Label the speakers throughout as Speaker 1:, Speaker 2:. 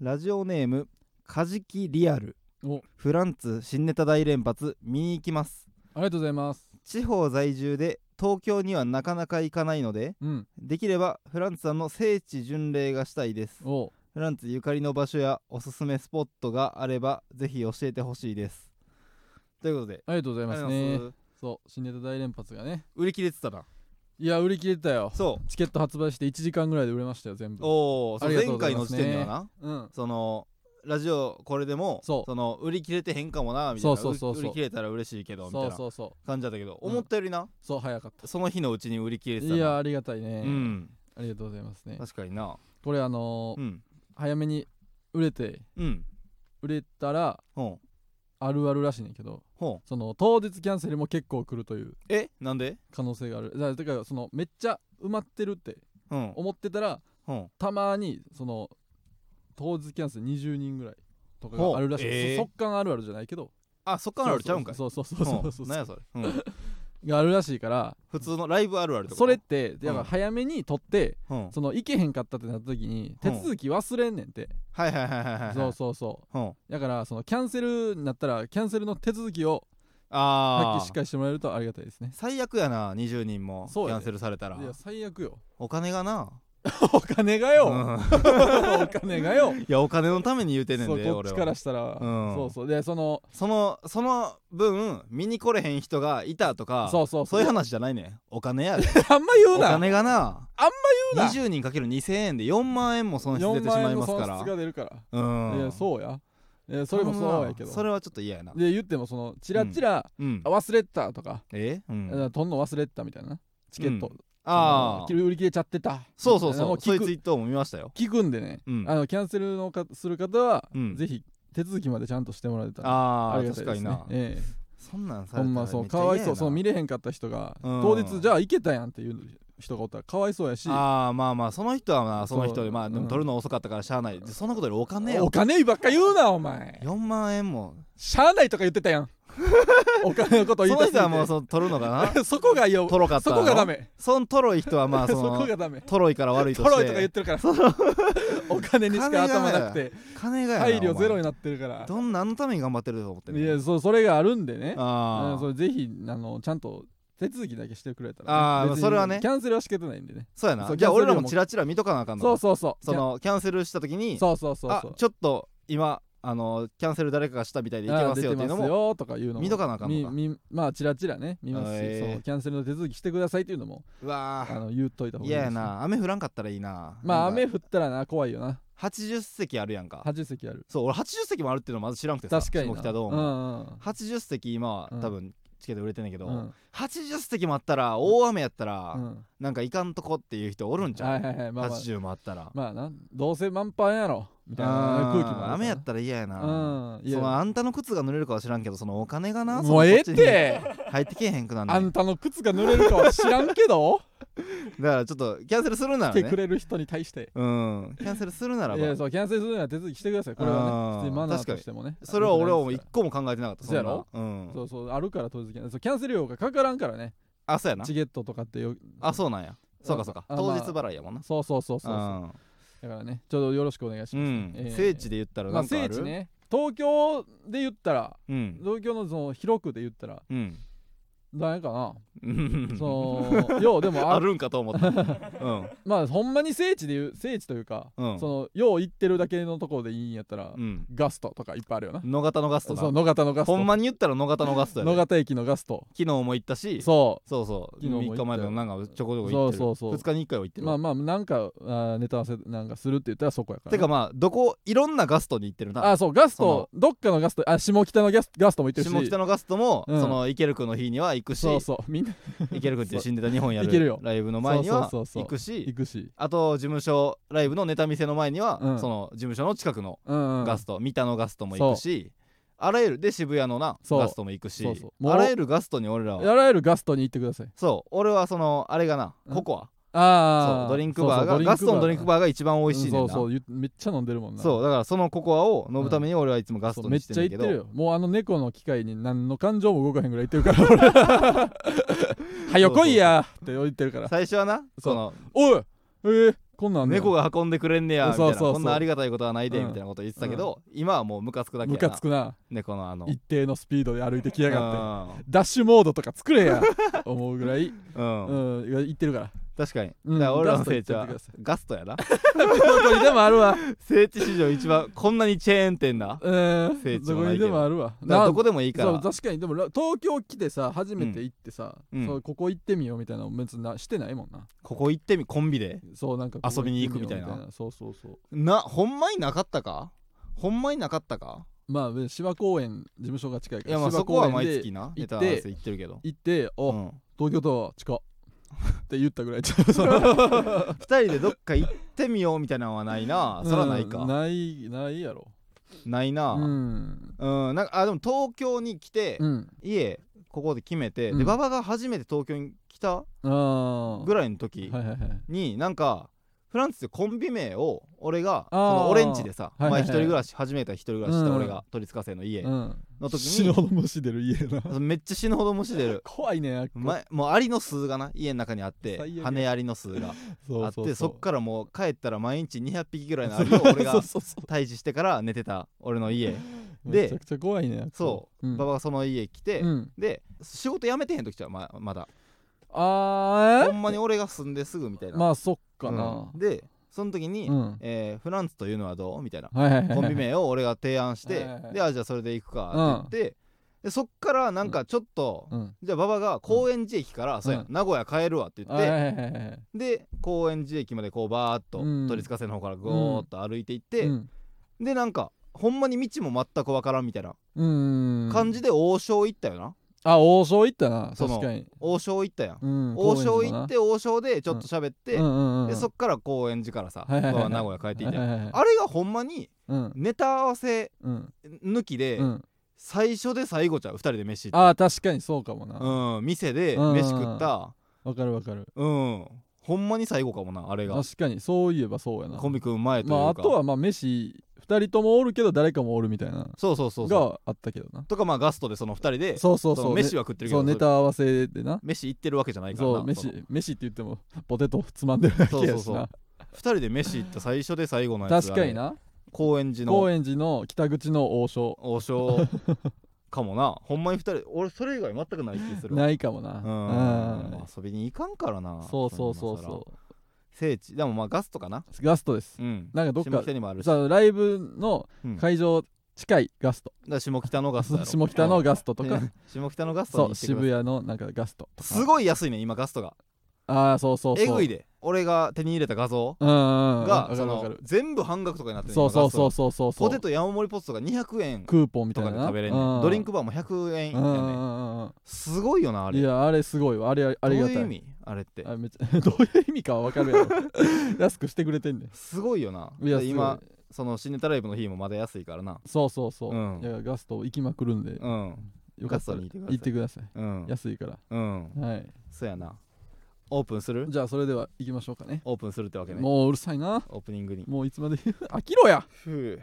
Speaker 1: ラジオネームカジキリアル
Speaker 2: お
Speaker 1: フランツ新ネタ大連発見に行きます
Speaker 2: ありがとうございます
Speaker 1: 地方在住で東京にはなかなか行かないので
Speaker 2: うん
Speaker 1: できればフランツさんの聖地巡礼がしたいです
Speaker 2: おう
Speaker 1: フランツゆかりの場所やおすすめスポットがあればぜひ教えてほしいですということで
Speaker 2: ありがとうございますね
Speaker 1: ありがとうございます
Speaker 2: そう新ネタ大連発がね
Speaker 1: 売り切れてたない
Speaker 2: や売り切れてたよ
Speaker 1: そ
Speaker 2: チケット発売して1時間ぐらいで売れましたよ全
Speaker 1: う
Speaker 2: 部
Speaker 1: おお
Speaker 2: ありがと
Speaker 1: 前
Speaker 2: うござ
Speaker 1: 回
Speaker 2: い
Speaker 1: の
Speaker 2: ます
Speaker 1: 時
Speaker 2: ね
Speaker 1: 点ではな
Speaker 2: うん
Speaker 1: そのラジオこれでも
Speaker 2: そう
Speaker 1: の売り切れてへんかもなみたいな
Speaker 2: そうそうそうそう
Speaker 1: 売り切れたら嬉しいけどみた
Speaker 2: そ
Speaker 1: いうな
Speaker 2: そうそう
Speaker 1: 感じだったけど、
Speaker 2: うん
Speaker 1: 思ったよりな
Speaker 2: そう早かった
Speaker 1: その日のうちに売り切れてたない
Speaker 2: やありがたいね、
Speaker 1: うん
Speaker 2: ありがとうございますね
Speaker 1: 確かにな
Speaker 2: これあのー
Speaker 1: うん
Speaker 2: 早めに売れて
Speaker 1: うん
Speaker 2: 売れたら
Speaker 1: ほう
Speaker 2: あるあるらしいねんけど
Speaker 1: ほう
Speaker 2: その当日キャンセルも結構来るという
Speaker 1: えなんで
Speaker 2: 可能性があるだからだからそのめっちゃ埋まってるって
Speaker 1: うん
Speaker 2: 思ってたら
Speaker 1: うん
Speaker 2: たまにその当日キャンセル20人ぐらいとか
Speaker 1: ほう
Speaker 2: があるらしい、
Speaker 1: えー
Speaker 2: そ速感あるあるじゃないけど
Speaker 1: あそっからあるちゃうんかい
Speaker 2: そうそうそうそうそううそうん
Speaker 1: 何やそれうん
Speaker 2: があるらしいから
Speaker 1: 普通のライブあるあるってこと
Speaker 2: それってだから早めに取って、
Speaker 1: うん
Speaker 2: その行けへんかったってなった時に
Speaker 1: うん
Speaker 2: 手続き忘れんねんて、
Speaker 1: はいはいはいはいはい
Speaker 2: そうそうそう
Speaker 1: うん
Speaker 2: だからそのキャンセルになったらキャンセルの手続きを
Speaker 1: あ
Speaker 2: 発揮しっ
Speaker 1: あ
Speaker 2: かりしてもらえるとありがたいですね
Speaker 1: 最悪やな20人もキ
Speaker 2: そうや
Speaker 1: ャ
Speaker 2: で
Speaker 1: ンセルされたら
Speaker 2: いや最悪よ
Speaker 1: お金がな
Speaker 2: お金がよ、
Speaker 1: うん
Speaker 2: お金 がよ
Speaker 1: いやお金のために言うてんねん
Speaker 2: そう
Speaker 1: で
Speaker 2: こっ
Speaker 1: 俺
Speaker 2: ちか
Speaker 1: は
Speaker 2: らしたら、
Speaker 1: うん
Speaker 2: そうそうでその
Speaker 1: そのその分見に来れへん人がいたとか
Speaker 2: そうそう
Speaker 1: そういう話じゃないねんお金やで
Speaker 2: あんま言
Speaker 1: お
Speaker 2: うな
Speaker 1: 金がな
Speaker 2: あんま言うな
Speaker 1: 20人かける2000円で4万円も損失出て
Speaker 2: 4
Speaker 1: し
Speaker 2: 万
Speaker 1: まい
Speaker 2: 円の
Speaker 1: ます
Speaker 2: 損
Speaker 1: か
Speaker 2: 失
Speaker 1: ら
Speaker 2: が出るから、
Speaker 1: うん
Speaker 2: いやそうやいやそれもそうやけど
Speaker 1: それはちょっと嫌やな
Speaker 2: で言ってもそのチラチラ、
Speaker 1: うん
Speaker 2: あ忘れてたとか、
Speaker 1: えう
Speaker 2: うんん、取んの忘れてたみたいなチケット、
Speaker 1: ああ
Speaker 2: その売り切れちゃってた
Speaker 1: そうそう
Speaker 2: みたいなの
Speaker 1: そ
Speaker 2: を
Speaker 1: うそういう
Speaker 2: 聞
Speaker 1: ツイ
Speaker 2: く
Speaker 1: ートも見ましたよ
Speaker 2: 聞くんでね、
Speaker 1: うん
Speaker 2: あのキャンセルのかする方は、
Speaker 1: うん
Speaker 2: ぜひ手続きまでちゃんとしてもらえたら
Speaker 1: ああ
Speaker 2: りがた
Speaker 1: 確
Speaker 2: い
Speaker 1: かに
Speaker 2: ですね
Speaker 1: な
Speaker 2: ええ
Speaker 1: そんなんされ
Speaker 2: ほ
Speaker 1: たら
Speaker 2: んまそう
Speaker 1: めっちゃ
Speaker 2: かわい
Speaker 1: 嫌
Speaker 2: そ
Speaker 1: や
Speaker 2: うその
Speaker 1: な
Speaker 2: 見れへんかった人が、
Speaker 1: うん
Speaker 2: 当日じゃあ行けたやんっていう人がおったらかわいそうやし
Speaker 1: ああまあまあその人はまあその人で
Speaker 2: そう
Speaker 1: まあでも取るの遅かったからしゃあないそんなことよりお金や
Speaker 2: お金ばっか言うなお前
Speaker 1: 4万円も
Speaker 2: しゃあないとか言ってた やんお金のこと
Speaker 1: そ
Speaker 2: 言
Speaker 1: の
Speaker 2: いたすぎ
Speaker 1: 人
Speaker 2: て
Speaker 1: はもうその取るのか な
Speaker 2: そこがよ
Speaker 1: トロかった
Speaker 2: そ
Speaker 1: の
Speaker 2: こがダメ
Speaker 1: そのトロい人はまあ
Speaker 2: そ
Speaker 1: そ
Speaker 2: こ
Speaker 1: の
Speaker 2: がダメ
Speaker 1: トロいから悪いと
Speaker 2: ト
Speaker 1: して
Speaker 2: ロイとか言ってるから お金にしか頭なくて
Speaker 1: 金がやな
Speaker 2: 配慮ゼロ
Speaker 1: お
Speaker 2: になってるから
Speaker 1: 前 どん何のために頑張ってると思ってんの
Speaker 2: いやそうそれがあるんでねう
Speaker 1: あ
Speaker 2: ん
Speaker 1: あ
Speaker 2: それぜひあのちゃんと手続きだけしてくれたら、
Speaker 1: あー
Speaker 2: 別に
Speaker 1: それはね
Speaker 2: キャンセルはしけてないんでね
Speaker 1: そうや
Speaker 2: そ
Speaker 1: な
Speaker 2: う
Speaker 1: じゃあ
Speaker 2: キャ
Speaker 1: 俺
Speaker 2: ンセル料
Speaker 1: ら
Speaker 2: も
Speaker 1: もチラチラ見とかなあかんの
Speaker 2: そうそうそう
Speaker 1: そのキャンセルした時
Speaker 2: キャ
Speaker 1: に
Speaker 2: ンそうそうそう
Speaker 1: あ
Speaker 2: そう
Speaker 1: ちょっと今あのキャンセル誰かがしたみたいでいけ
Speaker 2: あー
Speaker 1: ますよっていうの
Speaker 2: 出てます
Speaker 1: も
Speaker 2: よとかいうのも
Speaker 1: 見とかなあかんのか
Speaker 2: みみまあチラチラね見ますし、
Speaker 1: へー
Speaker 2: そのキャンセルの手続きしてくださいっていうのも
Speaker 1: うわ
Speaker 2: あ
Speaker 1: ー
Speaker 2: の言っといた方がいい
Speaker 1: 嫌
Speaker 2: です、ね、
Speaker 1: やな雨降らんかったらいいな
Speaker 2: まあ
Speaker 1: なんか
Speaker 2: 雨降ったらな怖いよな
Speaker 1: 80席あるやんか
Speaker 2: 80席ある
Speaker 1: そう俺80席もあるっていうのまず知らんくてさ
Speaker 2: 確かに
Speaker 1: 下
Speaker 2: な
Speaker 1: 北ドー
Speaker 2: う
Speaker 1: ム
Speaker 2: んうん
Speaker 1: 80席今は
Speaker 2: うん
Speaker 1: 多分チケット売れてんねんけ
Speaker 2: う
Speaker 1: ど
Speaker 2: ん
Speaker 1: 80席もあったら大雨やった
Speaker 2: う
Speaker 1: ら
Speaker 2: ん
Speaker 1: なんかいかんとこっていう人おるんちゃ
Speaker 2: は
Speaker 1: う
Speaker 2: いはいはいまあまあ、
Speaker 1: 80もあったら
Speaker 2: まあなどうせ満帆やろみたいな空気もあるから
Speaker 1: 雨やったら嫌やな
Speaker 2: うんい
Speaker 1: そ
Speaker 2: や
Speaker 1: のあんたの靴が濡れるかは知らんけどそのお金がなその
Speaker 2: もうええっ
Speaker 1: こちに
Speaker 2: て
Speaker 1: 入ってけえへんくなんね
Speaker 2: あん
Speaker 1: ん
Speaker 2: たの靴が濡れるかは知らん けど
Speaker 1: だからちょっとキャンセルするなら
Speaker 2: 来てく
Speaker 1: ね
Speaker 2: れる人に対して
Speaker 1: うんキャンセルするないら
Speaker 2: や
Speaker 1: ば
Speaker 2: そうキャンセルするなら手続きしてくださいこれは
Speaker 1: あー
Speaker 2: ね普通にマナー
Speaker 1: 確か
Speaker 2: と
Speaker 1: に
Speaker 2: してもね
Speaker 1: それは俺はもう一
Speaker 2: 良くないです
Speaker 1: 個も考えてなかったんな
Speaker 2: そうやろ
Speaker 1: うん
Speaker 2: からそうそうあるから当日券そうキャンセル料がかからんからね
Speaker 1: あそうやな
Speaker 2: チケットとかってよ
Speaker 1: あそうなんやそうかそうか
Speaker 2: あ
Speaker 1: 当
Speaker 2: まあ
Speaker 1: 日払いやもんな
Speaker 2: そうそうそうそうそう
Speaker 1: あ
Speaker 2: だからねちょっとよろしくお願いし
Speaker 1: ーう
Speaker 2: ます、
Speaker 1: ん
Speaker 2: えー
Speaker 1: 聖地で言ったら
Speaker 2: ま
Speaker 1: な
Speaker 2: あ
Speaker 1: んかあ
Speaker 2: 聖地
Speaker 1: る
Speaker 2: ね東京で言ったら
Speaker 1: うん
Speaker 2: 東京のその広くで言ったら
Speaker 1: うん
Speaker 2: 誰かな、
Speaker 1: うん
Speaker 2: そのようでもあ
Speaker 1: あるんかと思ったうん
Speaker 2: まあほんまに聖地で言う聖地というか、
Speaker 1: うん
Speaker 2: そのよう行ってるだけのところでいいんやったら、
Speaker 1: うん
Speaker 2: ガストとかいっぱいあるよな
Speaker 1: 野方のガスト
Speaker 2: そう
Speaker 1: な
Speaker 2: 野方のガスト
Speaker 1: ほんまに言ったら野方のガストやで
Speaker 2: 野方駅のガスト
Speaker 1: 昨日も行ったし
Speaker 2: そ
Speaker 1: そうそう
Speaker 2: 昨日
Speaker 1: 3
Speaker 2: も行った
Speaker 1: 日前のなんかちょこちょこ行ってる
Speaker 2: そうそうそう
Speaker 1: 2日に1回は行って
Speaker 2: う
Speaker 1: る、
Speaker 2: まあまあなんかあーネタ合わせなんかするって言ったらそこやから
Speaker 1: て
Speaker 2: ね、
Speaker 1: かまあどこいろんなガストに行ってるな
Speaker 2: あそうガストどっかのガストあ下北のガスガストも行ってるし
Speaker 1: 下北のガストも、
Speaker 2: うん
Speaker 1: その池るくんの日には行くし
Speaker 2: そうそうみんな
Speaker 1: 池るくんっていう死んでた日本や
Speaker 2: そう行ける
Speaker 1: る
Speaker 2: よ
Speaker 1: ライブの前には
Speaker 2: そうそうそうそう
Speaker 1: 行くし
Speaker 2: 行くし、
Speaker 1: あと事務所ライブのネタ見せの前には、
Speaker 2: うん
Speaker 1: その事務所の近くの
Speaker 2: うんうん、
Speaker 1: ガスト、三田のガストも行くしあらゆるで渋谷のな
Speaker 2: そう
Speaker 1: ガストも行くし
Speaker 2: そうそうもう
Speaker 1: あらゆるガストに俺らは
Speaker 2: あらゆるガストに行ってください
Speaker 1: そう俺はそのあれがな
Speaker 2: うん
Speaker 1: ココア
Speaker 2: あ
Speaker 1: そ
Speaker 2: あ
Speaker 1: うドリンクバーがガストのドリンク
Speaker 2: ー
Speaker 1: バーが一番美味しいねん
Speaker 2: そう
Speaker 1: な、
Speaker 2: そうゆめっちゃ飲んでるもんな
Speaker 1: そうだからそのココアを飲むために俺はいつもガス
Speaker 2: そう
Speaker 1: ト
Speaker 2: め
Speaker 1: に
Speaker 2: っ
Speaker 1: して
Speaker 2: ちゃ
Speaker 1: る
Speaker 2: 行
Speaker 1: け
Speaker 2: って
Speaker 1: ど、
Speaker 2: るよもうあの猫の機械に何の感情も動かへんぐらい行ってるから俺 はよ来いやって言ってるから
Speaker 1: 最初はな
Speaker 2: そ
Speaker 1: そうの
Speaker 2: おいえーこんなんあんねん
Speaker 1: 猫が運んでくれんねやみたい
Speaker 2: そう
Speaker 1: な
Speaker 2: そうそう
Speaker 1: こんなありがたいことはないで
Speaker 2: うん
Speaker 1: みたいなこと言ってたけど、今はもうムカつくだけ
Speaker 2: ム
Speaker 1: や
Speaker 2: カ
Speaker 1: な
Speaker 2: つくな
Speaker 1: 猫のあの
Speaker 2: 一定のスピードで歩いてきやがって
Speaker 1: って
Speaker 2: ダッシュモードとか作れや思うぐらい、
Speaker 1: うん、
Speaker 2: う
Speaker 1: うん
Speaker 2: ん、言ってるから
Speaker 1: 確かに、
Speaker 2: うん
Speaker 1: だから俺らの聖地は
Speaker 2: ガスト行ってくださ
Speaker 1: ガストやな
Speaker 2: どこにでもあるわ
Speaker 1: 聖地史上一番こんなにチェーン店なだか
Speaker 2: うん
Speaker 1: 聖地
Speaker 2: ど
Speaker 1: も
Speaker 2: こ
Speaker 1: ない
Speaker 2: に
Speaker 1: けど
Speaker 2: でもあるわ
Speaker 1: らど
Speaker 2: な
Speaker 1: こでもいいか
Speaker 2: そう
Speaker 1: ら
Speaker 2: 確かにでもら東京来てさ初めて行ってさ、
Speaker 1: うん
Speaker 2: そうここ行ってみようみたいなの別になしてないもんな
Speaker 1: ここ行ってみコンビで
Speaker 2: そうなんか
Speaker 1: 遊びに行くみたいな
Speaker 2: ここ行ってみようそうそうそう
Speaker 1: なほんまになかったかほんまになかったか
Speaker 2: まあ別に芝公園事務所が近いか
Speaker 1: い
Speaker 2: ら
Speaker 1: やまあ
Speaker 2: 芝
Speaker 1: そこは
Speaker 2: 公園で
Speaker 1: 毎月な
Speaker 2: 行って
Speaker 1: ネタ合わせ行ってるけど
Speaker 2: 行ってお、
Speaker 1: うん
Speaker 2: 東京と近 っって言ったぐらいちゃうその
Speaker 1: 二人でどっか行ってみようみたいなのはないなそらないか、
Speaker 2: うんないないやろ
Speaker 1: ないな
Speaker 2: う
Speaker 1: うん、
Speaker 2: ん
Speaker 1: なんかあでも東京に来て、
Speaker 2: うん
Speaker 1: 家ここで決めて、
Speaker 2: うん
Speaker 1: で馬場が初めて東京に来た
Speaker 2: ああ
Speaker 1: ぐらいの時
Speaker 2: はいはいはい
Speaker 1: に、なんかフランスでコンビ名を俺がそ
Speaker 2: あー
Speaker 1: のオレンジでさ、
Speaker 2: いはいは
Speaker 1: 前
Speaker 2: い
Speaker 1: 一人暮らし初めて一人暮らしした
Speaker 2: うん
Speaker 1: 俺が鳥塚生の家
Speaker 2: うん
Speaker 1: の時
Speaker 2: 死
Speaker 1: に
Speaker 2: ぬ、ほど虫出る家 な
Speaker 1: めっちゃ死ぬほど虫出る
Speaker 2: 怖いねあっこ
Speaker 1: 前もうアリの巣がな家の中にあ って
Speaker 2: 最悪や
Speaker 1: 羽アリの巣が
Speaker 2: そう
Speaker 1: あって
Speaker 2: そ
Speaker 1: そう
Speaker 2: そう
Speaker 1: っからもう帰ったら毎日200匹ぐらいのアリを俺
Speaker 2: そ
Speaker 1: が
Speaker 2: うそうそう
Speaker 1: 退治してから寝てた俺の家で
Speaker 2: めちゃくちゃ怖いねあっこ
Speaker 1: そう
Speaker 2: うん
Speaker 1: 馬場がその家来て、
Speaker 2: うん
Speaker 1: で仕事辞めてへん時ちゃうままだ
Speaker 2: あ
Speaker 1: ほ
Speaker 2: ー
Speaker 1: んまに俺が住んですぐみたい
Speaker 2: え
Speaker 1: な、
Speaker 2: まあそっかな
Speaker 1: うんでその時に、
Speaker 2: うん
Speaker 1: えーフランスというのはどう?」み たいな
Speaker 2: はいはいはい
Speaker 1: コンビ名を俺が提案し
Speaker 2: はい
Speaker 1: て
Speaker 2: はいはい
Speaker 1: であじゃあそれで行くかって言って、でそっからなんかちょっと、
Speaker 2: うん
Speaker 1: じゃあ馬場が高円寺駅から、そうや
Speaker 2: うん
Speaker 1: 名古屋帰るわって言っ
Speaker 2: はい
Speaker 1: て、
Speaker 2: はいはいはい
Speaker 1: で高円寺駅までこうバーっと、
Speaker 2: うん
Speaker 1: 取りつかせの方からゴーっと歩いていって、
Speaker 2: うん
Speaker 1: でなんかほんまに道も全くわからんみたいな
Speaker 2: うん
Speaker 1: 感じで王将行ったよな、
Speaker 2: あ王将行ったな
Speaker 1: その
Speaker 2: 確かに
Speaker 1: 王将行ったやん、
Speaker 2: うん
Speaker 1: 王将行って王将でちょっと喋って、
Speaker 2: うんうんうん
Speaker 1: でそっから高円寺からさ、
Speaker 2: はいはいはい
Speaker 1: まあ名古屋帰ってい
Speaker 2: は
Speaker 1: て、
Speaker 2: いはいはい
Speaker 1: あれがほんまに
Speaker 2: うん
Speaker 1: ネタ合わせ
Speaker 2: うん
Speaker 1: 抜きで、
Speaker 2: うん
Speaker 1: 最初で最後ちゃう2人で飯行っ
Speaker 2: あー確かにそうかもな
Speaker 1: た
Speaker 2: わ
Speaker 1: うん店で飯食った
Speaker 2: かるわかる
Speaker 1: うんほんまに最後かもなあれが
Speaker 2: 確かにそういえばそうやな
Speaker 1: コンビ組む前という
Speaker 2: ま
Speaker 1: か、
Speaker 2: ああとはまあ飯二人ともおるけど誰かもおるみたいな
Speaker 1: そうそうそうそう
Speaker 2: があったけどな
Speaker 1: とかまあガストでその2人で
Speaker 2: そうそう
Speaker 1: そ
Speaker 2: そ
Speaker 1: の
Speaker 2: う
Speaker 1: 飯は食ってるけ
Speaker 2: そ
Speaker 1: ど
Speaker 2: うネタ合わせでな
Speaker 1: 飯行ってるわけじゃないからな
Speaker 2: そう
Speaker 1: そ
Speaker 2: 飯
Speaker 1: の
Speaker 2: 飯って言ってもポテトつまんでるだけ
Speaker 1: そ
Speaker 2: や
Speaker 1: う
Speaker 2: し
Speaker 1: そうそう
Speaker 2: な
Speaker 1: 2人で飯行った最初で最後のやつ
Speaker 2: 確
Speaker 1: あ
Speaker 2: かに
Speaker 1: れ
Speaker 2: な
Speaker 1: 高円寺
Speaker 2: 高
Speaker 1: の
Speaker 2: 円寺の北口の王将
Speaker 1: 王将かも なほんまに2人俺それ以外全くない気するわ
Speaker 2: ないかも
Speaker 1: う
Speaker 2: なんうん
Speaker 1: まあ遊びに行かんからな
Speaker 2: そうそうそ
Speaker 1: そん
Speaker 2: う
Speaker 1: なさ
Speaker 2: そ
Speaker 1: 聖地でもまあガストかな
Speaker 2: うガストです
Speaker 1: うん
Speaker 2: なんかどっか
Speaker 1: 下北にもあるし
Speaker 2: さライブの
Speaker 1: うん
Speaker 2: 会場近いガスト
Speaker 1: だから下北のガストやろ
Speaker 2: 下北のガストとか
Speaker 1: ね 下北のガストに行ってくだ
Speaker 2: そう
Speaker 1: さい
Speaker 2: 渋谷のなんかガストとか
Speaker 1: すごい安いね今ガストが
Speaker 2: ああそうそうそう
Speaker 1: えぐいで俺が手に入れた画像
Speaker 2: うんうんうん
Speaker 1: が
Speaker 2: わか
Speaker 1: そ
Speaker 2: るわか
Speaker 1: の
Speaker 2: る
Speaker 1: 全部半額とかになってる
Speaker 2: そうそうそう
Speaker 1: 今ガス
Speaker 2: そうそう
Speaker 1: トポテト山盛りポストが200円
Speaker 2: クーポンみた
Speaker 1: と
Speaker 2: い
Speaker 1: か
Speaker 2: な
Speaker 1: で
Speaker 2: な
Speaker 1: 食べれん
Speaker 2: う
Speaker 1: ね
Speaker 2: ん
Speaker 1: んドリンクバーも100円
Speaker 2: うんうんう
Speaker 1: やね
Speaker 2: んうん
Speaker 1: すごいよなあれ
Speaker 2: いやあれすごいわあれあありがたい
Speaker 1: どういう意味あれって
Speaker 2: あめっちゃ どういう意味かは分かる やろ安くしてくれてんねん
Speaker 1: すごいよない
Speaker 2: や
Speaker 1: で今
Speaker 2: すごい
Speaker 1: その新ネタライブの日もまだ安いからな
Speaker 2: そうそうそ
Speaker 1: う
Speaker 2: う、
Speaker 1: ん
Speaker 2: いやガスト行きまくるんで、
Speaker 1: うん
Speaker 2: よかったら
Speaker 1: ガストに行ってください
Speaker 2: 行って
Speaker 1: う
Speaker 2: ください
Speaker 1: ん
Speaker 2: 安いから
Speaker 1: うん
Speaker 2: はい
Speaker 1: そうやなオープンする
Speaker 2: じゃあそれでは行きましょうかね
Speaker 1: オープンするってわけね
Speaker 2: もううるさいな
Speaker 1: オープニングに
Speaker 2: もういつまで 飽きろや
Speaker 1: ふう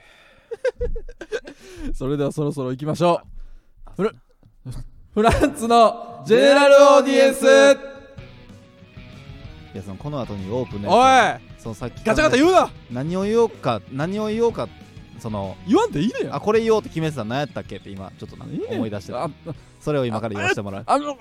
Speaker 2: それではそろそろ行きましょうフラフランツのジェネラルオーディエンス
Speaker 1: いやそのこの後にオープンの
Speaker 2: おい
Speaker 1: やつそのさっき
Speaker 2: ガチャガチャ言うな
Speaker 1: 何を言おうか何を言おうかその
Speaker 2: 言わんでいいねや
Speaker 1: あこれ言おうって決めてたの何やったっけって今ちょっとな思い出してた
Speaker 2: あ
Speaker 1: それを今から言わせてもらうあ
Speaker 2: あの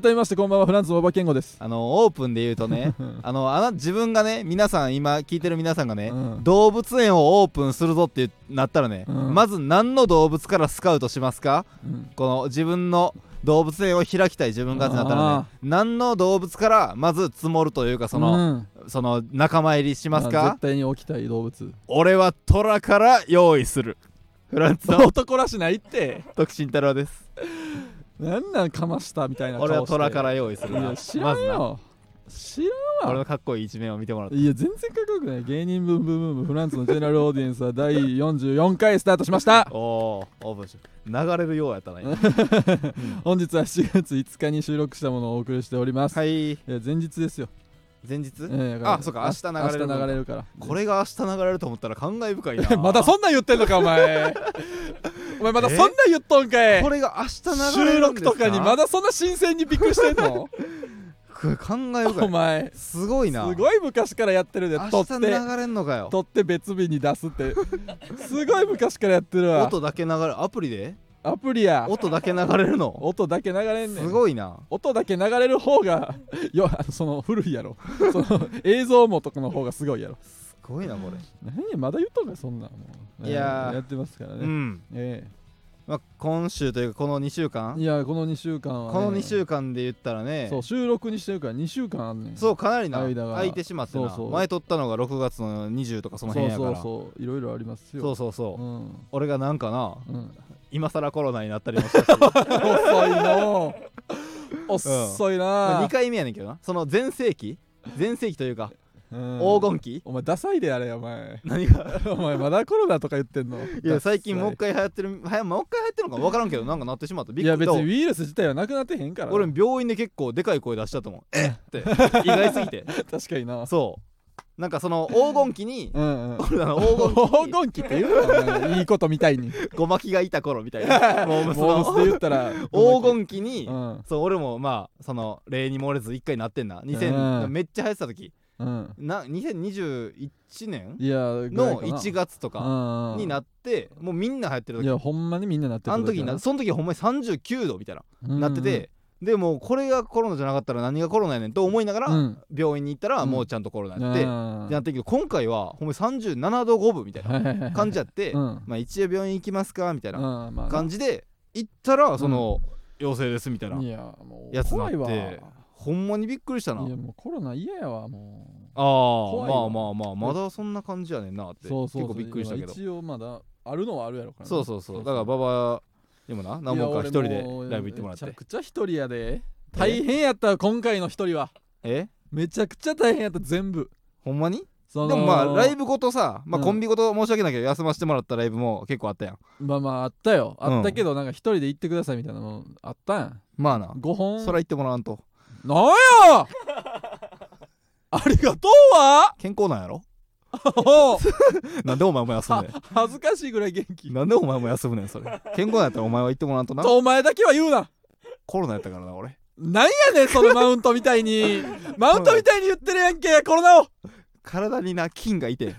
Speaker 2: 改めましてこんばんはフランツの馬場健吾です
Speaker 1: のオープンで言うと ねあのあな自分がね皆さん今聞いてる皆さんがね、
Speaker 2: うん
Speaker 1: 動物園をオープンするぞってなったらね、
Speaker 2: うん
Speaker 1: まず何の動物からスカウトしますか
Speaker 2: うん
Speaker 1: この自分の動物園を開きたい自分がってなったらね何の動物からまず積もるというかその、
Speaker 2: うん
Speaker 1: その仲間入りします
Speaker 2: あ
Speaker 1: か
Speaker 2: 絶対に起きたい動物
Speaker 1: 俺はトラから用意するフランスの
Speaker 2: 男らしないって
Speaker 1: 徳慎太郎です
Speaker 2: なんなんかましたみたいな顔して
Speaker 1: 俺はトラから用意する
Speaker 2: い
Speaker 1: な
Speaker 2: や知らん
Speaker 1: な
Speaker 2: よ知らん
Speaker 1: 俺
Speaker 2: わ
Speaker 1: のかっこいい一面を見てもらって
Speaker 2: いや全然かっこよくない芸人ブンブンブンブンフランスのジェネラルオーディエンスは第44回スタートしました
Speaker 1: おおーオープンし流れるようやったな 今
Speaker 2: 本日は7月5日に収録したものをお送りしております、
Speaker 1: はい
Speaker 2: いや前日ですよ、
Speaker 1: 前日
Speaker 2: ええだら
Speaker 1: あそうか明日流れる
Speaker 2: 明日流れるから
Speaker 1: これが明日流れると思ったら感慨深いな
Speaker 2: まだそんなん言ってんのか お前お前まだそんなん言っとんかい
Speaker 1: これが明日流れ
Speaker 2: 収
Speaker 1: るん
Speaker 2: 録
Speaker 1: ですか
Speaker 2: とかにまだそんな新鮮にびっくりしてんの
Speaker 1: くこれ考えようか
Speaker 2: お前
Speaker 1: すごい
Speaker 2: す
Speaker 1: な
Speaker 2: ごい昔からやってるで
Speaker 1: 明
Speaker 2: 撮っ
Speaker 1: 日
Speaker 2: て
Speaker 1: 流れんのかよ
Speaker 2: 撮って別日に出すってすごい昔からやってるわ
Speaker 1: 音だけ流れアプリで
Speaker 2: アプリや
Speaker 1: 音だけ流れるの
Speaker 2: 音だけ流れんね
Speaker 1: す
Speaker 2: ん
Speaker 1: ごいな
Speaker 2: 音だけ流れる方がよ あのその古いやろその映像もとかの方がすごいやろ
Speaker 1: すごいなこれ
Speaker 2: 何やまだ言っとんかそんなんもう
Speaker 1: いやー
Speaker 2: えーやってますからね、
Speaker 1: うん
Speaker 2: え
Speaker 1: まあ今週というかこの2週
Speaker 2: え
Speaker 1: 間
Speaker 2: いやーこの2週間は、
Speaker 1: こ
Speaker 2: ね、
Speaker 1: の2週間で言ったらね
Speaker 2: そう収録にしてるから2週間あんねん
Speaker 1: そうかなりな
Speaker 2: 間が
Speaker 1: 空いてしまってな
Speaker 2: そうそう
Speaker 1: 前撮ったのが6月の20とかその辺やから
Speaker 2: そうそうそういろいろありますよ
Speaker 1: そうそうそう
Speaker 2: うん
Speaker 1: 俺がなんかな
Speaker 2: うん、
Speaker 1: 今更コロナになったりもしたしま
Speaker 2: 遅いの遅いな、
Speaker 1: あ2回目やねんけどなその全盛期全盛期というか
Speaker 2: うん
Speaker 1: 黄金期
Speaker 2: お前ダサいであれお前
Speaker 1: 何が
Speaker 2: お前まだコロナとか言ってんの
Speaker 1: いや最近もう一
Speaker 2: ダ
Speaker 1: 回流行ってるはやもう一回流行ってるのか分からんけどなんかなってしまった
Speaker 2: サ
Speaker 1: び
Speaker 2: い
Speaker 1: っ
Speaker 2: い
Speaker 1: くり
Speaker 2: や別
Speaker 1: だ
Speaker 2: にウイルス自体はなくなってへんから
Speaker 1: 俺病院で結構でかい声出したと思うえっって意外すぎ て
Speaker 2: 確か にな
Speaker 1: そうなんかその黄金期に
Speaker 2: うんうん
Speaker 1: 俺らの黄金期に
Speaker 2: 黄金期って言うのお前いいことみた いに
Speaker 1: ごまきがいた頃みたいなもうそ
Speaker 2: モームスで
Speaker 1: の
Speaker 2: 言ったら
Speaker 1: 黄金期に、
Speaker 2: うん
Speaker 1: そう俺もまあその例に漏れず1回なってんな
Speaker 2: う
Speaker 1: 2000
Speaker 2: ん
Speaker 1: めっちゃ流行ってた時
Speaker 2: うん
Speaker 1: な2021年
Speaker 2: いや
Speaker 1: の1月とか
Speaker 2: か
Speaker 1: にな
Speaker 2: っ
Speaker 1: ってもうみんな流行ってる
Speaker 2: い
Speaker 1: 時
Speaker 2: やほんまにみんななって
Speaker 1: あの時なその時ほんまに39度みたいななっててでもうこれがコロナじゃなかったら何がコロナやねんと思いなが
Speaker 2: う
Speaker 1: ら
Speaker 2: ん
Speaker 1: 病院に行ったら
Speaker 2: うん
Speaker 1: もうちゃんとコロナやって
Speaker 2: あ
Speaker 1: って
Speaker 2: ー
Speaker 1: なってんけど今回はほんまに37度5分みたいな
Speaker 2: はいはいはい
Speaker 1: 感じやって
Speaker 2: うんうん
Speaker 1: まあ一応病院行きますかみたいな
Speaker 2: まあ
Speaker 1: 感じで行ったらその陽性ですみたいない
Speaker 2: やもう
Speaker 1: やつなっ
Speaker 2: 怖
Speaker 1: て
Speaker 2: いわい
Speaker 1: ほんまにびっくりしたな
Speaker 2: やもうコロナ嫌やわもう
Speaker 1: ああ
Speaker 2: 怖い
Speaker 1: まあ
Speaker 2: わ
Speaker 1: まあまあまだそんな感じやねんなって
Speaker 2: そうそ
Speaker 1: 結
Speaker 2: うそ
Speaker 1: 構
Speaker 2: う
Speaker 1: びっくりしたけど
Speaker 2: 今一応まだあるのはあるやろからね
Speaker 1: そうそうそうだから馬場でもな何
Speaker 2: いや
Speaker 1: 本か一人で
Speaker 2: 俺も
Speaker 1: ライブ行ってもらっ
Speaker 2: め
Speaker 1: て
Speaker 2: ちゃくちゃ一人やで大変やったわ今回の一人は
Speaker 1: え
Speaker 2: めちゃくちゃ大変やった全部
Speaker 1: ほんまに
Speaker 2: そ
Speaker 1: で
Speaker 2: の
Speaker 1: もまあライブごとさまあ
Speaker 2: うん
Speaker 1: コンビごと申し訳ないけど休ませてもらったライブも結構あったやん
Speaker 2: まあまああったよ
Speaker 1: うん
Speaker 2: あったけどなんか一人で行ってくださいみたいなのもあったやん
Speaker 1: まあな
Speaker 2: 5本
Speaker 1: そら行ってもらわんと
Speaker 2: なんや ありがとうわ
Speaker 1: 健康なんやろ
Speaker 2: おう
Speaker 1: なんでお前も休む ね
Speaker 2: 恥ずかしいぐらい元気
Speaker 1: んなんでお前も休むねんそれ健康なんやったらお前は行ってもらわんとな
Speaker 2: とお前だけは言うな
Speaker 1: コロナやったからな俺
Speaker 2: なんやねんそのマウントみたいに マウントみたいに言ってるやんけコロナを
Speaker 1: 体にな菌がい て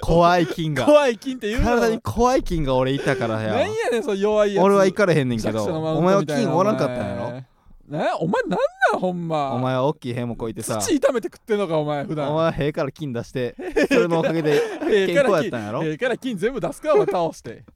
Speaker 1: 怖い菌が
Speaker 2: 怖い菌って言うな
Speaker 1: 体に怖い菌が俺いたから
Speaker 2: なん
Speaker 1: や
Speaker 2: やねんその弱いやつ
Speaker 1: 俺は行かれへんねんけど
Speaker 2: 弱者のマウ
Speaker 1: お
Speaker 2: ン
Speaker 1: 前
Speaker 2: ト
Speaker 1: は
Speaker 2: みたい
Speaker 1: 菌
Speaker 2: な
Speaker 1: おらんかったんやろ
Speaker 2: お前ねお前なんなんほんま
Speaker 1: お前は大きい塀も越えてさ
Speaker 2: 土炒めて食ってんのかお前普
Speaker 1: お前
Speaker 2: 段
Speaker 1: は塀から金出してそれのおかげで
Speaker 2: ええ
Speaker 1: 健
Speaker 2: か
Speaker 1: 康や
Speaker 2: ら
Speaker 1: っ
Speaker 2: 金
Speaker 1: たんやろ
Speaker 2: ええから金全部出すかお前倒して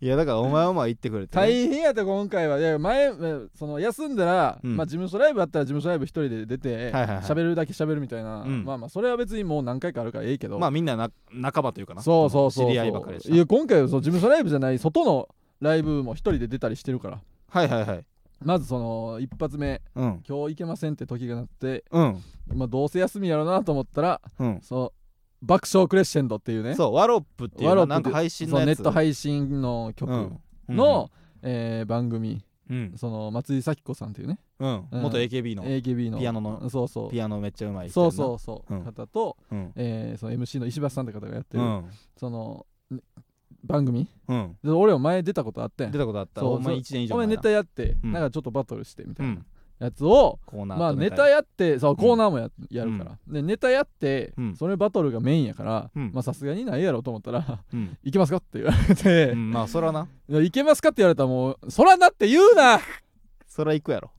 Speaker 1: いやだからお前はまあ言ってくれてね、
Speaker 2: 大変やった今回はいや前えその休んだら、
Speaker 1: うん
Speaker 2: まあ事務所ライブあったら事務所ライブ一人で出て喋、
Speaker 1: はいはいはい
Speaker 2: るだけ喋るみたいな、
Speaker 1: うん
Speaker 2: まあまあそれは別にもう何回かあるからええけど
Speaker 1: まあみんなな仲間というかな
Speaker 2: そうそうそうそう
Speaker 1: 知り合いばかりで
Speaker 2: い
Speaker 1: し
Speaker 2: や今回はそう事務所ライブじゃない外のライブも一人で出たりしてるから
Speaker 1: たはいはいはい
Speaker 2: まずその一発目
Speaker 1: うん
Speaker 2: 今日行けませんって時がなって、
Speaker 1: うん
Speaker 2: まあ、どうせ休みやろうなと思ったら
Speaker 1: うん
Speaker 2: そう爆笑クレッシェンドっていうね
Speaker 1: そうワロップっていう
Speaker 2: ワロ
Speaker 1: の
Speaker 2: ップ
Speaker 1: なんか配信の
Speaker 2: そうネ
Speaker 1: やつ
Speaker 2: ット配信の曲の、
Speaker 1: うん
Speaker 2: えー番組
Speaker 1: うん
Speaker 2: その松井咲子さんっていうね
Speaker 1: うん、
Speaker 2: うん
Speaker 1: 元 AKB の
Speaker 2: AKB の
Speaker 1: ピアノの
Speaker 2: そうそう
Speaker 1: ピアノめっちゃうまい人
Speaker 2: そ
Speaker 1: や
Speaker 2: う
Speaker 1: な
Speaker 2: んそうそう、
Speaker 1: うん
Speaker 2: 方と、
Speaker 1: うん
Speaker 2: えーその MC の石橋さんって方がやって
Speaker 1: う
Speaker 2: る、
Speaker 1: ん
Speaker 2: そのね番組
Speaker 1: うん
Speaker 2: で俺も前出たことあってん
Speaker 1: 出たことあった
Speaker 2: そう
Speaker 1: お前1年以上
Speaker 2: 俺
Speaker 1: 前な
Speaker 2: ネタやって、
Speaker 1: うん
Speaker 2: なんかちょっとバトルしてみた
Speaker 1: う
Speaker 2: いなんやつを、
Speaker 1: コーナー
Speaker 2: まあ
Speaker 1: と
Speaker 2: ネタやってそうコーナーもや,、やるから、でネタやって、
Speaker 1: うん
Speaker 2: それバトルがメインやから、
Speaker 1: うん
Speaker 2: まあさすがにないやろと思ったら
Speaker 1: うん
Speaker 2: 行けますかって言われて、
Speaker 1: うんまあそらない
Speaker 2: や行けますかって言われたらもうそらなって言うな
Speaker 1: そら行くやろ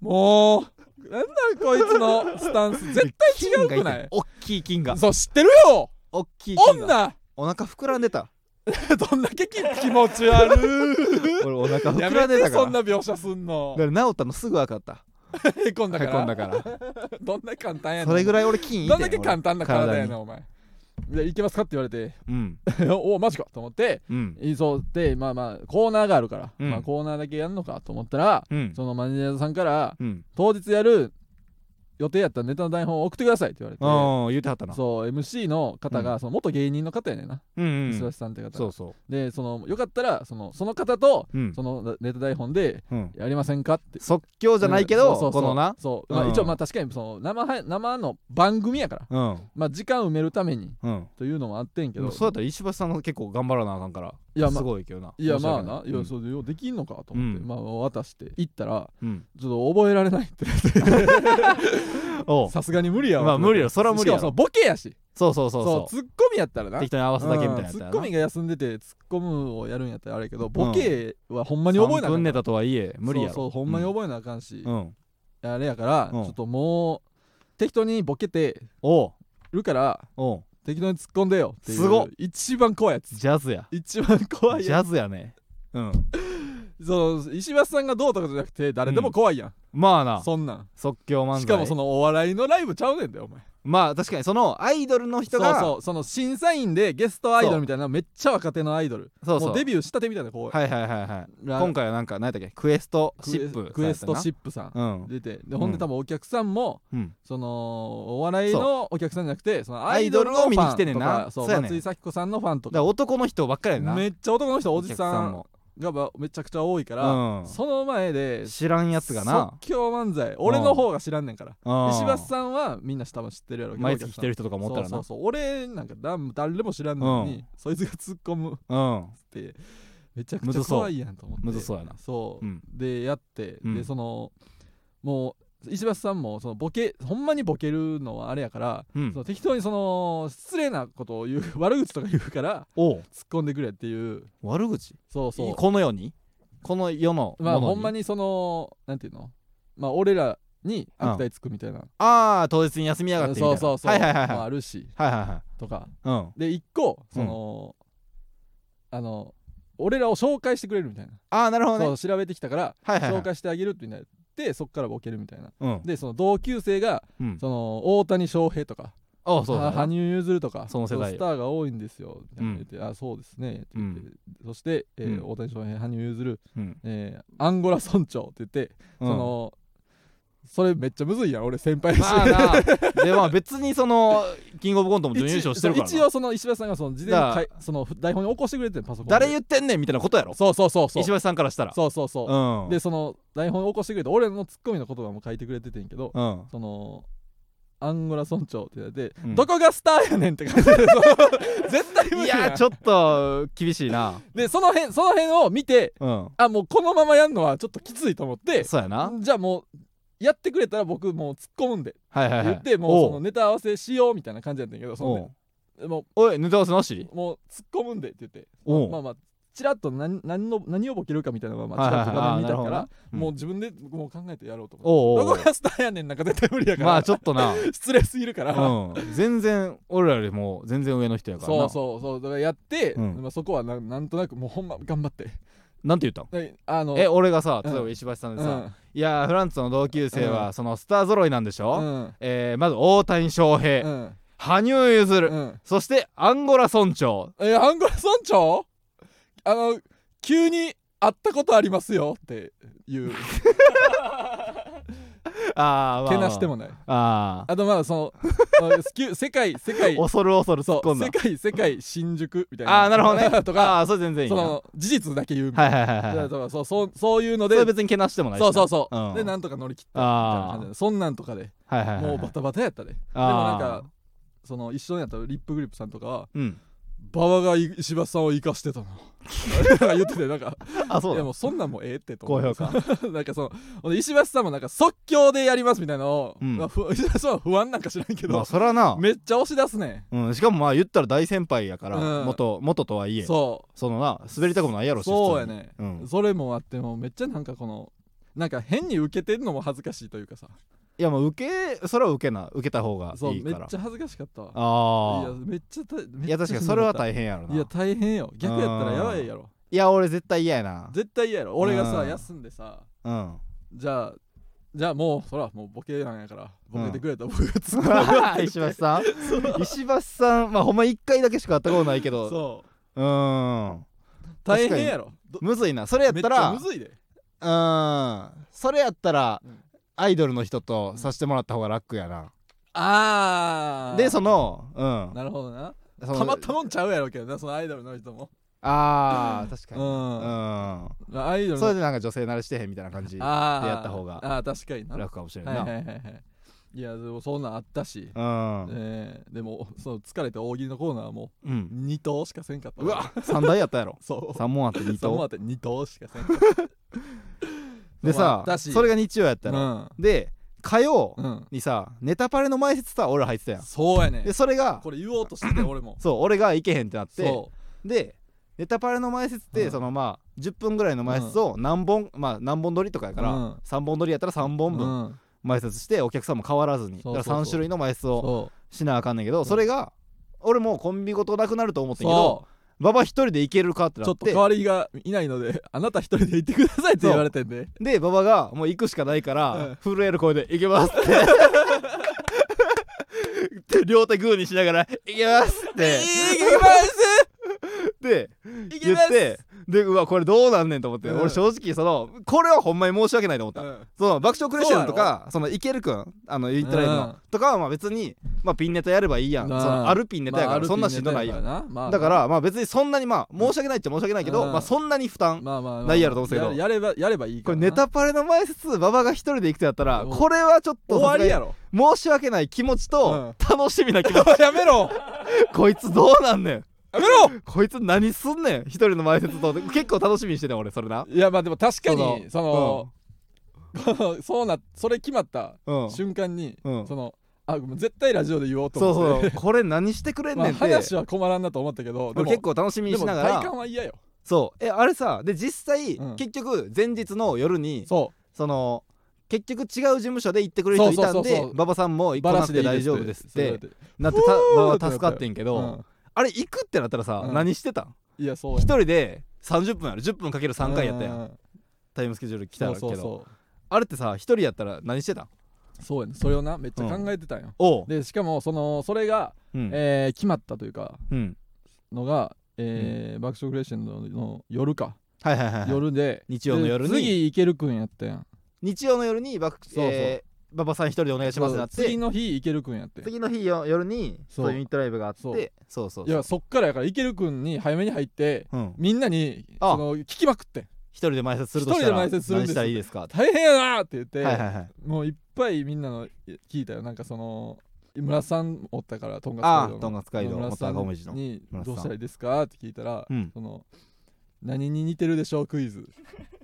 Speaker 2: もうなんだこいつのスタン ス絶対違うくない
Speaker 1: おっきい金が
Speaker 2: そう知ってるよ
Speaker 1: おっきい金が
Speaker 2: 女
Speaker 1: お腹膨らんでた
Speaker 2: どんだけき気持ち悪
Speaker 1: 俺お腹
Speaker 2: いや
Speaker 1: 膨ら
Speaker 2: め
Speaker 1: んで
Speaker 2: て
Speaker 1: たから
Speaker 2: そんな描写すんの
Speaker 1: だから治ったのすぐ分かった
Speaker 2: へこんだ
Speaker 1: へ
Speaker 2: か
Speaker 1: こんだ
Speaker 2: ら
Speaker 1: から
Speaker 2: どんな簡単やねん
Speaker 1: それぐらい俺金いい
Speaker 2: どんだけ簡単な体や
Speaker 1: 体
Speaker 2: なお前で行けますかって言われて
Speaker 1: うん
Speaker 2: おおマジかと思って
Speaker 1: うん
Speaker 2: いそうでまあまあコーナーがあるから、
Speaker 1: うん
Speaker 2: まあ、コーナーだけやるのかと思ったら
Speaker 1: うん
Speaker 2: そのマネージャーさんから
Speaker 1: うん
Speaker 2: 当日やる予定やったらネタの台本を送ってくださいって言われて
Speaker 1: うん言うてはったな
Speaker 2: そう MC の方が、その元芸人の方やねんな
Speaker 1: うんう
Speaker 2: 石橋
Speaker 1: ん
Speaker 2: さんって方
Speaker 1: そ
Speaker 2: が
Speaker 1: うそ
Speaker 2: でそのよかったらそのその方と
Speaker 1: ううん
Speaker 2: そのネタ台本で
Speaker 1: うん
Speaker 2: やりませんかって
Speaker 1: 即興じゃないけ
Speaker 2: うんそ
Speaker 1: ど
Speaker 2: うそうそう
Speaker 1: このな
Speaker 2: そう、まあ
Speaker 1: うん
Speaker 2: 一応まあ確かにその生は生の番組やから、
Speaker 1: うん
Speaker 2: まあ、時間埋めるために
Speaker 1: うん
Speaker 2: というのもあってん
Speaker 1: で
Speaker 2: けど
Speaker 1: もそうやったら石橋さんが結構頑張らなあかんから
Speaker 2: いやますあ
Speaker 1: ごいけどない
Speaker 2: やまあ
Speaker 1: 申し
Speaker 2: な、
Speaker 1: 訳
Speaker 2: い
Speaker 1: い
Speaker 2: やそれようできんのかと思って、
Speaker 1: うん
Speaker 2: まあ渡して行ったら
Speaker 1: うんうん
Speaker 2: ちょっと覚えられないって
Speaker 1: おう
Speaker 2: さすがに無理やわ
Speaker 1: まあ
Speaker 2: ってなって
Speaker 1: 無理よそら無理やろ
Speaker 2: しかもそのボケやし
Speaker 1: そうそうそ
Speaker 2: そうう
Speaker 1: そう
Speaker 2: ツッコミやったらな
Speaker 1: 適当に合わすだけみたいなや
Speaker 2: うん
Speaker 1: つ
Speaker 2: ツ
Speaker 1: や
Speaker 2: ッ
Speaker 1: な
Speaker 2: コミが休んでてツッコむをやるんやったらあれやけどボケはほんまに覚えな
Speaker 1: 3
Speaker 2: あか
Speaker 1: 分
Speaker 2: んから
Speaker 1: ネタとはいえ無理やろ
Speaker 2: そうそうほんまに覚えなあかんし、
Speaker 1: うん
Speaker 2: あれやから、
Speaker 1: うん
Speaker 2: ちょっともう適当にボケて
Speaker 1: おう
Speaker 2: るから
Speaker 1: おう
Speaker 2: 適当に突っ込んでよっていう
Speaker 1: すごっ
Speaker 2: 一番怖いやつ
Speaker 1: ジャズや
Speaker 2: 一番怖い
Speaker 1: ジ
Speaker 2: や
Speaker 1: ャズやねうん
Speaker 2: つその石橋さんがどうとかじゃなくて誰でも怖いやん、
Speaker 1: まあな
Speaker 2: そんなん
Speaker 1: 即興漫才
Speaker 2: しかもそのお笑いのライブちゃうねんだよお前
Speaker 1: まあ確かにそのアイドルの人が
Speaker 2: そうそうその審査員でゲストアイドルみたいなめっちゃ若手のアイドル
Speaker 1: そうそう
Speaker 2: もうデビューしたてみたいな子、
Speaker 1: はいはいはいはい
Speaker 2: ラ
Speaker 1: 今回はなんか何やったっけクエストシップ
Speaker 2: クエストシ
Speaker 1: ッ
Speaker 2: ップさん
Speaker 1: プうん
Speaker 2: 出てでほんで多分お客さんも
Speaker 1: うん
Speaker 2: そのお笑いのお客さんじゃなくてそのア
Speaker 1: ア
Speaker 2: イ
Speaker 1: イ
Speaker 2: ド
Speaker 1: ド
Speaker 2: ル
Speaker 1: ル
Speaker 2: の
Speaker 1: を
Speaker 2: フ
Speaker 1: 見に
Speaker 2: ァン
Speaker 1: 来てねん
Speaker 2: と
Speaker 1: な
Speaker 2: かそう
Speaker 1: そうやねん
Speaker 2: 松井咲子さんのファンと
Speaker 1: だから
Speaker 2: か
Speaker 1: 男の人ばっかりやな
Speaker 2: めっちゃ男の人おじさん
Speaker 1: お
Speaker 2: がばめちゃくちゃ多いか
Speaker 1: 客
Speaker 2: ら、
Speaker 1: も
Speaker 2: その前で
Speaker 1: うん知らんやつがな
Speaker 2: 即興漫才俺の方が知らんねんから、
Speaker 1: うん
Speaker 2: 石橋さんはみんな多分知ってるやろうけど
Speaker 1: 毎月来て
Speaker 2: る
Speaker 1: る人とかもおったら
Speaker 2: そ
Speaker 1: な
Speaker 2: うそうそう俺なんかだ誰も知らんのに、
Speaker 1: うん
Speaker 2: そいつが突っ込むっ
Speaker 1: うん
Speaker 2: てめちゃく
Speaker 1: む
Speaker 2: ちゃ
Speaker 1: ずそう
Speaker 2: 怖いやんと思って
Speaker 1: むずそうやな
Speaker 2: そう、
Speaker 1: うん
Speaker 2: でやって、
Speaker 1: う
Speaker 2: で
Speaker 1: ん
Speaker 2: そのもう石橋さんもそのボケほんまにボケるのはあれやから、
Speaker 1: う
Speaker 2: そ
Speaker 1: ん
Speaker 2: の適当にその失礼なことを言う悪口とか言うから
Speaker 1: おう
Speaker 2: 突っ込んでくれっていう
Speaker 1: 悪口
Speaker 2: そうそう
Speaker 1: この世にこの世の
Speaker 2: まあほんま
Speaker 1: に
Speaker 2: にそのなんていうのまあ俺らに悪態つくみたいな、
Speaker 1: ああ当日に休みやがってみたい
Speaker 2: そ
Speaker 1: な
Speaker 2: うそうそう、
Speaker 1: はいはいはい
Speaker 2: まあ、
Speaker 1: は
Speaker 2: あるし
Speaker 1: いはいはいはい
Speaker 2: とか
Speaker 1: うん
Speaker 2: で一個その、あの俺らを紹介してくれるみたいな
Speaker 1: ああなるほ
Speaker 2: そ
Speaker 1: ど
Speaker 2: う,、
Speaker 1: ね
Speaker 2: 調べてきたから
Speaker 1: はいはいは
Speaker 2: 紹
Speaker 1: い
Speaker 2: 介してあげるってなってそっからボケるみたいな
Speaker 1: うん
Speaker 2: でその同級生が
Speaker 1: うん
Speaker 2: その大谷翔平とか
Speaker 1: ああそう
Speaker 2: は
Speaker 1: だ
Speaker 2: 羽
Speaker 1: な
Speaker 2: 生結弦とか
Speaker 1: その世代
Speaker 2: スターが多いんですよって
Speaker 1: うん
Speaker 2: 言って、あそうですねって言って、そして、えー
Speaker 1: うん
Speaker 2: 大谷翔平羽生結弦、
Speaker 1: うん
Speaker 2: えーアンゴラ村長って言って
Speaker 1: うん
Speaker 2: そのそれめっちゃむずいやん俺先輩やし、
Speaker 1: まあ なでまあ別にそのキングオブコントも準優勝してるから
Speaker 2: 一
Speaker 1: な
Speaker 2: 応その石橋さんがその事前にかいその台本に起こしてくれてんパソコンで
Speaker 1: 誰言ってんねんみたいなことやろ
Speaker 2: そうそうそうそう
Speaker 1: 石橋さんからしたら
Speaker 2: そうそうそう、
Speaker 1: うん
Speaker 2: でその台本に起こしてくれて俺のツッコミの言葉も書いてくれててんけど、
Speaker 1: うん
Speaker 2: そのアンゴラ村長って言われて、
Speaker 1: うん
Speaker 2: どこがスターやねんって感じで 絶対無
Speaker 1: い
Speaker 2: 理やん
Speaker 1: やちょっと厳しいな
Speaker 2: でその辺その辺を見て
Speaker 1: うん
Speaker 2: あもうこのままやんのはちょっときついと思って
Speaker 1: そうやな
Speaker 2: じゃあもうやってくれたら僕もう突っ込むんでって
Speaker 1: はいはいは
Speaker 2: 言
Speaker 1: い
Speaker 2: ってもうその
Speaker 1: お
Speaker 2: ネタ合わせしようみたいな感じやったんやけどその
Speaker 1: お
Speaker 2: ね
Speaker 1: う
Speaker 2: もう
Speaker 1: おいネタ合わせなし
Speaker 2: もう突っ込むんでって言って
Speaker 1: おう
Speaker 2: まあまあちらっと何何の何をボケるかみたいなのはまあ
Speaker 1: はい
Speaker 2: ち
Speaker 1: はい
Speaker 2: らっ
Speaker 1: は
Speaker 2: と
Speaker 1: い
Speaker 2: 画面見た
Speaker 1: あー
Speaker 2: か
Speaker 1: なる
Speaker 2: ら
Speaker 1: ほ
Speaker 2: もう自分でもう考えてやろうと思って
Speaker 1: おうおう
Speaker 2: ど
Speaker 1: お
Speaker 2: こ
Speaker 1: う
Speaker 2: がスターやねんなんか絶対無理やから、
Speaker 1: まあちょっと な
Speaker 2: 失礼すぎるから、
Speaker 1: うん全然俺らよりも全然上の人やから
Speaker 2: そ
Speaker 1: な
Speaker 2: うそうそうだからやって、
Speaker 1: うん
Speaker 2: まあ、そこはななんとなくもうほんま頑張って
Speaker 1: なんて言ったん
Speaker 2: であの
Speaker 1: え俺がさ
Speaker 2: うん
Speaker 1: 例えば石橋さん
Speaker 2: う
Speaker 1: でさ
Speaker 2: ん
Speaker 1: 「いやーフランツの同級生はそのスター揃いなんでし
Speaker 2: う
Speaker 1: ょ
Speaker 2: ん
Speaker 1: えーまず大谷翔
Speaker 2: う
Speaker 1: 平
Speaker 2: ん
Speaker 1: 羽生結
Speaker 2: う
Speaker 1: 弦
Speaker 2: ん
Speaker 1: そしてアンゴラ村長
Speaker 2: えアンゴラ村長あの急に会ったことありますよっていう
Speaker 1: あーまあ
Speaker 2: けなしてもない
Speaker 1: ああ
Speaker 2: あとまあその あのすきゅ世界世界
Speaker 1: 恐る恐る突っ
Speaker 2: そう
Speaker 1: 込んだ
Speaker 2: 世界世界新宿みたいな
Speaker 1: ああなるほどね
Speaker 2: とか
Speaker 1: ああーそれ全然いい
Speaker 2: そ
Speaker 1: な
Speaker 2: の事実だけ言うみた
Speaker 1: はいい
Speaker 2: な、
Speaker 1: はいはいはい
Speaker 2: だからそうそうそういうの
Speaker 1: そ
Speaker 2: で
Speaker 1: れ別にけなしてもないしな
Speaker 2: そうそうそう、
Speaker 1: ん
Speaker 2: でなんとか乗り切ったみたいな
Speaker 1: あ
Speaker 2: 感じでそんなんとかで
Speaker 1: あはいはいはい
Speaker 2: もうバタバタやったで、
Speaker 1: で
Speaker 2: でもなんかその一緒にやったリップグリップさんとかは
Speaker 1: うん
Speaker 2: 馬場がい石橋さんを生かしてたの なんか言っててなんか
Speaker 1: あそう
Speaker 2: いや
Speaker 1: だ
Speaker 2: もうそんなんもうええってと
Speaker 1: 高評価
Speaker 2: なんかそのほんで石橋さんもなんか即興でやりますみたいなのを、
Speaker 1: うん
Speaker 2: まあふ 石橋さんは不安なんか知らんけ
Speaker 1: ま
Speaker 2: ど
Speaker 1: あ、そらな
Speaker 2: めっちゃ押し出すね
Speaker 1: うんしかもまあ言ったら大先輩やから
Speaker 2: うん
Speaker 1: 元元とはいえ
Speaker 2: そう
Speaker 1: そのな滑りたくもないやろし
Speaker 2: そうやね、
Speaker 1: 普通にうん
Speaker 2: それもあってもうめっちゃなんかこのなんか変に受けてるのも恥ずかしいというかさ
Speaker 1: いやもう受けそれは受けな受けた方が
Speaker 2: そう
Speaker 1: いい
Speaker 2: めっ
Speaker 1: から
Speaker 2: ちゃ恥ずかしかったわいや
Speaker 1: ああ
Speaker 2: めっちゃためっ
Speaker 1: い
Speaker 2: ちゃ
Speaker 1: や確かにそれは
Speaker 2: 変
Speaker 1: 大変やろない
Speaker 2: や大変よ逆やったらやばいやろ
Speaker 1: いや俺絶対嫌やな
Speaker 2: 絶対嫌やろ俺がさ
Speaker 1: うん
Speaker 2: 休んでさ
Speaker 1: うん
Speaker 2: じゃあじゃあもうそらもうボケなんやからボケてくれたら僕がつ
Speaker 1: 石橋さん石橋さんまあほんま1回だけしか会ったことないけど
Speaker 2: そう
Speaker 1: うーん
Speaker 2: 大変やろど
Speaker 1: むずいなそれやっ
Speaker 2: めったち
Speaker 1: ら
Speaker 2: ゃむずい
Speaker 1: う
Speaker 2: で
Speaker 1: んそれやったら
Speaker 2: うん
Speaker 1: アイドルの人とさせてもらった方が楽やな、
Speaker 2: ああ
Speaker 1: でそのうん
Speaker 2: なるほどな
Speaker 1: その
Speaker 2: たまったもんちゃうやろうけどなそのアイドルの人も
Speaker 1: あー確か
Speaker 2: う
Speaker 1: に
Speaker 2: ん
Speaker 1: うん、
Speaker 2: アイドル
Speaker 1: それ
Speaker 2: の
Speaker 1: でなんか女性慣れしてへんみたいな感じ
Speaker 2: あー
Speaker 1: でやった方が
Speaker 2: あー確かにな
Speaker 1: 楽かもしれん
Speaker 2: はい
Speaker 1: な、
Speaker 2: はいはいはいいやでもそんなんあったし
Speaker 1: うん、
Speaker 2: えーでもその疲れて大喜利のコーナーはも
Speaker 1: う、
Speaker 2: うん2投しかせんかった
Speaker 1: うわ3台やったやろ
Speaker 2: そう
Speaker 1: 3問あって2
Speaker 2: そう思
Speaker 1: 等
Speaker 2: って2投しかせんかった
Speaker 1: で
Speaker 2: まああ
Speaker 1: さ
Speaker 2: ったし
Speaker 1: それが日曜やったやろ、
Speaker 2: う
Speaker 1: で火曜
Speaker 2: んうん
Speaker 1: にさネタパレの前説さ俺入ってたやん
Speaker 2: そうやねん
Speaker 1: でそれが
Speaker 2: これ言おうとしてて俺も
Speaker 1: そう俺が行けへんってなって
Speaker 2: そ
Speaker 1: でネタパレの前説って、
Speaker 2: うん
Speaker 1: そのまあ10分ぐらいの前説を何本、まあ何本撮りとかやから、
Speaker 2: うん
Speaker 1: 3本撮りやったら3
Speaker 2: う
Speaker 1: 本分
Speaker 2: うん
Speaker 1: 前説してお客さんも変わらずに
Speaker 2: そうそうそ
Speaker 1: だ
Speaker 2: う
Speaker 1: から3種類の前説を
Speaker 2: そ
Speaker 1: しなあかんねんけど
Speaker 2: ん
Speaker 1: それが俺もうコンビごとなくなると思っ
Speaker 2: う
Speaker 1: てんけど
Speaker 2: そ
Speaker 1: 馬場一人で行けるかって
Speaker 2: う
Speaker 1: な
Speaker 2: ちょっ
Speaker 1: っ
Speaker 2: と
Speaker 1: て
Speaker 2: 代わりがいないので あなた一人で行ってくださいって言われてんで
Speaker 1: で馬場がもう行くしかないから、
Speaker 2: うん
Speaker 1: 震える声で「行けます」 ってで両手グーにしながら「行けます」 って
Speaker 2: 行きます
Speaker 1: で
Speaker 2: 行き
Speaker 1: 言
Speaker 2: ま
Speaker 1: っ
Speaker 2: す
Speaker 1: てでうわこれどうなんねんと思って、
Speaker 2: うん
Speaker 1: 俺正直そのこれはほんまに申し訳ないと思った、
Speaker 2: うん
Speaker 1: その爆笑クレッシェンドとかそのイケルくんあの言ってないの、
Speaker 2: うん
Speaker 1: とかはまあ別に、まあ、ピンネタやればいいやん、
Speaker 2: うん
Speaker 1: そのあるピンネタやから、
Speaker 2: まあ
Speaker 1: そんなしんどないやん、
Speaker 2: なまあ
Speaker 1: だからまあ別にそんなにまあ申し訳ないっちゃ申し訳ないけど、
Speaker 2: うん
Speaker 1: まあそんなに負担、
Speaker 2: まあまあまあ
Speaker 1: ないやろと思ってたけど
Speaker 2: ややればやればいいか
Speaker 1: こ
Speaker 2: ら
Speaker 1: れ
Speaker 2: な
Speaker 1: ネタパレの前説馬場が一人で行くとやったら
Speaker 2: うん
Speaker 1: これはちょっと
Speaker 2: 終わりやろ
Speaker 1: 申し訳ない気持ちと楽しみな気持ち、
Speaker 2: やめろ
Speaker 1: こいつどうなんねん
Speaker 2: やめろ
Speaker 1: こいつ何すんねん一人の前説と結構楽しみにしてた俺それない
Speaker 2: やまあでも確かにその、
Speaker 1: う
Speaker 2: そうなそれ決まった
Speaker 1: んうん
Speaker 2: 瞬間に、
Speaker 1: うん
Speaker 2: そのあごめん絶対ラジオで言おうと
Speaker 1: そう
Speaker 2: 思っ
Speaker 1: そ
Speaker 2: て
Speaker 1: うこれ何してくれん
Speaker 2: ま
Speaker 1: ね
Speaker 2: あ、
Speaker 1: んって、
Speaker 2: 話は困らんなと思ったけどで
Speaker 1: 俺
Speaker 2: も
Speaker 1: 結構楽しみに
Speaker 2: で
Speaker 1: し
Speaker 2: も
Speaker 1: なが
Speaker 2: 体
Speaker 1: ら
Speaker 2: 感は嫌よ
Speaker 1: そうえあれさで実際、
Speaker 2: うん
Speaker 1: 結局前日の夜にそ
Speaker 2: そ
Speaker 1: の結局違う事務所で行ってくれる人いたん
Speaker 2: そうそうそうそ
Speaker 1: で
Speaker 2: う
Speaker 1: 馬場さんも
Speaker 2: う
Speaker 1: 行
Speaker 2: バ
Speaker 1: か
Speaker 2: ラ
Speaker 1: な
Speaker 2: シ
Speaker 1: く
Speaker 2: で
Speaker 1: て
Speaker 2: いい
Speaker 1: 大丈夫ですってなってた
Speaker 2: ふー
Speaker 1: 馬
Speaker 2: って
Speaker 1: 場
Speaker 2: なった
Speaker 1: 助かってんけ
Speaker 2: う
Speaker 1: ど、
Speaker 2: ん、
Speaker 1: あれ行くってなったらさ、
Speaker 2: うん
Speaker 1: 何してたん
Speaker 2: いやそう
Speaker 1: 一
Speaker 2: や
Speaker 1: 人で30分ある10分かける3回やったやん、
Speaker 2: うん
Speaker 1: タイムスケジュール来たらけど
Speaker 2: そうそ
Speaker 1: あれってさ一人やったら何してたん
Speaker 2: うそうそうやねそれをなめっちゃ考えてたんよ、
Speaker 1: おう、
Speaker 2: でしかもそのそれが、
Speaker 1: うん
Speaker 2: えー決まったというか
Speaker 1: うん
Speaker 2: のが、えー爆笑クレッシェンドの夜か、
Speaker 1: はいはいはいはい、
Speaker 2: 夜で
Speaker 1: 日曜の夜に
Speaker 2: で次いけるくんやったやん
Speaker 1: 日曜の夜にバク
Speaker 2: そうそう
Speaker 1: えー馬場さん一人でお願いしますってなって
Speaker 2: 次の日いけるくんやって
Speaker 1: 次の日よ夜に
Speaker 2: そう
Speaker 1: そういうミッドライブがあってそ
Speaker 2: そうう
Speaker 1: そうそう
Speaker 2: いやそっからやからいけるくんに早めに入って
Speaker 1: うん、
Speaker 2: みんなに
Speaker 1: あ
Speaker 2: その聞きまくって
Speaker 1: 一人で埋設するとしたら
Speaker 2: 一人で埋設するん
Speaker 1: 何
Speaker 2: です
Speaker 1: したらいいですかって
Speaker 2: 大変やなって言って、
Speaker 1: はいはいはい
Speaker 2: もういっぱいみんなの聞いたよなんかその村さんおったからとん
Speaker 1: あ
Speaker 2: か
Speaker 1: あ
Speaker 2: つ
Speaker 1: とんかつ街道
Speaker 2: 村
Speaker 1: 元
Speaker 2: さ
Speaker 1: 赤文字の
Speaker 2: んに
Speaker 1: 村さん
Speaker 2: どうしたらいいですかって聞いたら、
Speaker 1: うん
Speaker 2: その何に似てるでしょうクイズ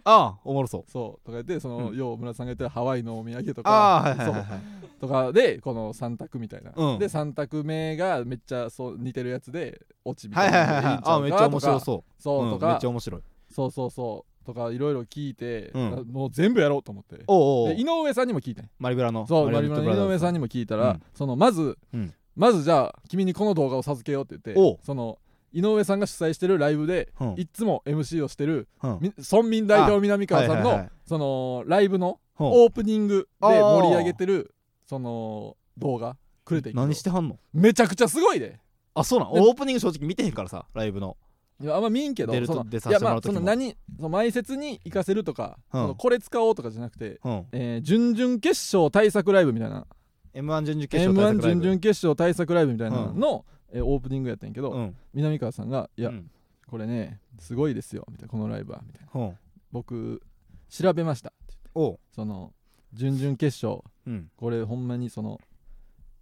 Speaker 1: ああおもろそう
Speaker 2: そうとか言ってその、
Speaker 1: う
Speaker 2: よう村さんが言ってるハワイのお土産とか
Speaker 1: ああはいはいはいはい
Speaker 2: とかでこの3択みたいな、
Speaker 1: うん
Speaker 2: で3択目がめっちゃそう似てるやつで落ちみ
Speaker 1: は
Speaker 2: た
Speaker 1: い
Speaker 2: いな
Speaker 1: はい
Speaker 2: ので
Speaker 1: はいはい
Speaker 2: いんちゃ
Speaker 1: あ
Speaker 2: う
Speaker 1: めっち
Speaker 2: か
Speaker 1: ゃ面白
Speaker 2: とか
Speaker 1: そう
Speaker 2: そう、
Speaker 1: うん
Speaker 2: と
Speaker 1: めっ
Speaker 2: か
Speaker 1: ちゃ面白い
Speaker 2: そうそうそうとかいろいろ聞いて、
Speaker 1: うん
Speaker 2: もう全部やろうと思って
Speaker 1: おうおう
Speaker 2: で井上さんにも聞いてん
Speaker 1: マリブラの
Speaker 2: そうマリマ
Speaker 1: ネットブ
Speaker 2: リ
Speaker 1: ラザ
Speaker 2: の
Speaker 1: ーズ
Speaker 2: 井上さんにも聞いた
Speaker 1: う
Speaker 2: ら、
Speaker 1: ん
Speaker 2: そのまず、
Speaker 1: うん
Speaker 2: まずじゃあ君にこの動画を授けようって言っ
Speaker 1: おう
Speaker 2: てその井上さんが主催してるライブで、
Speaker 1: うん
Speaker 2: いっつも MC をしてる
Speaker 1: うん
Speaker 2: み村民代表南川さ
Speaker 1: は
Speaker 2: んの、
Speaker 1: いはいはい
Speaker 2: そのライブの
Speaker 1: ほう
Speaker 2: オープニングで盛り上げてるその動画くれてんけど
Speaker 1: 何してはんの
Speaker 2: めちゃくちゃすごいで
Speaker 1: あそうなん
Speaker 2: で
Speaker 1: オープニング正直見てへんからさライブの
Speaker 2: いやあんま見んけど
Speaker 1: 出ると
Speaker 2: その
Speaker 1: 出させてもらう時も
Speaker 2: いやまあその何その前説に行かせるとか、
Speaker 1: うん
Speaker 2: そのこれ使おうとかじゃなくて、
Speaker 1: うん
Speaker 2: えー準々決勝対策ライブみたいな
Speaker 1: M1 準々決
Speaker 2: m
Speaker 1: 勝対
Speaker 2: 1
Speaker 1: 策ライ
Speaker 2: 準
Speaker 1: ブ
Speaker 2: 々決勝対策ライブみたいな
Speaker 1: うん
Speaker 2: の、えーオープニングやったんやけど、
Speaker 1: うん
Speaker 2: 南川さんが「いや、
Speaker 1: うん
Speaker 2: これねすごいですよ」みたいな「このライブは」みたいな
Speaker 1: ほう
Speaker 2: 「僕調べました
Speaker 1: おう」
Speaker 2: その準々決勝
Speaker 1: うん
Speaker 2: これほんまにその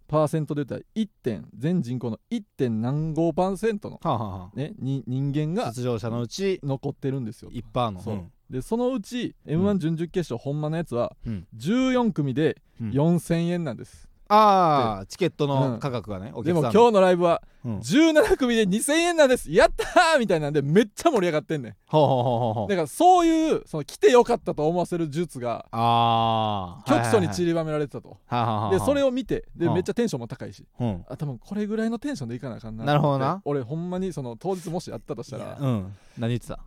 Speaker 2: パーセントで言ったら1点全人口の1点何五パーセントの、
Speaker 1: はあはあは
Speaker 2: ね、に人間
Speaker 1: あ
Speaker 2: が
Speaker 1: 出場者のうち
Speaker 2: 残ってるんですよ
Speaker 1: 一パーの
Speaker 2: そう
Speaker 1: うん
Speaker 2: でそのうち
Speaker 1: ん
Speaker 2: m 1準々決勝ほんまのやつは
Speaker 1: うん
Speaker 2: 14組で
Speaker 1: うん
Speaker 2: 4000円なんです、
Speaker 1: ああチケット
Speaker 2: う
Speaker 1: の
Speaker 2: ん
Speaker 1: 価格がねお
Speaker 2: で
Speaker 1: 客
Speaker 2: も
Speaker 1: さん
Speaker 2: 今日のライブは
Speaker 1: 日うん
Speaker 2: 17組で2000円なんですやったーみたいなんでめっちゃ盛り上がってんねん
Speaker 1: ほうほうほうほうほう
Speaker 2: だからそういうその来てよかったと思わせる術が
Speaker 1: ああ
Speaker 2: 局所に散りばめられてたと、でそれ
Speaker 1: を
Speaker 2: を見てで
Speaker 1: はあ
Speaker 2: めっちゃテンションも高いし
Speaker 1: うん
Speaker 2: あ多分これぐらいのテンションでいかなあかんな
Speaker 1: なるほどな
Speaker 2: で俺ほんまにその当日もしやったとしたら「どうも
Speaker 1: うん何言ってた
Speaker 2: ー!」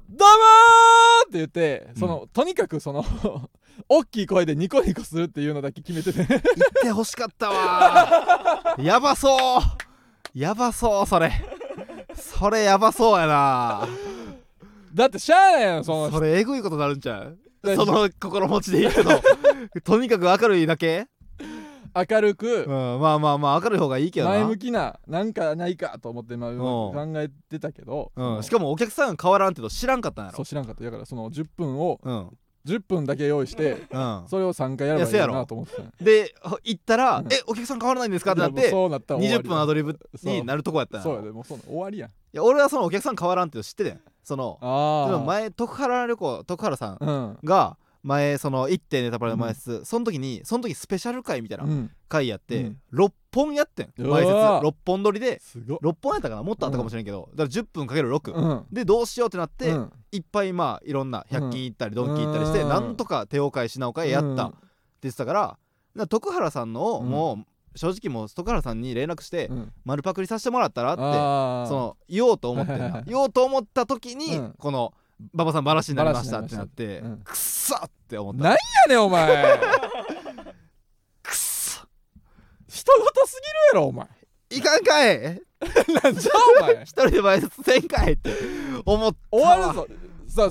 Speaker 2: って言ってその、とにかくその 大きい声でニコニコするっていうのだけ決めて て
Speaker 1: 言ってほしかったわー やばそうやばそうそれそれやばそうやな
Speaker 2: だってしゃあないやんその
Speaker 1: それえぐいことなるんちゃう
Speaker 2: 大
Speaker 1: そ
Speaker 2: 丈夫
Speaker 1: の心持ちでいくの とにかく明るいだけ、
Speaker 2: 明る
Speaker 1: うん、
Speaker 2: く
Speaker 1: まあまあまあ明るい方がいいけどな
Speaker 2: 前向きななんかないかと思ってまあ考
Speaker 1: ん
Speaker 2: えてたけど、
Speaker 1: うん、し
Speaker 2: か
Speaker 1: かもお客さん変わらんっての知らんかったんやろ
Speaker 2: そう知らんかっただからその10分を
Speaker 1: うん
Speaker 2: 10分だけ用意して
Speaker 1: うん
Speaker 2: それを3回や
Speaker 1: い
Speaker 2: ればいい
Speaker 1: やせや
Speaker 2: な
Speaker 1: ろ
Speaker 2: と思ってたんや
Speaker 1: でほ行ったら「
Speaker 2: うん
Speaker 1: えお客さん変わらないんですか?」ってなっ
Speaker 2: でも
Speaker 1: て
Speaker 2: そうなったら終わ
Speaker 1: 20
Speaker 2: り
Speaker 1: 分アドリブになるとこやったんや
Speaker 2: そう
Speaker 1: ろ
Speaker 2: やでもうそうな終わりやん
Speaker 1: いや俺はそのお客さん変わらんっての知っててんその
Speaker 2: ああ
Speaker 1: でも前徳原旅行徳原さん
Speaker 2: うん
Speaker 1: が前その「一点ネタバレの前説、その時にその時スペシャル回みたいな
Speaker 2: うん
Speaker 1: 回やって、
Speaker 2: うん
Speaker 1: 6本やってん
Speaker 2: うわ
Speaker 1: 前説6本撮りです
Speaker 2: ごっ
Speaker 1: 6本やったかなもっとあったかもしれんけど、だから10分かける6、
Speaker 2: うん
Speaker 1: でどうしようってなって、
Speaker 2: うん
Speaker 1: いっぱいまあいろんな100均行ったりドンキ行ったりして、
Speaker 2: うん
Speaker 1: なんとか手を変え品を変えやった、っ
Speaker 2: うん
Speaker 1: て言ってたからだから徳原さんのを
Speaker 2: うん
Speaker 1: もう正直もう徳原さんに連絡して
Speaker 2: うん
Speaker 1: 丸パクリさせてもらったらって
Speaker 2: あー
Speaker 1: その言おうと思ってん
Speaker 2: はいはいは
Speaker 1: ない言おうと思った時に
Speaker 2: うん
Speaker 1: この「馬場さんバラシになりました」ってなっ
Speaker 2: バラシ
Speaker 1: て
Speaker 2: になりまし
Speaker 1: くっさって思った
Speaker 2: なんやねん お前
Speaker 1: くっさ
Speaker 2: 人事すぎるやろお前
Speaker 1: いかんかい
Speaker 2: なんじゃお 前
Speaker 1: 一人で前説せんかいって思った
Speaker 2: 終わる
Speaker 1: ぞ、
Speaker 2: ぞ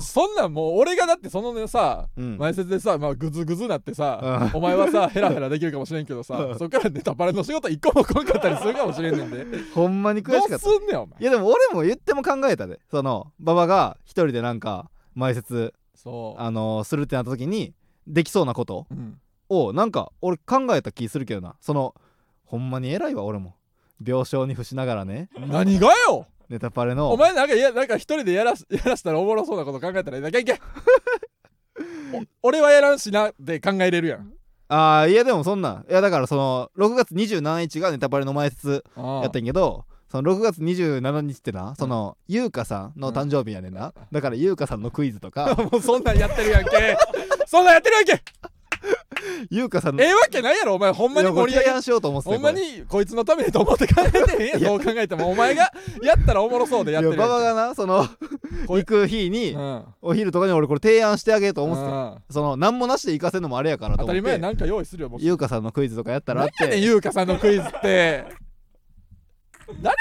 Speaker 2: さそんなんもう俺がだってそのねさ
Speaker 1: うん、
Speaker 2: 前説でさ、まあ、グズグズなってさ、
Speaker 1: う
Speaker 2: お前はさヘラヘラできるかもしれんけどさ、
Speaker 1: うん
Speaker 2: そっからネタバレの仕事一個も来んかったりするかもしれんねんで
Speaker 1: ほんまに
Speaker 2: ど
Speaker 1: 悔しかった
Speaker 2: うすんねんお前
Speaker 1: いやでも俺も言っても考えたでその馬場が一人でなんか前説、
Speaker 2: そう
Speaker 1: あのーするってなった時にできそうなこと
Speaker 2: うん
Speaker 1: をなんか俺考えた気するけどなそのほんまに偉いわ俺も病床に伏しながらね
Speaker 2: 何がよ
Speaker 1: ネタパレ
Speaker 2: お
Speaker 1: の
Speaker 2: 前なんかいやなんか一人でやらしやらしたらおもろそうなこと考えたらいいだ けいけお俺はやらんしなって考えれるやん
Speaker 1: ああいやでもそんなんいやだからその6月27日がネタパレの前説や
Speaker 2: や
Speaker 1: ってんけどその6月27日ってなその優香さんの誕生日やねんなだから優香さんのクイズとか
Speaker 2: もう そんなんやってるやんけ そんなんやってるやんけ
Speaker 1: 優香さんの
Speaker 2: ええわけないやろお前ほんまに
Speaker 1: いやこれ
Speaker 2: 盛り上
Speaker 1: 提
Speaker 2: げ
Speaker 1: 案しようと思ってた
Speaker 2: ほんまにこいつのためにと思って考えてへんやん
Speaker 1: いや
Speaker 2: どう考えてもお前がやったらおもろそうでやってるやんけ
Speaker 1: 馬場がなその
Speaker 2: こい
Speaker 1: 行く日に、
Speaker 2: うん
Speaker 1: お昼とかに俺これ提案してあげようと思ってたよ
Speaker 2: うん
Speaker 1: その何もなしで行かせんのもあれやからと
Speaker 2: 当
Speaker 1: 思
Speaker 2: た
Speaker 1: っ
Speaker 2: り前や
Speaker 1: て
Speaker 2: なんか用意するよもう
Speaker 1: 優香さんのクイズとかやったらっ
Speaker 2: 何やねん
Speaker 1: て
Speaker 2: 優香さんのクイズって誰が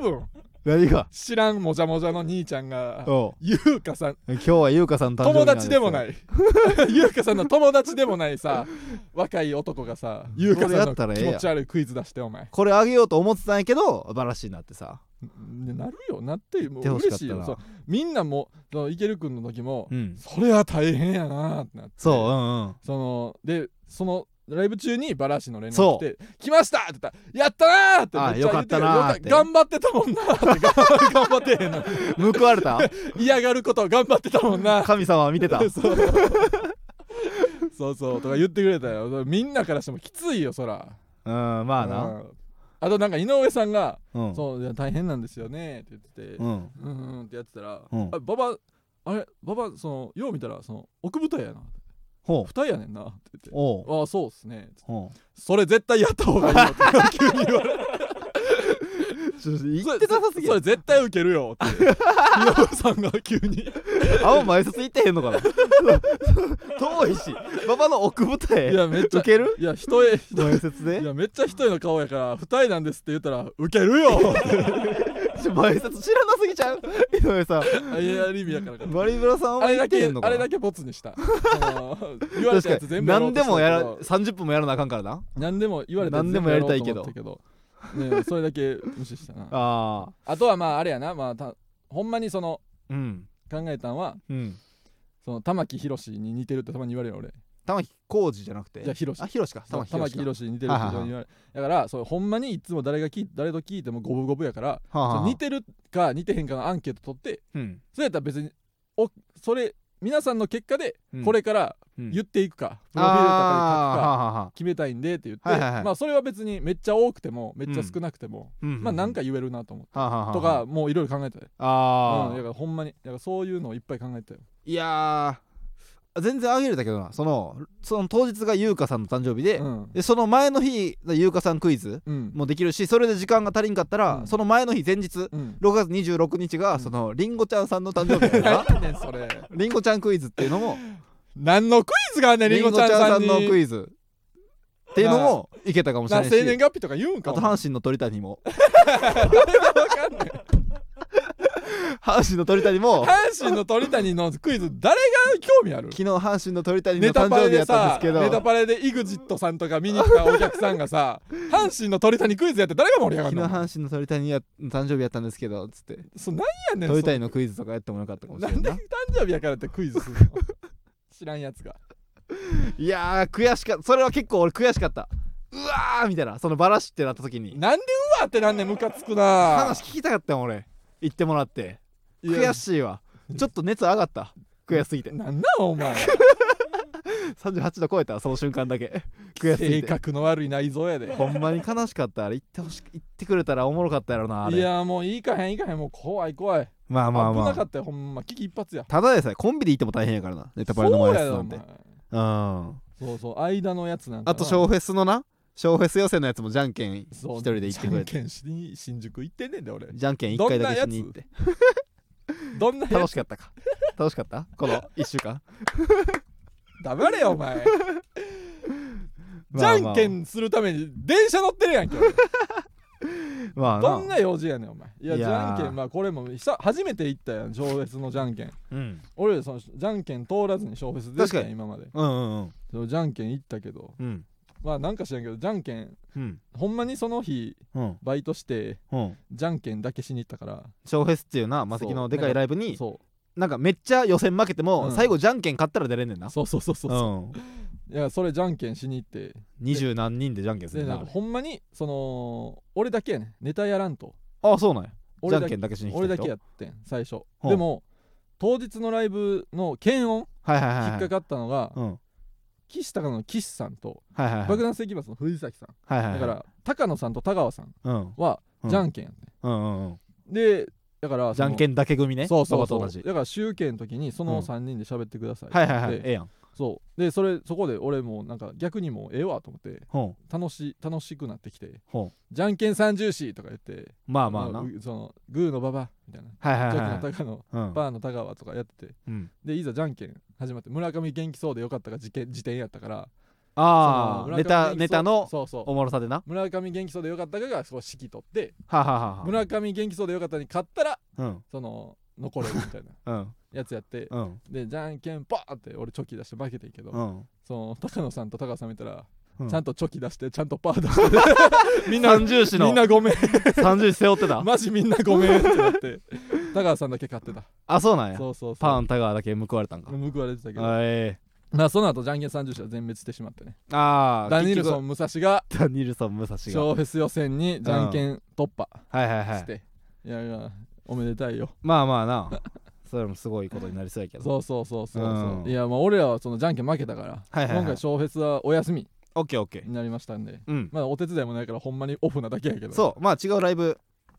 Speaker 2: 喜ぶん
Speaker 1: 何が
Speaker 2: 知らんもじゃもじゃの兄ちゃんが
Speaker 1: おう
Speaker 2: 優香さん
Speaker 1: 今日は優香さんの誕生日
Speaker 2: 友達でもないい 優香さんの友達でもないさ若い男がさ優香さんの気持ち悪いクイズ出してお前
Speaker 1: これあげようと思ってたんやけどバラシになってさ
Speaker 2: ねなるよなって
Speaker 1: 言
Speaker 2: もう
Speaker 1: ってほ
Speaker 2: 嬉
Speaker 1: し
Speaker 2: しい
Speaker 1: かったな
Speaker 2: よそうみんなもそのイケル君の時も、
Speaker 1: うん
Speaker 2: それは大変やなってなって
Speaker 1: そううんうん
Speaker 2: そのでそのライブ中にバラシの連
Speaker 1: そ
Speaker 2: 絡来
Speaker 1: う
Speaker 2: て「来ました!」って言ったら「やったな!」って
Speaker 1: あ
Speaker 2: めっち
Speaker 1: よ
Speaker 2: ゃ言てる
Speaker 1: かったなーって
Speaker 2: よか頑張ってたもんな ーって 頑張ってへんの
Speaker 1: 報われた
Speaker 2: 嫌がることを頑張ってたもんな
Speaker 1: 神様は見てた
Speaker 2: そうそうそうとか言ってくれたよみんなからしてもきついよそら
Speaker 1: うんまあ
Speaker 2: う
Speaker 1: なん
Speaker 2: あとなんか井上さんが
Speaker 1: うん
Speaker 2: 「そういや大変なんですよね」って言ってて
Speaker 1: うん
Speaker 2: 「うんうん」ってやってたら「
Speaker 1: うん
Speaker 2: あババあれババそのよう見たらその奥舞台やな
Speaker 1: ほう
Speaker 2: 二重やねんな」って言って
Speaker 1: お
Speaker 2: 「
Speaker 1: う
Speaker 2: ああそうっすね」
Speaker 1: ほ
Speaker 2: それ絶対やった方がい いよって急に言われて
Speaker 1: うちょっと言ってなさすぎ
Speaker 2: そ
Speaker 1: る
Speaker 2: れ絶対ウケるよ って井上さんが急に
Speaker 1: あんま前説行ってへんのかな 遠いし馬場の奥舞
Speaker 2: い
Speaker 1: 台
Speaker 2: やめっち
Speaker 1: 受
Speaker 2: ゃ
Speaker 1: ける
Speaker 2: いや人へ人
Speaker 1: 前説で
Speaker 2: いやめっちゃ一重の顔やから二重なんですって言ったらウケるよ
Speaker 1: 前説知らなすぎちゃう井上さん
Speaker 2: あいやリミやからかな
Speaker 1: バリブラさん
Speaker 2: あ
Speaker 1: は
Speaker 2: れ
Speaker 1: 言
Speaker 2: だ
Speaker 1: って
Speaker 2: け
Speaker 1: んのか
Speaker 2: あ
Speaker 1: な
Speaker 2: れだけボツにしたあの言わ
Speaker 1: 確
Speaker 2: れたやつ
Speaker 1: か
Speaker 2: 全
Speaker 1: に
Speaker 2: 部やろ
Speaker 1: 何
Speaker 2: うと
Speaker 1: で
Speaker 2: した
Speaker 1: もやら
Speaker 2: けど
Speaker 1: 30分もやらなあかんからな
Speaker 2: 何でも言われた
Speaker 1: 何でもやりたいけど
Speaker 2: 全部やろうと思ったけどねそれだけ無視したなあ
Speaker 1: ああ
Speaker 2: とはまああれやなまあたほんまにその
Speaker 1: うん
Speaker 2: 考えたんは
Speaker 1: うん
Speaker 2: その玉木宏に似てるってたまに言われるよ俺
Speaker 1: 玉木浩二じゃなくて
Speaker 2: じゃあ宏
Speaker 1: あ宏か
Speaker 2: そ
Speaker 1: 玉
Speaker 2: う
Speaker 1: 木
Speaker 2: 玉木
Speaker 1: 宏か
Speaker 2: 宏に似てるって
Speaker 1: はい
Speaker 2: 非
Speaker 1: はいはい
Speaker 2: 常に言われだからそうほんまにいつも誰が聞い誰と聞いても五分五分やから
Speaker 1: はあは
Speaker 2: そ
Speaker 1: あ
Speaker 2: う似てるか似てへんかのアンケート取って
Speaker 1: うん
Speaker 2: それやったら別におそれ皆さんの結果で
Speaker 1: うん
Speaker 2: これから
Speaker 1: うん
Speaker 2: 言っていくか、プ
Speaker 1: あ
Speaker 2: ロフィールとかで書くか
Speaker 1: あはあはあ
Speaker 2: 決めたいんでって言って、
Speaker 1: はいはいはい
Speaker 2: まあそれは別にめっちゃ多くてもめっちゃ少なくても、
Speaker 1: うん
Speaker 2: まあなんか言えるなと思って、
Speaker 1: はあはあはあ
Speaker 2: とかもういろいろ考えてたよ
Speaker 1: あ
Speaker 2: うん、だ
Speaker 1: あ
Speaker 2: からほんまにだからそういうのをいっぱい考えてたよ
Speaker 1: いやー全然あげれたけどなそのその当日が優香さんの誕生日で
Speaker 2: うん
Speaker 1: でその前の日優香さんクイズ
Speaker 2: うん
Speaker 1: もできるしそれで時間が足りんかった
Speaker 2: う
Speaker 1: ら
Speaker 2: ん
Speaker 1: その前の日前日
Speaker 2: うん
Speaker 1: 6月26日
Speaker 2: う
Speaker 1: が
Speaker 2: ん
Speaker 1: そのりんごちゃんさんの誕生日や から
Speaker 2: 何やねんそれ
Speaker 1: りんごちゃんクイズっていうのも
Speaker 2: 何のクイズがあんねんり
Speaker 1: り
Speaker 2: ん
Speaker 1: ん
Speaker 2: ご
Speaker 1: ご
Speaker 2: ち
Speaker 1: ち
Speaker 2: ゃ
Speaker 1: ゃ
Speaker 2: ん
Speaker 1: ん
Speaker 2: さ
Speaker 1: さ
Speaker 2: ん
Speaker 1: ん
Speaker 2: に
Speaker 1: のクイズっていうのもいけたかもしれ
Speaker 2: なあ
Speaker 1: な
Speaker 2: 生
Speaker 1: いし
Speaker 2: 年月日とか言うん
Speaker 1: あ
Speaker 2: か
Speaker 1: と
Speaker 2: お前
Speaker 1: 阪神の鳥谷も
Speaker 2: 誰がわかんねん
Speaker 1: 阪神の鳥谷も
Speaker 2: 阪神の鳥谷のクイズ誰が興味 ある
Speaker 1: 昨日阪神の鳥谷の
Speaker 2: ネタ
Speaker 1: 誕
Speaker 2: パ
Speaker 1: 生
Speaker 2: レ
Speaker 1: 日や
Speaker 2: で
Speaker 1: った
Speaker 2: さ
Speaker 1: んですけ
Speaker 2: ネタ
Speaker 1: ど
Speaker 2: パレで EXIT さんとか見に来たお客さん がさ阪神の鳥谷クイズやって誰が盛り上が
Speaker 1: 昨
Speaker 2: る
Speaker 1: 日
Speaker 2: の
Speaker 1: 阪神の鳥谷やの誕生日やったんですけどつって
Speaker 2: そなんやねん
Speaker 1: 鳥
Speaker 2: そ
Speaker 1: 谷のクイズとかやってもよかったかもし
Speaker 2: な
Speaker 1: れ
Speaker 2: ん
Speaker 1: ん
Speaker 2: で
Speaker 1: な
Speaker 2: 誕生日やからってクイズするの知らんやつが
Speaker 1: いやー悔しかったそれは結構俺悔しかったうわーみたいなそのバラしってなった時に
Speaker 2: なんでうわってなんねんムカつくな
Speaker 1: 話聞きたかったよ俺言ってもらって
Speaker 2: いや
Speaker 1: 悔しいわちょっと熱上がった悔しすぎて
Speaker 2: なんなんお前
Speaker 1: 38度超えたその瞬間だ け悔しすぎて
Speaker 2: 性格の悪い内臓やで
Speaker 1: ほんまに悲しかったあれ言ってほし言ってくれたらおもろかったやろなあれ
Speaker 2: いやもういいかへんいいかへんもう怖い怖い
Speaker 1: まあまあ
Speaker 2: 危
Speaker 1: ま
Speaker 2: なか
Speaker 1: あ
Speaker 2: ったよほんま危機一髪や
Speaker 1: ただでさえコンビで行っても大変やからなネタバレの前
Speaker 2: そう
Speaker 1: や
Speaker 2: や
Speaker 1: つ
Speaker 2: で
Speaker 1: な
Speaker 2: お
Speaker 1: んて
Speaker 2: 前
Speaker 1: うん
Speaker 2: そうそう間のやつなんかな
Speaker 1: あと小フェスのな小フェス予選のやつもじゃんけん一
Speaker 2: そう
Speaker 1: 人で行ってくれ
Speaker 2: じ
Speaker 1: て
Speaker 2: ゃんけんしに新宿行ってんねんで俺
Speaker 1: じゃんけん1回だけしに行って
Speaker 2: どんなや
Speaker 1: 楽
Speaker 2: つ
Speaker 1: しかったか楽しかったこの1週間
Speaker 2: 黙れよお前
Speaker 1: まあ
Speaker 2: じゃ
Speaker 1: ま
Speaker 2: ん
Speaker 1: あ
Speaker 2: けんするために電車乗ってるやんけ俺
Speaker 1: まあ
Speaker 2: どん
Speaker 1: な
Speaker 2: な用事やねんお前いや
Speaker 1: いや
Speaker 2: じゃ
Speaker 1: ー
Speaker 2: んけんまあこれも久初めて行ったやん上越のじゃんけん
Speaker 1: うん
Speaker 2: 俺そのじゃんけん通らずに小フェスでし
Speaker 1: 確
Speaker 2: た
Speaker 1: か
Speaker 2: やん
Speaker 1: に
Speaker 2: 今まで
Speaker 1: うんうん
Speaker 2: そうじゃんけん行ったけど
Speaker 1: うん
Speaker 2: まあなんか知らんけどじゃんけん
Speaker 1: うん
Speaker 2: ほんまにその日
Speaker 1: うん
Speaker 2: バイトして
Speaker 1: うん
Speaker 2: じゃんけんだけしに行ったから
Speaker 1: 小フェスっていうなマセキのでかいライブに
Speaker 2: そ
Speaker 1: なんかめっちゃ予選負けても、
Speaker 2: うん
Speaker 1: 最後じゃんけん勝ったら出れんねんな
Speaker 2: うそうそうそうそう
Speaker 1: う
Speaker 2: そ
Speaker 1: ん
Speaker 2: ういやそれじゃんけんしに行って
Speaker 1: 二十何人でじゃんけんす
Speaker 2: で
Speaker 1: る
Speaker 2: なん
Speaker 1: な
Speaker 2: かほんまにその俺だけやねんネタやらんと
Speaker 1: ああそうなんやじ
Speaker 2: 俺
Speaker 1: ゃん
Speaker 2: だ
Speaker 1: け
Speaker 2: け
Speaker 1: んだけしに来た人
Speaker 2: 俺だけやってん最初
Speaker 1: ほう
Speaker 2: でも当日のライブの検温
Speaker 1: はいはいはい
Speaker 2: 引
Speaker 1: はい
Speaker 2: っかかったのが
Speaker 1: うん
Speaker 2: 岸高野の岸さんと
Speaker 1: はいはいはい
Speaker 2: 爆弾石松の藤崎さん
Speaker 1: はいはいは
Speaker 2: だ
Speaker 1: い
Speaker 2: から高野さんと田川さん
Speaker 1: うん
Speaker 2: は
Speaker 1: うん
Speaker 2: じゃんけんやって
Speaker 1: うんうんうん
Speaker 2: んでだから
Speaker 1: じゃんけ
Speaker 2: ん
Speaker 1: んだけ組ね
Speaker 2: そうそう
Speaker 1: 馬
Speaker 2: そ
Speaker 1: 場と
Speaker 2: う
Speaker 1: 同じ
Speaker 2: だから集計の時にそうの
Speaker 1: ん
Speaker 2: 3人で喋ってください
Speaker 1: はいはいはいえ
Speaker 2: で
Speaker 1: えやん
Speaker 2: そうでそれそこで俺もなんか逆にもうええわと思って
Speaker 1: ほん
Speaker 2: 楽しい楽しくなってきて
Speaker 1: ほん
Speaker 2: じゃんけん三重視とか言って
Speaker 1: まあまあな
Speaker 2: うそのグーのババみたいな
Speaker 1: はいはい
Speaker 2: ジャッ
Speaker 1: は
Speaker 2: ク
Speaker 1: い
Speaker 2: の高野
Speaker 1: うん
Speaker 2: バーの田川とかやってて
Speaker 1: うん
Speaker 2: でいざじゃんけん始まって村上元気そうでよかったが事件時点やったから
Speaker 1: あ
Speaker 2: そ
Speaker 1: あ
Speaker 2: の
Speaker 1: ネタネタの
Speaker 2: そうそう
Speaker 1: おもろさでな
Speaker 2: 村上元気そうでよかったががそう指揮取って
Speaker 1: はあはあはあは
Speaker 2: 村上元気そうでよかったに勝ったら
Speaker 1: あうん
Speaker 2: その残れるみたいな
Speaker 1: うん
Speaker 2: やつやって
Speaker 1: うん
Speaker 2: でじゃんけんパーって俺チョキ出して負けてんけど、
Speaker 1: うん
Speaker 2: その高野さんと高野さん見たら、
Speaker 1: うん
Speaker 2: ちゃんとチョキ出してちゃんとパー出して みんな
Speaker 1: 三重視
Speaker 2: みん
Speaker 1: の
Speaker 2: なごめん
Speaker 1: 三重視背負ってた
Speaker 2: マジみんなごめんってなって高野さんだけ 勝ってた
Speaker 1: あそうなんや
Speaker 2: そうそうそう
Speaker 1: パーンタガーだけ報われたんか
Speaker 2: 報われてたけど
Speaker 1: あえ
Speaker 2: まあその後じゃんけん三重視は全滅してしまってね
Speaker 1: えああ
Speaker 2: ダニルソン武蔵が
Speaker 1: ダニルソン武蔵が
Speaker 2: 小フェス予選にじゃんけん突破
Speaker 1: はいはいは
Speaker 2: し
Speaker 1: い
Speaker 2: て、い、やいやおめでたいよ
Speaker 1: まあまあなそれもすごいことになりそうやけど
Speaker 2: そうそうそうそうそう、
Speaker 1: うん
Speaker 2: いやまあ俺らはそのじゃんけん負けたから、
Speaker 1: はいはいはい
Speaker 2: 今回小フェスはお休み
Speaker 1: オッケーオッケー
Speaker 2: になりましたんで
Speaker 1: うん
Speaker 2: まあお手伝いもないからほんまにオフなだけやけど
Speaker 1: そうまあ違うライブ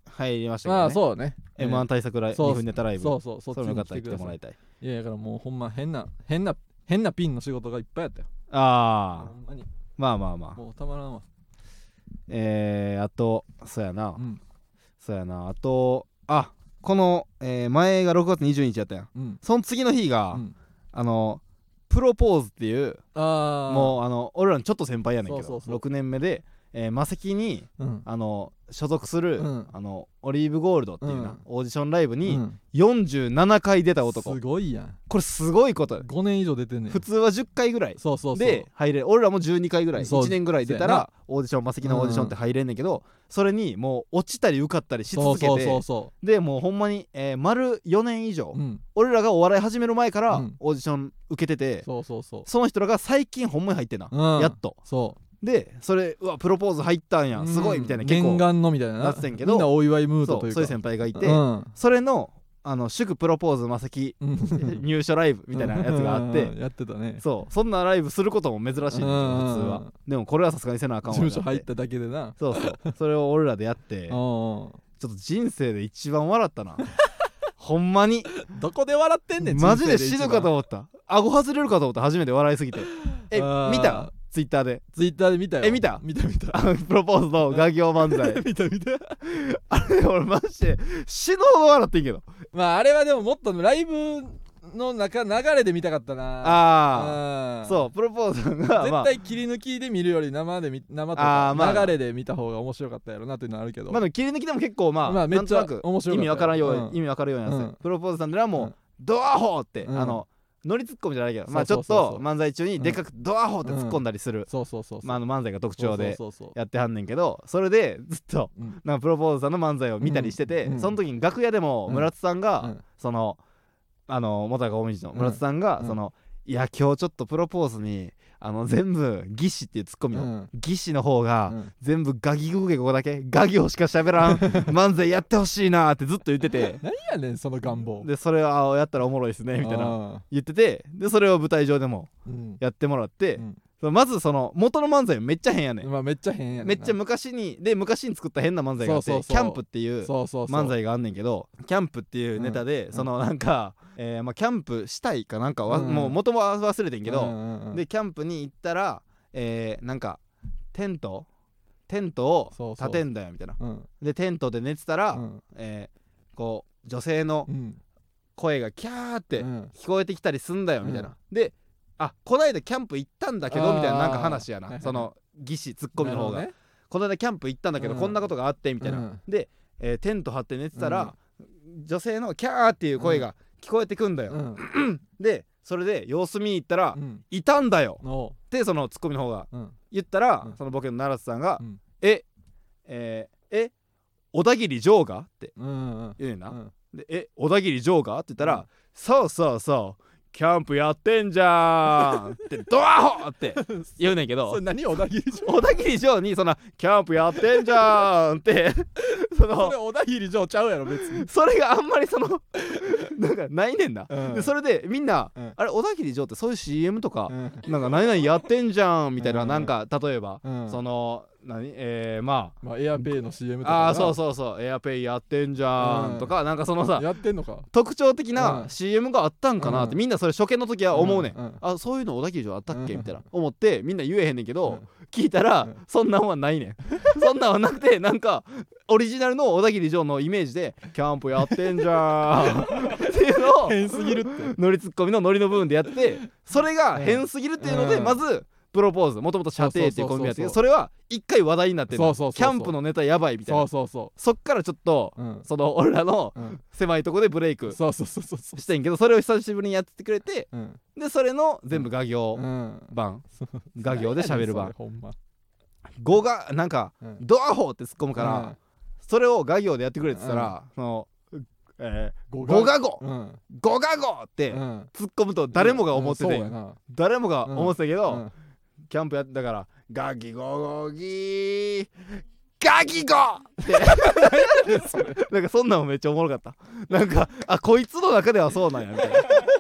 Speaker 1: 入りましたけどね
Speaker 2: まあそうね
Speaker 1: m 1対策ライブ
Speaker 2: そう
Speaker 1: 2分ネタライブ
Speaker 2: そうそうそ
Speaker 1: そ
Speaker 2: っち
Speaker 1: れもよか
Speaker 2: に
Speaker 1: っ
Speaker 2: 来
Speaker 1: たら来ても
Speaker 2: てくださ
Speaker 1: らい
Speaker 2: い
Speaker 1: たい
Speaker 2: いやだからもうほんま変な変な変なピンの仕事がいっぱいやったよ
Speaker 1: あ
Speaker 2: ほ
Speaker 1: あ
Speaker 2: んまに
Speaker 1: まあまあまあ
Speaker 2: もうたまらんわ
Speaker 1: えー、あとそうやな
Speaker 2: うん
Speaker 1: そうやなあとあこの、えー前が6月20日やったやん
Speaker 2: うん
Speaker 1: その次の日が、
Speaker 2: うん
Speaker 1: あのプロポーズっていう
Speaker 2: ああ
Speaker 1: もうあの俺らのちょっと先輩やねんけ
Speaker 2: そ
Speaker 1: ど
Speaker 2: うそうそう
Speaker 1: 6年目で、えー、マセキに
Speaker 2: う、うん、
Speaker 1: あの所属する、
Speaker 2: うん
Speaker 1: あのオリーブゴールドっていうな、
Speaker 2: うん
Speaker 1: オーディションライブ
Speaker 2: う
Speaker 1: に
Speaker 2: ん
Speaker 1: 47回出た男、
Speaker 2: すごいやん
Speaker 1: これすごいこと
Speaker 2: 5年以上出てんねん
Speaker 1: 普通は10回ぐらい
Speaker 2: そうそうそう
Speaker 1: で入れ俺らも12回ぐらい
Speaker 2: そう
Speaker 1: 1年ぐらい出たらオーディションマセキのオーディションって入れんねんけど、それにもう落ちたり受かったりし
Speaker 2: そう
Speaker 1: 続けて
Speaker 2: そうそうそ
Speaker 1: でもうほんまに、えー丸4年以上、
Speaker 2: ううん
Speaker 1: 俺らがお笑い始める前から
Speaker 2: うん
Speaker 1: オーディション受けてて、
Speaker 2: そうそうそ
Speaker 1: その人らが最近ほんまに入ってんな、
Speaker 2: う、うん、
Speaker 1: やっと
Speaker 2: そう
Speaker 1: でそれうわプロポーズ入ったんやすごいみたいな、
Speaker 2: うん
Speaker 1: 結構
Speaker 2: 念願のみたいな
Speaker 1: なってたんやけど
Speaker 2: みんなお祝いムー
Speaker 1: そ
Speaker 2: ド
Speaker 1: う
Speaker 2: というか
Speaker 1: そういう先輩がいて、
Speaker 2: うん
Speaker 1: それのあの祝プロポーズマセキ入所ライブみたいなやつがあっ
Speaker 2: うん
Speaker 1: て
Speaker 2: やってたね
Speaker 1: そうそんなライブすることも珍しいねんけど普通
Speaker 2: う
Speaker 1: は
Speaker 2: ん
Speaker 1: でもこれはさすがにせなあかん
Speaker 2: 事
Speaker 1: わ
Speaker 2: 務所入
Speaker 1: っ
Speaker 2: ってただけでな
Speaker 1: そうそうそれを俺らでやって
Speaker 2: う
Speaker 1: ち
Speaker 2: ん
Speaker 1: ょっと人生で一番笑ったな ほんまに
Speaker 2: どこで笑ってんねん
Speaker 1: マジで死ぬ
Speaker 2: る
Speaker 1: かと思った顎外れるかと思った初めて笑いすぎてえ
Speaker 2: あー
Speaker 1: 見たツイッターで
Speaker 2: ツイッターで見たよ
Speaker 1: え見た
Speaker 2: 見た見た
Speaker 1: あのプロポーズの画業漫 才
Speaker 2: 見た見た
Speaker 1: あれ俺マジで死ぬほど笑ってんけど
Speaker 2: まああれはでももっとライブの中流れで見たかったな
Speaker 1: ああ
Speaker 2: うん
Speaker 1: そうプロポーズが、ま
Speaker 2: 絶
Speaker 1: あ、
Speaker 2: 対切り抜きで見るより生で見生と
Speaker 1: あー
Speaker 2: か
Speaker 1: まあ
Speaker 2: 流れで見た方が面白かったやろなっていうのはあるけど、
Speaker 1: まあでも切り抜きでも結構まあ、
Speaker 2: まあめっちゃ
Speaker 1: なんとなく
Speaker 2: 面白
Speaker 1: 意
Speaker 2: かったよ
Speaker 1: 味わからんように、
Speaker 2: うん
Speaker 1: 意味わかるようになってたよ、
Speaker 2: うん
Speaker 1: プロポーズさんではもう、
Speaker 2: うん
Speaker 1: ドアホーって、
Speaker 2: うん
Speaker 1: あの乗りツッコミじゃないけどまあち
Speaker 2: そ
Speaker 1: ょ
Speaker 2: う
Speaker 1: っ
Speaker 2: そうそうそ
Speaker 1: と
Speaker 2: う
Speaker 1: 漫才中にでかくドアホーって突っ込んだりする、
Speaker 2: そうそうそうそう
Speaker 1: まあ、あの漫才が特徴で
Speaker 2: そうそうそう
Speaker 1: やってはんねんけどそれでずっと
Speaker 2: うん
Speaker 1: なんかプロポーズさんの漫才を見たりしてて、
Speaker 2: うんうん
Speaker 1: その時に楽屋でも
Speaker 2: うん
Speaker 1: 村津さんが、
Speaker 2: うん
Speaker 1: そのあの元高大道の
Speaker 2: うん
Speaker 1: 村津さんが、
Speaker 2: うん
Speaker 1: そのいや今日ちょっとプロポーズにあの全部義士っていうツッコミを、
Speaker 2: うん
Speaker 1: 義士の方が、
Speaker 2: うん
Speaker 1: 全部ガギゴゲゴだけガ行しか喋 らん漫才やってほしいなってずっと言ってて
Speaker 2: 何やねんその願望
Speaker 1: でそれはあやったらおもろいですねみたいな
Speaker 2: な
Speaker 1: 言っててでそれを舞台上でも
Speaker 2: うん
Speaker 1: やってもらって、
Speaker 2: うん
Speaker 1: そのまずその元の漫才めっちゃ変やねん、
Speaker 2: まあめっちゃ変やねんな
Speaker 1: めっちゃ昔にで昔に作った変な漫才があって
Speaker 2: そうそうそう
Speaker 1: キャンプっていう
Speaker 2: そうそうそう
Speaker 1: 漫才があんねんけどキャンプっていうネタで、
Speaker 2: うん
Speaker 1: そのなんか、えーまあ、キャンプしたいかなんかは、
Speaker 2: うん
Speaker 1: もう元も忘れてんけど、
Speaker 2: うんうんうん
Speaker 1: でキャンプに行ったら、えーなんかテントテント
Speaker 2: そ
Speaker 1: を
Speaker 2: うそ
Speaker 1: 建
Speaker 2: う
Speaker 1: てんだよみたいな
Speaker 2: うん
Speaker 1: でテントで寝てたら、
Speaker 2: うん
Speaker 1: えーこう女性の
Speaker 2: うん
Speaker 1: 声がキャーっ
Speaker 2: う
Speaker 1: て
Speaker 2: ん
Speaker 1: 聞こえてきたりすんだよみたいな、
Speaker 2: うん
Speaker 1: であこないだキャンプ行ったんだけどみたいななんか話や
Speaker 2: あーはいは
Speaker 1: ないその技師ツッコミの方が、
Speaker 2: なる
Speaker 1: この間キャンプ行ったんだけど、
Speaker 2: うん
Speaker 1: こんなことがあってみたいな、
Speaker 2: うん
Speaker 1: で、えーテント張って寝てたら、女性のキャーっていう声が聞こえてくんだよ、
Speaker 2: ほどね
Speaker 1: でそれで様子見に行ったら、
Speaker 2: うんうん
Speaker 1: いたんだよ
Speaker 2: の
Speaker 1: ってそのツッコミの方が
Speaker 2: うん
Speaker 1: 言ったら、
Speaker 2: うん
Speaker 1: そのボケの奈良瀬さんが「
Speaker 2: うん
Speaker 1: ええーえ小田切ジョーが?」って
Speaker 2: うんうん
Speaker 1: 言うねんな、
Speaker 2: うん
Speaker 1: でえ小田切ジョーが?」って言ったら「
Speaker 2: うん
Speaker 1: そうそうそうキャンプやってんじゃん」って「ドアホ!」って言うねんけど
Speaker 2: それ何小田切城
Speaker 1: 小田切ジョー にその「キャンプやってんじゃん」って そ
Speaker 2: そ
Speaker 1: の
Speaker 2: れ小田切城ちゃうやろ別に
Speaker 1: それがあんまりそのなんかないねんな、
Speaker 2: うん
Speaker 1: でそれでみんな、
Speaker 2: うん
Speaker 1: あれ小田切ジョーってそういう CM とか、
Speaker 2: うん
Speaker 1: なんか何々やってんじゃんみたいな、
Speaker 2: うん
Speaker 1: なんか例えば、
Speaker 2: うん
Speaker 1: その何えー、ま
Speaker 2: まあエアペイの CM とか
Speaker 1: あ
Speaker 2: な
Speaker 1: あーそうそうそうエアペイやってんじゃん、
Speaker 2: うん
Speaker 1: とかなんかそのさ
Speaker 2: やってんのか
Speaker 1: 特徴的な
Speaker 2: うん
Speaker 1: CM があったんかなって、
Speaker 2: うん
Speaker 1: みんなそれ初見の時は思うねん、
Speaker 2: うんうん
Speaker 1: あそういうの小田切城あったっけ
Speaker 2: うん
Speaker 1: みたいな思ってみんな言えへんねんけど、
Speaker 2: うん
Speaker 1: 聞いたら、
Speaker 2: うん
Speaker 1: そんなんはないね んそんなんはなくてなんかオリジナルの小田切城のイメージで「キャンプやってんじゃん」っていうの を
Speaker 2: 変すぎるって
Speaker 1: ノリツッコミのノリの部分でやってそれが
Speaker 2: うん
Speaker 1: 変すぎるっていうので、
Speaker 2: うん
Speaker 1: まずプロポーズもともと射程っていうコンビやってるけどそれは一回話題になってる
Speaker 2: そうそうそうそう
Speaker 1: キャンプのネタやばいみたい
Speaker 2: そ
Speaker 1: な
Speaker 2: うそうそ
Speaker 1: そっからちょっと
Speaker 2: ううん
Speaker 1: その俺らの
Speaker 2: うん
Speaker 1: 狭いとこでブレイク
Speaker 2: そうそうそうそうそ
Speaker 1: してんけどそれを久しぶりにやってくれて
Speaker 2: ううん
Speaker 1: でそれの全部画業
Speaker 2: うん
Speaker 1: 版画業で喋る 版
Speaker 2: ほんま
Speaker 1: 語がなんか
Speaker 2: うん
Speaker 1: ドアホーって突っ込むから、
Speaker 2: うん
Speaker 1: それを画業でやってくれって言ったら、その、え
Speaker 2: 語
Speaker 1: ー、語が語
Speaker 2: うん
Speaker 1: 語が語って
Speaker 2: うん
Speaker 1: 突っ込むと誰もが思ってて、
Speaker 2: うんそうやな
Speaker 1: 誰もが思ってたけど、
Speaker 2: うん
Speaker 1: キャンプやってたからガギゴゴギーガギゴって なんかそんなんもめっちゃおもろかったなんかあこいつの中ではそうなんやみたいな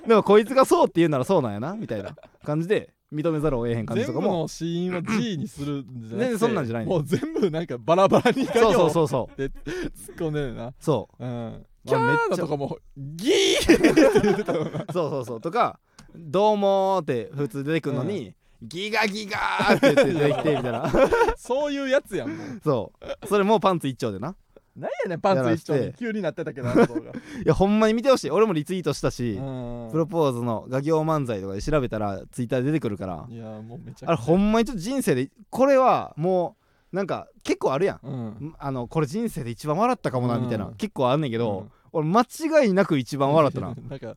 Speaker 1: でもこいつがそうって言うならそうなんやなみたいな感じで認めざるを得へん感じ
Speaker 2: 全
Speaker 1: と
Speaker 2: 部
Speaker 1: かも
Speaker 2: の死因は G にするんじ
Speaker 1: 全
Speaker 2: ゃなく
Speaker 1: 然
Speaker 2: て
Speaker 1: そんなんじゃないね
Speaker 2: もう全部なんかバラバラに
Speaker 1: そうそう
Speaker 2: う
Speaker 1: そうそう
Speaker 2: 突っ込んでるな
Speaker 1: そう
Speaker 2: うん
Speaker 1: キ
Speaker 2: キ
Speaker 1: ャー
Speaker 2: ャーのとかもギー
Speaker 1: そうそうそうとか「どうも」って普通出てくるのに「ギガギガ」って言って出てきてみたいな
Speaker 2: そういうやつやんもう
Speaker 1: そうそれもうパンツ一丁でな
Speaker 2: 何やねんパンツ一丁
Speaker 1: やら
Speaker 2: に
Speaker 1: して
Speaker 2: 急になってたけどあの動 画
Speaker 1: いやほんまに見てほしい俺もリツイートした
Speaker 2: う
Speaker 1: し、
Speaker 2: ん
Speaker 1: プロポーズの画業漫才とかで調べたらツイッターで出てくるから
Speaker 2: いやーもうめちゃ
Speaker 1: あれほんまにちょっと人生でこれはもうなんか結構あるやん
Speaker 2: うん
Speaker 1: んあのこれ人生で一番笑ったかもなみたいな、
Speaker 2: うん
Speaker 1: 結構あんねんけど
Speaker 2: うん、
Speaker 1: 俺間違いなく一番笑ったな
Speaker 2: なんか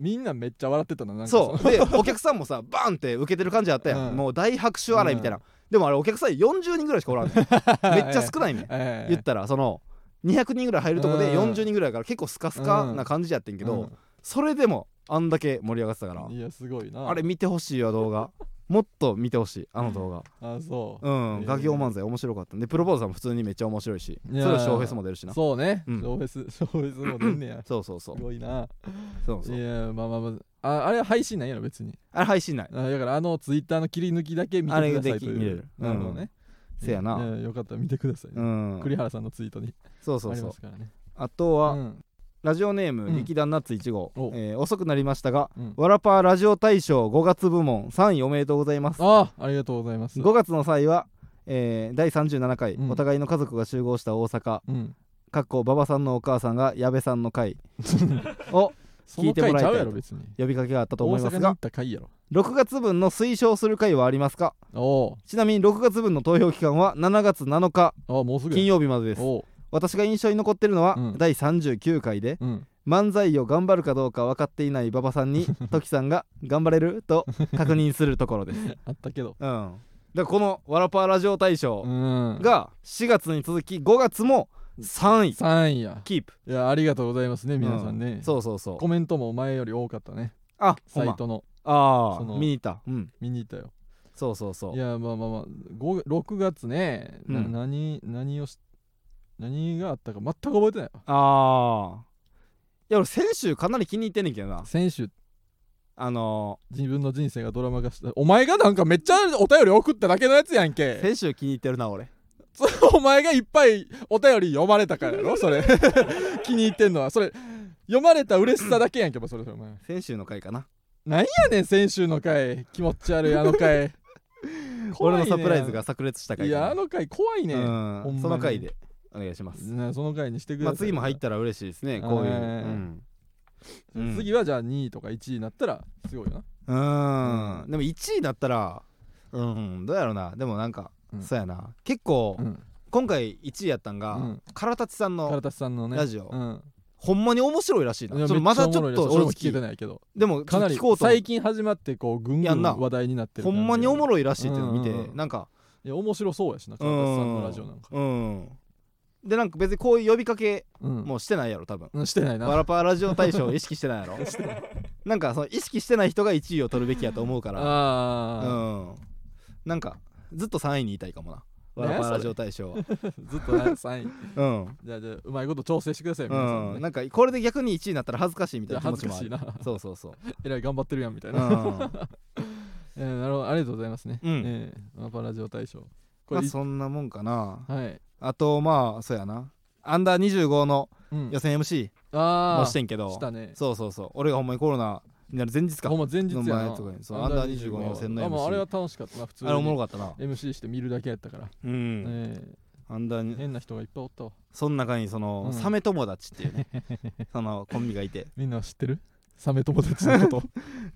Speaker 2: みんなめっちゃ笑ってたななんか
Speaker 1: そうでお客さんもさバーンって受けてる感じあったやん、
Speaker 2: うん
Speaker 1: もう大拍手笑いみたいな、でもあれお客さん40人ぐらいしかおらんねん めっ
Speaker 2: の
Speaker 1: ちゃ少ないねん
Speaker 2: ええ
Speaker 1: 言ったらその200人ぐらい入るとこで
Speaker 2: うん
Speaker 1: 40人ぐらいやから結構スカスカな感じやってんけど、それでもあんだけ盛り上がってたから
Speaker 2: うんいやすごいな
Speaker 1: あれ見てほしいわ動 画もっと見てほしいあの動画
Speaker 2: あそう
Speaker 1: うん
Speaker 2: えー
Speaker 1: 画業漫才面白かったんでプロポーズさんも普通にめっちゃ面白いしそ
Speaker 2: い
Speaker 1: れ
Speaker 2: やー
Speaker 1: は小フェスも出るしなそ
Speaker 2: そうね、
Speaker 1: うん
Speaker 2: ショーフェスショーフェスも出んねや
Speaker 1: うそうそう
Speaker 2: すごいな
Speaker 1: そう
Speaker 2: い
Speaker 1: そう
Speaker 2: やまあまあまあああれは配信なんやろ別に
Speaker 1: あれ配信ない
Speaker 2: あだからあのツイッターの切り抜きだけ見て
Speaker 1: あれ
Speaker 2: くださいとい
Speaker 1: で
Speaker 2: う
Speaker 1: き見れるうん
Speaker 2: なるほどね、
Speaker 1: せやない
Speaker 2: よかったら見てください、
Speaker 1: う
Speaker 2: ね
Speaker 1: ん
Speaker 2: 栗原さんのツイートに
Speaker 1: そうそ
Speaker 2: あ
Speaker 1: う
Speaker 2: り
Speaker 1: そ
Speaker 2: ま
Speaker 1: う
Speaker 2: すからね
Speaker 1: あと
Speaker 2: う
Speaker 1: は
Speaker 2: ん
Speaker 1: ラジオネーム
Speaker 2: うん
Speaker 1: 劇団ナッツ1号
Speaker 2: お
Speaker 1: えー遅くなりましたが
Speaker 2: うん
Speaker 1: わらぱーラジオ大賞5月部門3位おめでとうございます
Speaker 2: ああありがとうございます
Speaker 1: 5月の際はえー第37回
Speaker 2: うん
Speaker 1: お互いの家族が集合した大阪
Speaker 2: うん
Speaker 1: かっこ馬場さんのお母さんが矢部さんの会を聞いてもらいたい
Speaker 2: その回ちゃう
Speaker 1: と
Speaker 2: やろ別に
Speaker 1: 呼びかけがあったと
Speaker 2: 大
Speaker 1: 思いま
Speaker 2: 阪
Speaker 1: す
Speaker 2: に行
Speaker 1: が
Speaker 2: った回やろ
Speaker 1: 6月分の推奨する回はありますか
Speaker 2: おう
Speaker 1: ちなみに6月分の投票期間は7月7日
Speaker 2: あもうすぐ
Speaker 1: 金
Speaker 2: 曜
Speaker 1: 曜日までです
Speaker 2: おう、
Speaker 1: 私が印象に残ってるのは、
Speaker 2: うん
Speaker 1: 第39回で
Speaker 2: うん、
Speaker 1: 漫才を頑張るかどうか分かっていない馬場さん にトキさんが「頑張れる?」と確認するところ です。うん、だ
Speaker 2: あったけど
Speaker 1: からこの「わらぱラジオ大賞
Speaker 2: うん」
Speaker 1: が4月に続き5月も3位
Speaker 2: 3位や
Speaker 1: キープ。
Speaker 2: いやありがとうございますね皆さんね、
Speaker 1: うそうそうそう
Speaker 2: コ。メントも前より多かったね
Speaker 1: あほ
Speaker 2: サ
Speaker 1: ん
Speaker 2: イ
Speaker 1: ま
Speaker 2: トの
Speaker 1: ああ
Speaker 2: その
Speaker 1: 見に行った。うん
Speaker 2: 見に行ったよ
Speaker 1: そうそうそう
Speaker 2: い。やまあまあまあご6月ね、な
Speaker 1: うん
Speaker 2: 何何をし何があったか全く覚えてないわ
Speaker 1: ああ。いや俺先週かなり気に入ってんねんけどな。
Speaker 2: 先週
Speaker 1: あの
Speaker 2: 自分の人生がドラマ化したお前がなんかめっちゃお便り送っただけのやつやん
Speaker 1: ー、
Speaker 2: け
Speaker 1: 先週気に入ってるな俺。
Speaker 2: そう お前がいっぱいお便り読まれたからや ろそれ気に入ってんのはそれ読まれた嬉しさだけやんけもうそれそれお前
Speaker 1: 先週の回かな。
Speaker 2: やねん先週の回気持ち悪いあの回怖い
Speaker 1: 俺
Speaker 2: ね
Speaker 1: のサプライズが炸裂した回
Speaker 2: い
Speaker 1: かな
Speaker 2: やあの回怖いね、
Speaker 1: うん
Speaker 2: ほんま
Speaker 1: ん
Speaker 2: に
Speaker 1: その回でお願いします。
Speaker 2: ねその回にしてくだ
Speaker 1: ま
Speaker 2: さ
Speaker 1: あ
Speaker 2: い、
Speaker 1: 次も入ったら嬉しいですね、こういう。
Speaker 2: は
Speaker 1: う
Speaker 2: い
Speaker 1: ん。うん
Speaker 2: 次はじゃあ2位とか1位になったらすごいよな
Speaker 1: うんでも1位だったら、うん、どうやろうな、でもなんか、
Speaker 2: うん
Speaker 1: そうやな、結構、
Speaker 2: うん
Speaker 1: 今回1位やったんが、
Speaker 2: うん
Speaker 1: 唐立さん
Speaker 2: 唐
Speaker 1: の、
Speaker 2: 田さんのね
Speaker 1: ラジオ
Speaker 2: うん
Speaker 1: ほんまに面白いらしいな。
Speaker 2: いや
Speaker 1: ちょっと
Speaker 2: め
Speaker 1: ま
Speaker 2: っちゃ
Speaker 1: だ
Speaker 2: お
Speaker 1: ち
Speaker 2: も
Speaker 1: ょ
Speaker 2: ろ
Speaker 1: っ
Speaker 2: いらし
Speaker 1: と
Speaker 2: い俺
Speaker 1: 俺
Speaker 2: も
Speaker 1: も
Speaker 2: 聞け
Speaker 1: 聞
Speaker 2: て
Speaker 1: き
Speaker 2: ないけど
Speaker 1: でも、
Speaker 2: かなり
Speaker 1: 聞こうと思って
Speaker 2: 最近始まってこうぐんぐ
Speaker 1: や
Speaker 2: ん
Speaker 1: んな
Speaker 2: 話題になって
Speaker 1: ほ
Speaker 2: る
Speaker 1: んまにおも
Speaker 2: い
Speaker 1: ろいらしいっていうの見て、
Speaker 2: うんうんうん
Speaker 1: なんか、
Speaker 2: いや面白そうやしな唐
Speaker 1: う
Speaker 2: 田さ
Speaker 1: ん、
Speaker 2: んのラジオなんか
Speaker 1: うん。で、なんか別にこういう呼びかけ
Speaker 2: うん
Speaker 1: もしてないやろ、多分。
Speaker 2: うんしてない
Speaker 1: わ
Speaker 2: な
Speaker 1: らぱラジオ大賞を意識してないや ろなんかその意識してない人が1位を取るべきやと思うからう
Speaker 2: あ
Speaker 1: ん、なんかずっと3位にいたいかもな。
Speaker 2: ね
Speaker 1: わらぱラジオ大賞は。
Speaker 2: あずっとな3位
Speaker 1: うん。
Speaker 2: じゃあじゃあうまいこと調整してください皆さん
Speaker 1: う ん、
Speaker 2: ね
Speaker 1: なんかこれで逆に1位になったら恥ずかしいみ
Speaker 2: い
Speaker 1: たい
Speaker 2: や
Speaker 1: な気持
Speaker 2: 恥
Speaker 1: ち
Speaker 2: ず
Speaker 1: もあ
Speaker 2: かしい
Speaker 1: る。
Speaker 2: な
Speaker 1: そうそう そう。、
Speaker 2: えらい頑張ってるやんみたいうなんえーなるほどありがとうございますね
Speaker 1: うん
Speaker 2: えーマパラジオ大賞こ
Speaker 1: ま
Speaker 2: れ
Speaker 1: あ
Speaker 2: い
Speaker 1: そんなもんかな。
Speaker 2: はい
Speaker 1: あとまあそうやな。アンダー25の
Speaker 2: うん
Speaker 1: 予選 MC
Speaker 2: あ
Speaker 1: も
Speaker 2: あ
Speaker 1: してんけど、
Speaker 2: したね
Speaker 1: そうそうそう。俺がほんまにコロナになる前日か。
Speaker 2: ほんま前日
Speaker 1: の
Speaker 2: や
Speaker 1: 前
Speaker 2: な
Speaker 1: とかにそうアンダー25の予選の MC
Speaker 2: あまああれは楽しかったな普通
Speaker 1: あ
Speaker 2: に
Speaker 1: れおもろかったな。
Speaker 2: MC して見るだけやったから、
Speaker 1: うん。
Speaker 2: え
Speaker 1: アンダー
Speaker 2: え
Speaker 1: に
Speaker 2: 変な人がいっぱいおったわ
Speaker 1: その中にその、
Speaker 2: うん
Speaker 1: サメ友達っていう ねそのコンビがいて
Speaker 2: みんな知ってるサ メ友達の こと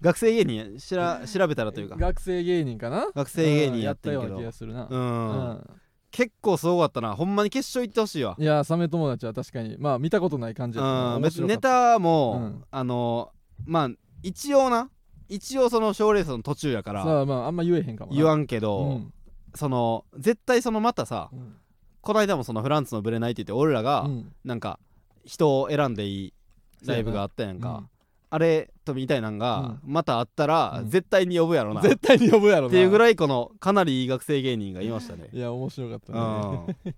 Speaker 1: 学生芸人しら調べたらというか
Speaker 2: 学生芸人かな
Speaker 1: 学生芸人
Speaker 2: うん
Speaker 1: や
Speaker 2: や
Speaker 1: っ
Speaker 2: ってた
Speaker 1: ん
Speaker 2: よ
Speaker 1: け
Speaker 2: うな
Speaker 1: ど
Speaker 2: 気がするな、
Speaker 1: うん、
Speaker 2: うん
Speaker 1: 結構すごかったなほんまに決勝行ってほしいわ
Speaker 2: いやサメ友達は確かにまあ見たことない感じやったな
Speaker 1: うん
Speaker 2: 面
Speaker 1: 別
Speaker 2: 白
Speaker 1: に
Speaker 2: かっ
Speaker 1: ネ
Speaker 2: た
Speaker 1: タも、
Speaker 2: うん
Speaker 1: あのまあ一応な一応その賞ーレースの途中やから
Speaker 2: さあまああんま言えへんかもな
Speaker 1: 言わ
Speaker 2: ん
Speaker 1: んけど、
Speaker 2: うん
Speaker 1: その絶対そのまたさ
Speaker 2: うん
Speaker 1: この間もそのフランスのブレないって言って俺らが、
Speaker 2: うん
Speaker 1: なんか人を選んでいいライブがあったやんか、
Speaker 2: うん
Speaker 1: あれとみたいなんが、またあったら、
Speaker 2: うん
Speaker 1: 絶対に呼ぶやろな
Speaker 2: 絶対に呼ぶやろな
Speaker 1: っていうぐ
Speaker 2: い
Speaker 1: らいこのかなりいい学生芸人がいましたね
Speaker 2: いや面白かった
Speaker 1: う
Speaker 2: ね、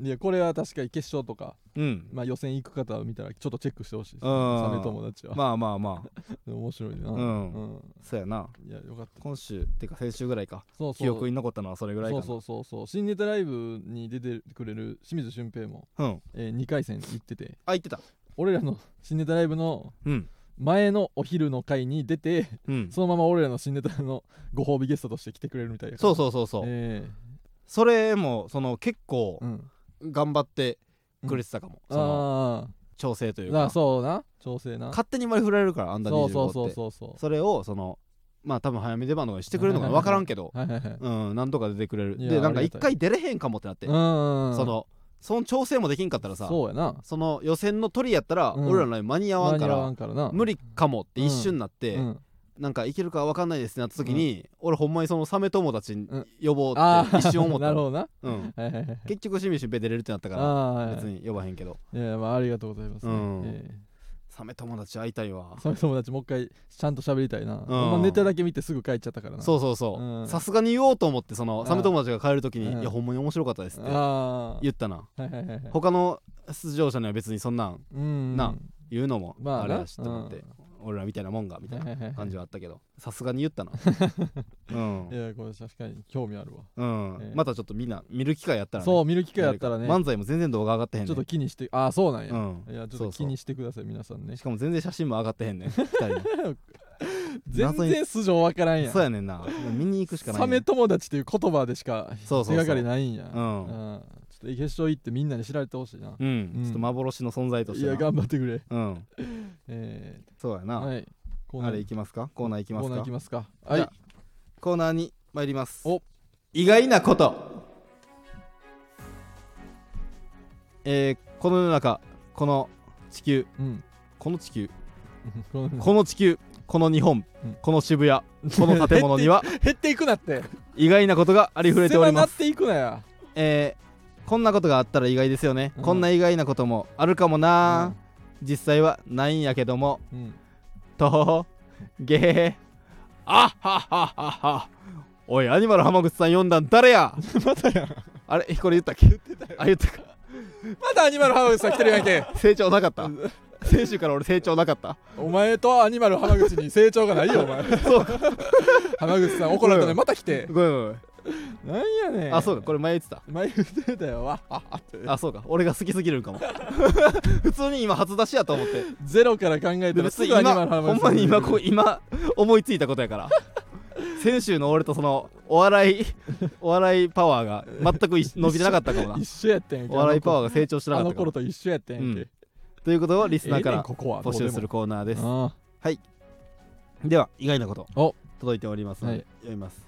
Speaker 1: ん、
Speaker 2: いやこれは確かに決勝とか、
Speaker 1: うん、
Speaker 2: まあ、予選行く方を見たらちょっとチェックしてほしいです、
Speaker 1: うん
Speaker 2: サメ友達 は、
Speaker 1: まあまあまあ
Speaker 2: 面白いな、
Speaker 1: うん
Speaker 2: うん
Speaker 1: そうやない
Speaker 2: やよかった
Speaker 1: 今週ってか先週ぐらいか
Speaker 2: そうそう
Speaker 1: 記憶に残ったのはそれぐらいか
Speaker 2: そう
Speaker 1: な
Speaker 2: そうそうそう新ネタライブに出てくれる清水俊平も、
Speaker 1: うん
Speaker 2: え2回戦行ってて
Speaker 1: あ言ってた
Speaker 2: 俺らの新ネタライブの
Speaker 1: うん
Speaker 2: 前のお昼の回に出て
Speaker 1: うん
Speaker 2: そのまま俺らの新ネタのご褒美ゲストとして来てくれるみたいな
Speaker 1: そう
Speaker 2: う
Speaker 1: そうそうそう、
Speaker 2: え
Speaker 1: それもその結構
Speaker 2: えうん
Speaker 1: 頑張ってくれてたかも、その
Speaker 2: あ
Speaker 1: 調整とい
Speaker 2: ー
Speaker 1: う
Speaker 2: な
Speaker 1: か
Speaker 2: あそうな調整な
Speaker 1: 勝手に生まれ振られるからあんだ25
Speaker 2: そ
Speaker 1: っ
Speaker 2: う
Speaker 1: て
Speaker 2: そうそ
Speaker 1: そう
Speaker 2: そうそ
Speaker 1: れをそのまあ多分早め出番とかにしてくれるのかな分からんけど
Speaker 2: うはいはいはい
Speaker 1: うんなんとか出てくれる
Speaker 2: いや
Speaker 1: でなんか
Speaker 2: あり
Speaker 1: 一
Speaker 2: がた
Speaker 1: 回出れへんかもってなって、
Speaker 2: うん
Speaker 1: そのその調整もできんかったらさ
Speaker 2: そうやな
Speaker 1: その予選の取りやったら、
Speaker 2: うん
Speaker 1: 俺らのライブ間に合わんか
Speaker 2: 間に合わ
Speaker 1: ら
Speaker 2: んからな
Speaker 1: 無理かもって一瞬になって、
Speaker 2: うん
Speaker 1: なんかいけるか分かんないですってなった時に、俺ほんまにそのサメ友達に
Speaker 2: うん
Speaker 1: 呼ぼう
Speaker 2: あ
Speaker 1: って
Speaker 2: あ
Speaker 1: 一瞬思っ
Speaker 2: な
Speaker 1: た
Speaker 2: る
Speaker 1: の、
Speaker 2: ほどな
Speaker 1: うん、
Speaker 2: はいはいはい
Speaker 1: 結局しみしみ出れるってなったか
Speaker 2: ああ
Speaker 1: ら
Speaker 2: はい
Speaker 1: 別に呼ばへんけど
Speaker 2: いやまあありがとうございますね、
Speaker 1: うん
Speaker 2: ええ
Speaker 1: サメ友達会いたいわ
Speaker 2: その友達もう一回ちゃんと喋りたいな、ほんまネタだけ見てすぐ帰っちゃったからな
Speaker 1: そうそうそううんさすがに言おうと思ってその
Speaker 2: あ
Speaker 1: サメ友達が帰る時に「
Speaker 2: うん
Speaker 1: いやほんまに面白かったです」って
Speaker 2: ああ
Speaker 1: 言ったな
Speaker 2: はいはいはいはい
Speaker 1: 他の出場者には別にそんなん
Speaker 2: うん
Speaker 1: な言うのも
Speaker 2: まあな
Speaker 1: あれやしと思って俺らみたいなもんがみたいな
Speaker 2: はいはいはい
Speaker 1: 感じはあったけどさすがに言っ たなうん
Speaker 2: いやこれ確かに興味あるわ、
Speaker 1: うん
Speaker 2: ええ
Speaker 1: またちょっとみんな見る機会やったらね
Speaker 2: そう見る機会あったらね
Speaker 1: 漫才も全然動画上がってへん
Speaker 2: ち
Speaker 1: ね
Speaker 2: ょっと
Speaker 1: ん
Speaker 2: 気にしてああそうなんや、
Speaker 1: うん
Speaker 2: いやち
Speaker 1: そう
Speaker 2: ょっと
Speaker 1: そう
Speaker 2: 気にしてください皆さんね
Speaker 1: しかも全然写真も上がってへん ねん二人の
Speaker 2: 全
Speaker 1: 謎に
Speaker 2: 然素性わからんやん
Speaker 1: そうやねんな見に行くしかない
Speaker 2: サ
Speaker 1: ね
Speaker 2: メ
Speaker 1: ん
Speaker 2: 友達っていう言葉でしか
Speaker 1: そうそうそう
Speaker 2: 手がかりないんや
Speaker 1: うん
Speaker 2: ちょっと決勝行ってみんなに知られてほしいな、
Speaker 1: うん
Speaker 2: うん
Speaker 1: ちょっと幻の存在と
Speaker 2: い
Speaker 1: して
Speaker 2: や
Speaker 1: な
Speaker 2: 頑張ってくれ、
Speaker 1: うん
Speaker 2: ええ
Speaker 1: そうや
Speaker 2: ー、
Speaker 1: な、
Speaker 2: はいコ
Speaker 1: あれいきますかコーナーいきます
Speaker 2: コーナー
Speaker 1: か
Speaker 2: 行きますか
Speaker 1: ゃあ
Speaker 2: はい
Speaker 1: コーナーに参ります
Speaker 2: お
Speaker 1: 意外なことえーこの世の中この地球
Speaker 2: うん
Speaker 1: この地球
Speaker 2: この
Speaker 1: この地球この日本、
Speaker 2: うん
Speaker 1: この 渋谷この建物には
Speaker 2: 減っていくなって
Speaker 1: 意外なことがありふれており
Speaker 2: 狭な
Speaker 1: ま
Speaker 2: っ
Speaker 1: す、
Speaker 2: ていくなや
Speaker 1: えーこんなことがあったら意外ですよね、
Speaker 2: うん
Speaker 1: こんな意外なこともあるかもな、実際はないんやけども
Speaker 2: うん
Speaker 1: とげあっはっはっはっはおいアニマル浜口さん読んだん誰や
Speaker 2: またやん
Speaker 1: あれこれ言ったっけ言ってたあ言ったか
Speaker 2: またアニマル浜口さん来てるやんけ
Speaker 1: 成長なかった先週から俺成長なかった
Speaker 2: お前とアニマル浜口に成長がないよお前
Speaker 1: そう
Speaker 2: か浜口さん怒られたのにまた来て
Speaker 1: ごめんごめんご
Speaker 2: なんやね
Speaker 1: め
Speaker 2: ん
Speaker 1: んあそうかこれ前言ってた
Speaker 2: 前言ってたよわああって
Speaker 1: あそうか俺が好きすぎるんかも 普通に今初出しやと思って
Speaker 2: ゼロから考えたら
Speaker 1: 別
Speaker 2: す
Speaker 1: に
Speaker 2: ぐアニマ
Speaker 1: 今
Speaker 2: ル浜口
Speaker 1: ほんまに今こう今思いついたことやから先週の俺とそのお笑いお笑いパワーが全く一緒伸びてなかった かもな
Speaker 2: 一緒やってんやんけ
Speaker 1: お笑いパワー
Speaker 2: ー
Speaker 1: が成長してな
Speaker 2: あ
Speaker 1: かっ
Speaker 2: の
Speaker 1: たかも
Speaker 2: 頃と一緒やってんやんけ、
Speaker 1: うんということをリスナーか
Speaker 2: ええね
Speaker 1: ら
Speaker 2: んここは
Speaker 1: 募集するコーナー
Speaker 2: で
Speaker 1: です
Speaker 2: あ
Speaker 1: では意外なこと
Speaker 2: お
Speaker 1: 届いておりますので、
Speaker 2: はい
Speaker 1: 読みます、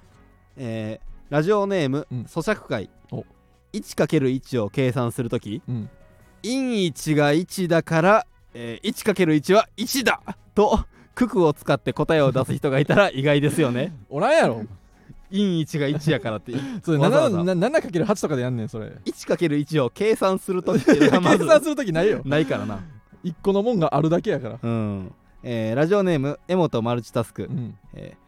Speaker 1: えーラジオネーム、
Speaker 2: うん
Speaker 1: 咀嚼会
Speaker 2: お
Speaker 1: 1×1 を計算するとき
Speaker 2: うん
Speaker 1: 陰1が1だから、えー、1×1 は1だと九九を使って答えを出す人がい たら意外ですよね
Speaker 2: おらんやろ
Speaker 1: 陰1が1やからって
Speaker 2: それ
Speaker 1: わざわざ
Speaker 2: 7×8 とかでやんねんそ れ
Speaker 1: 1×1 を計算するときっていうのはま
Speaker 2: 計
Speaker 1: ず
Speaker 2: 算するときないよ
Speaker 1: ないからな
Speaker 2: 一個のもんがあるだけやから
Speaker 1: うん、えーラジオネームエモとマルチタスク、
Speaker 2: うん
Speaker 1: えー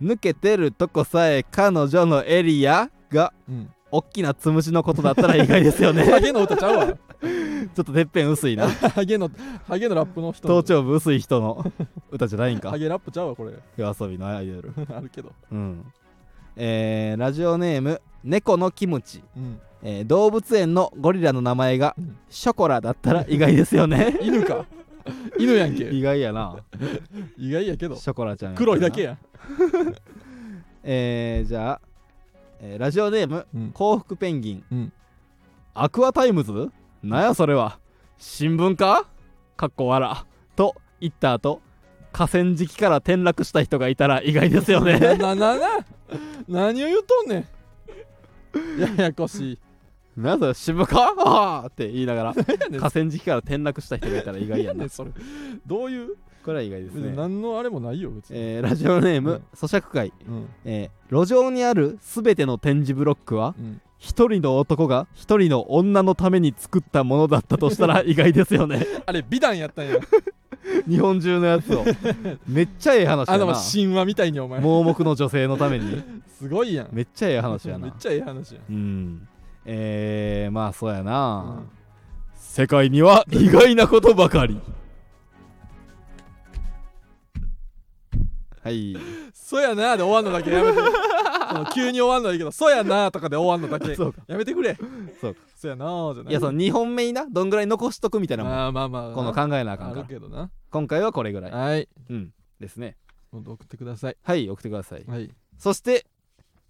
Speaker 1: 抜けてるとこさえ彼女のエリアが
Speaker 2: うん
Speaker 1: 大きなつむしのことだったら意外です よね
Speaker 2: ハゲの歌ちゃうわ
Speaker 1: ちょっとてっぺん薄いな
Speaker 2: ハゲのハゲのラップの人
Speaker 1: 頭頂部薄い人の 歌じゃないんか
Speaker 2: ハゲラップちゃうわこれ
Speaker 1: 夜遊びのアイドル
Speaker 2: あるけど
Speaker 1: うんえーラジオネーム猫のキムチ、
Speaker 2: うん
Speaker 1: えー動物園のゴリラの名前が
Speaker 2: うん
Speaker 1: ショコラだったら意外ですよ ね
Speaker 2: 犬か犬やんけ
Speaker 1: 意外やな
Speaker 2: 意外やけど
Speaker 1: ショコラちゃんやったな
Speaker 2: 黒いだけや
Speaker 1: えーじゃあ、えーラジオネーム
Speaker 2: うん
Speaker 1: 幸福ペンギン、
Speaker 2: うん
Speaker 1: アクアタイムズなんやそれは新聞かかっこわらと言った後河川敷から転落した人がいたら意外ですよ
Speaker 2: な
Speaker 1: ね
Speaker 2: ななな何を言うとんねんややこしい
Speaker 1: なんやそれ新聞かあーって言いながら
Speaker 2: 何やねん
Speaker 1: 河川敷から転落した人がいたら意外や
Speaker 2: 何やね
Speaker 1: なん
Speaker 2: それどういう
Speaker 1: これは意外ですね、
Speaker 2: 何のあれもないよ別に
Speaker 1: えーラジオネー
Speaker 2: う
Speaker 1: ム
Speaker 2: ん
Speaker 1: 咀嚼会、
Speaker 2: うん
Speaker 1: えー路上にあるすべての展示ブロックは
Speaker 2: うん
Speaker 1: 一人の男が一人の女のために作ったものだったとしたら意外ですよね
Speaker 2: あれ美談やったんや
Speaker 1: 日本中のや つをめっちゃええ話
Speaker 2: あ
Speaker 1: や
Speaker 2: の
Speaker 1: な
Speaker 2: 神話みたいにお前
Speaker 1: 盲目の女性のために
Speaker 2: すごいやん
Speaker 1: めっちゃええ話や
Speaker 2: めっ
Speaker 1: な
Speaker 2: ちゃええ話やん
Speaker 1: うんえー、まあそうやな、
Speaker 2: うん
Speaker 1: 世界には意外なことばかりはい
Speaker 2: そうやなーで終わんのだけやめてその急に終わんのはいいけどそうやなーとかで終わんのだけ
Speaker 1: そうか
Speaker 2: やめてくれ
Speaker 1: そうか
Speaker 2: そうやなーじゃない
Speaker 1: いやその2本目になどんぐらい残しとくみたいなもん
Speaker 2: あーまあまあ
Speaker 1: この考えなあかん
Speaker 2: あ
Speaker 1: か
Speaker 2: る
Speaker 1: ら
Speaker 2: けどな
Speaker 1: 今回はこれぐらい
Speaker 2: はい
Speaker 1: うんですね
Speaker 2: 今度送ってください
Speaker 1: はい送ってください
Speaker 2: はい
Speaker 1: そして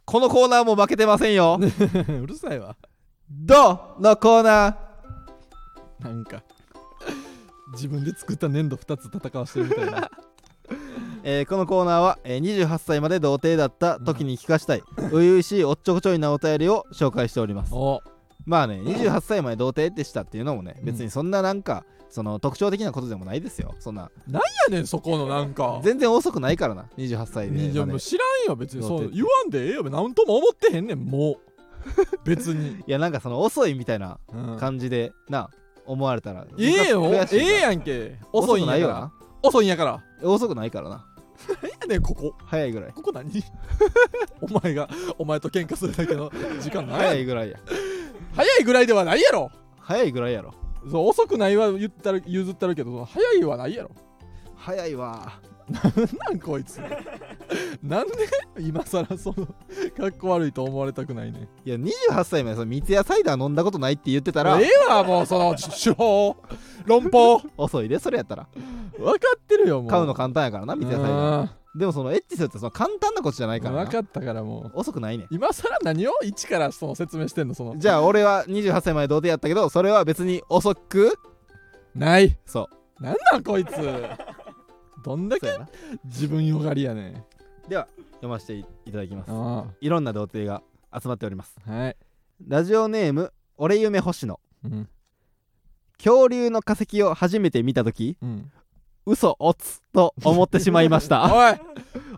Speaker 1: このコーナーも負けてません よ
Speaker 2: うるさいわ
Speaker 1: ドのコーナー
Speaker 2: なんか自分で作った粘土2つ戦わしてるみ たいな
Speaker 1: えーこのコーナーは、えー28歳まで童貞だった時に聞か したい初々しいおっちょこちょいなお便りを紹介しております
Speaker 2: お
Speaker 1: まあね28歳まで童貞でしたっていうのもね
Speaker 2: うん
Speaker 1: 別にそんななんかその特徴的なことでもないですよそんな
Speaker 2: やねんそこのなんか
Speaker 1: 全然遅くないからな28歳で
Speaker 2: い
Speaker 1: ま
Speaker 2: やも
Speaker 1: で
Speaker 2: う
Speaker 1: い
Speaker 2: 知らんよ別に
Speaker 1: 童
Speaker 2: そ
Speaker 1: 貞っ
Speaker 2: う
Speaker 1: て
Speaker 2: 言わんでええよなんとも思ってへんねん もう別に、
Speaker 1: やなんかその遅いみたいな
Speaker 2: うん
Speaker 1: 感じでな思われたら
Speaker 2: ええよ
Speaker 1: 悔
Speaker 2: え
Speaker 1: しいな
Speaker 2: えやんけ遅
Speaker 1: 遅
Speaker 2: い
Speaker 1: く
Speaker 2: ん
Speaker 1: な
Speaker 2: や
Speaker 1: い
Speaker 2: か
Speaker 1: よ
Speaker 2: ら
Speaker 1: な
Speaker 2: 遅いんやから
Speaker 1: 遅くないからな
Speaker 2: 何やねんここ
Speaker 1: 早いぐらい
Speaker 2: ここ何 お前がお前と喧嘩するだけの時間な
Speaker 1: 早
Speaker 2: い
Speaker 1: いぐらいや
Speaker 2: 早いぐらいではないやろ
Speaker 1: 早いぐらいやろ
Speaker 2: そう遅くないは言ったる譲ったるけどその早いはないやろ
Speaker 1: 早いわ
Speaker 2: なんこいつ なんで 今さらそのかっこ悪いと思われたくないねん
Speaker 1: いや28歳までその三ツ矢サイダー飲んだことないって言ってたら
Speaker 2: ええわもうその手法論 法
Speaker 1: 遅いでそれやったら
Speaker 2: 分かってるよもう
Speaker 1: 買うの簡単やからな三ツ矢サイダー
Speaker 2: うん
Speaker 1: でもそのエッチするってその簡単なことじゃないから
Speaker 2: 分
Speaker 1: な
Speaker 2: かったからもう
Speaker 1: 遅くないね
Speaker 2: 今さら何を一からその説明してんのその
Speaker 1: じゃあ俺は28歳まで童貞やったけどそれは別に遅く
Speaker 2: ない
Speaker 1: そ
Speaker 2: なんなんこいつどんだ
Speaker 1: そう
Speaker 2: け
Speaker 1: やな
Speaker 2: 自分よがりやねん
Speaker 1: では読ませていただきます
Speaker 2: あ
Speaker 1: いろんな童貞が集まっております
Speaker 2: あはい、
Speaker 1: ラジオネーム俺夢星野
Speaker 2: うん
Speaker 1: 恐竜の化石を初めて見た時
Speaker 2: うん、
Speaker 1: 嘘おつと思ってしまいまし た
Speaker 2: おい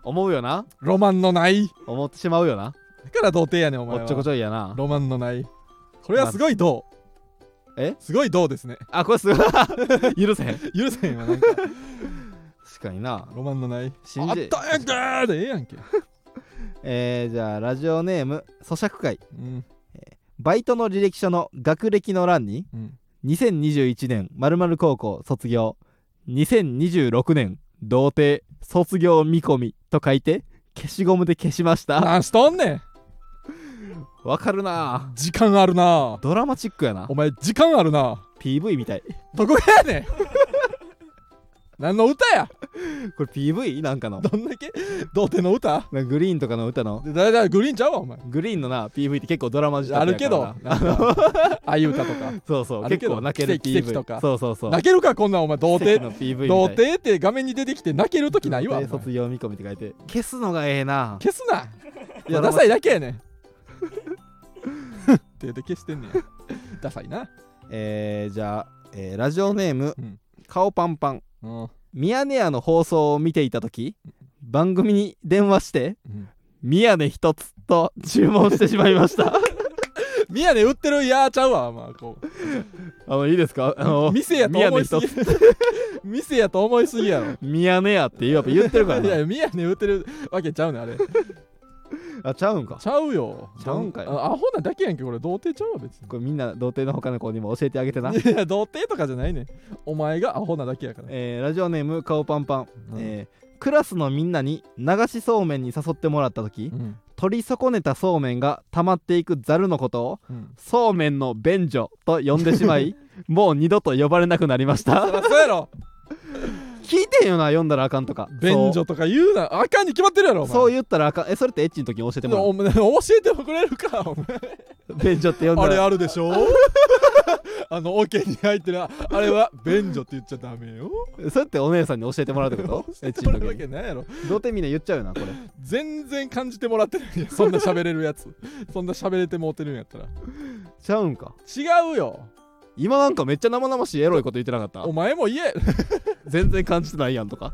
Speaker 1: 思うよな
Speaker 2: ロマンのない
Speaker 1: 思ってしまうよな
Speaker 2: だから童貞やねんお
Speaker 1: お
Speaker 2: 前
Speaker 1: っちょこ
Speaker 2: は
Speaker 1: ちょいやな
Speaker 2: ロマンのないこれはすごいどう
Speaker 1: え
Speaker 2: すごいどうですね
Speaker 1: あこれすごい 許せへん
Speaker 2: 許せへん わなんか
Speaker 1: 確かにな
Speaker 2: ロマンのない
Speaker 1: 信じ
Speaker 2: あったやんけーでええやんけ、
Speaker 1: えー、じゃあラジオネーム咀嚼会
Speaker 2: うん
Speaker 1: バイトの履歴書の学歴の欄に
Speaker 2: うん、
Speaker 1: 2021年〇〇高校卒業2026年童貞卒業見込みと書いて消しゴムで消しました
Speaker 2: 何しとんねん
Speaker 1: わかるな
Speaker 2: 時間あるな
Speaker 1: ドラマチックやな
Speaker 2: お前時間あるな
Speaker 1: PV みたい
Speaker 2: どこがやねん何の歌や
Speaker 1: これ PV? なんかの
Speaker 2: どんだけ童貞の歌
Speaker 1: なんかグリーンとかの歌の
Speaker 2: でだいたいグリーンちゃうわお前
Speaker 1: グリーンのな PV って結構ドラマ仕立
Speaker 2: あ
Speaker 1: て
Speaker 2: る
Speaker 1: やか
Speaker 2: け
Speaker 1: ら
Speaker 2: ど
Speaker 1: な
Speaker 2: なんか ああいう歌とか
Speaker 1: そうそう
Speaker 2: あるけ
Speaker 1: 結
Speaker 2: ど
Speaker 1: 構泣ける PV
Speaker 2: 奇跡奇跡とか
Speaker 1: そうそうそう
Speaker 2: 泣けるかこんなんお前童
Speaker 1: 奇跡
Speaker 2: 貞
Speaker 1: の PV みたい
Speaker 2: 童貞って画面に出てきて泣ける時ないわお前
Speaker 1: 童貞卒業見込みって書いて消すのがええな
Speaker 2: 消すないい
Speaker 1: や
Speaker 2: やダサいだけやねん ってで消してんねんダサいな
Speaker 1: えー、じゃあ、えーラジオネーム、
Speaker 2: うん
Speaker 1: 顔パンパン
Speaker 2: うん
Speaker 1: ミヤネ屋の放送を見ていた時番組に電話して
Speaker 2: うん
Speaker 1: 「ミヤネ一つ」と注文してしまいました
Speaker 2: 宮根売ってるいやーちゃうわまあこう
Speaker 1: あのいいですかあの
Speaker 2: 店やと思いすぎ 店やと思いすぎやろ
Speaker 1: ミヤネ屋ってやっぱ言ってるから
Speaker 2: いやい
Speaker 1: な
Speaker 2: や宮根売ってるわけちゃうねんあれ
Speaker 1: あちゃうんか
Speaker 2: ちゃうよ
Speaker 1: ちゃうんかい
Speaker 2: あアホなだけやんけこれ童貞ちゃうわ別に
Speaker 1: これみんな童貞の他の子にも教えてあげてな、
Speaker 2: いや童貞とかじゃないねんお前がアホなだけやから、
Speaker 1: えーラジオネーム顔パンパン、
Speaker 2: うん
Speaker 1: えークラスのみんなに流しそうめんに誘ってもらった時
Speaker 2: うん
Speaker 1: 取り損ねたそうめんが溜まっていくザルのことを
Speaker 2: うん、
Speaker 1: そうめんの便所と呼んでしま いもう二度と呼ばれなくなりまし
Speaker 2: そ
Speaker 1: た
Speaker 2: らそうやろ
Speaker 1: 聞いてんよな読んだらあかんとか
Speaker 2: 便所とか言うなあかんに決まってるやろお
Speaker 1: そう
Speaker 2: 前
Speaker 1: そう
Speaker 2: う
Speaker 1: 言ったらあかんえそれってエッチの時に教えてもら
Speaker 2: お 前教えてもくれるかお前
Speaker 1: う 便所って呼ん
Speaker 2: あ
Speaker 1: だ
Speaker 2: れ
Speaker 1: ら
Speaker 2: あるでしょ あのオケに入ってるああれは便所って言っちゃダメよ
Speaker 1: それってお姉さんに教えてもらうって ことエッチ
Speaker 2: こ
Speaker 1: の
Speaker 2: れ
Speaker 1: 時
Speaker 2: だ
Speaker 1: に
Speaker 2: けなんやろ
Speaker 1: 童貞みんな言っちゃうよなこれ
Speaker 2: 全然感じてもらってないやんそんな喋れるやつそんな喋れてもうてるんやったら
Speaker 1: ちゃうんか
Speaker 2: 違うよ
Speaker 1: 今なんかめっちゃ生々しいエロいこと言ってなかった
Speaker 2: お前も言え
Speaker 1: 全然感じてないやんとか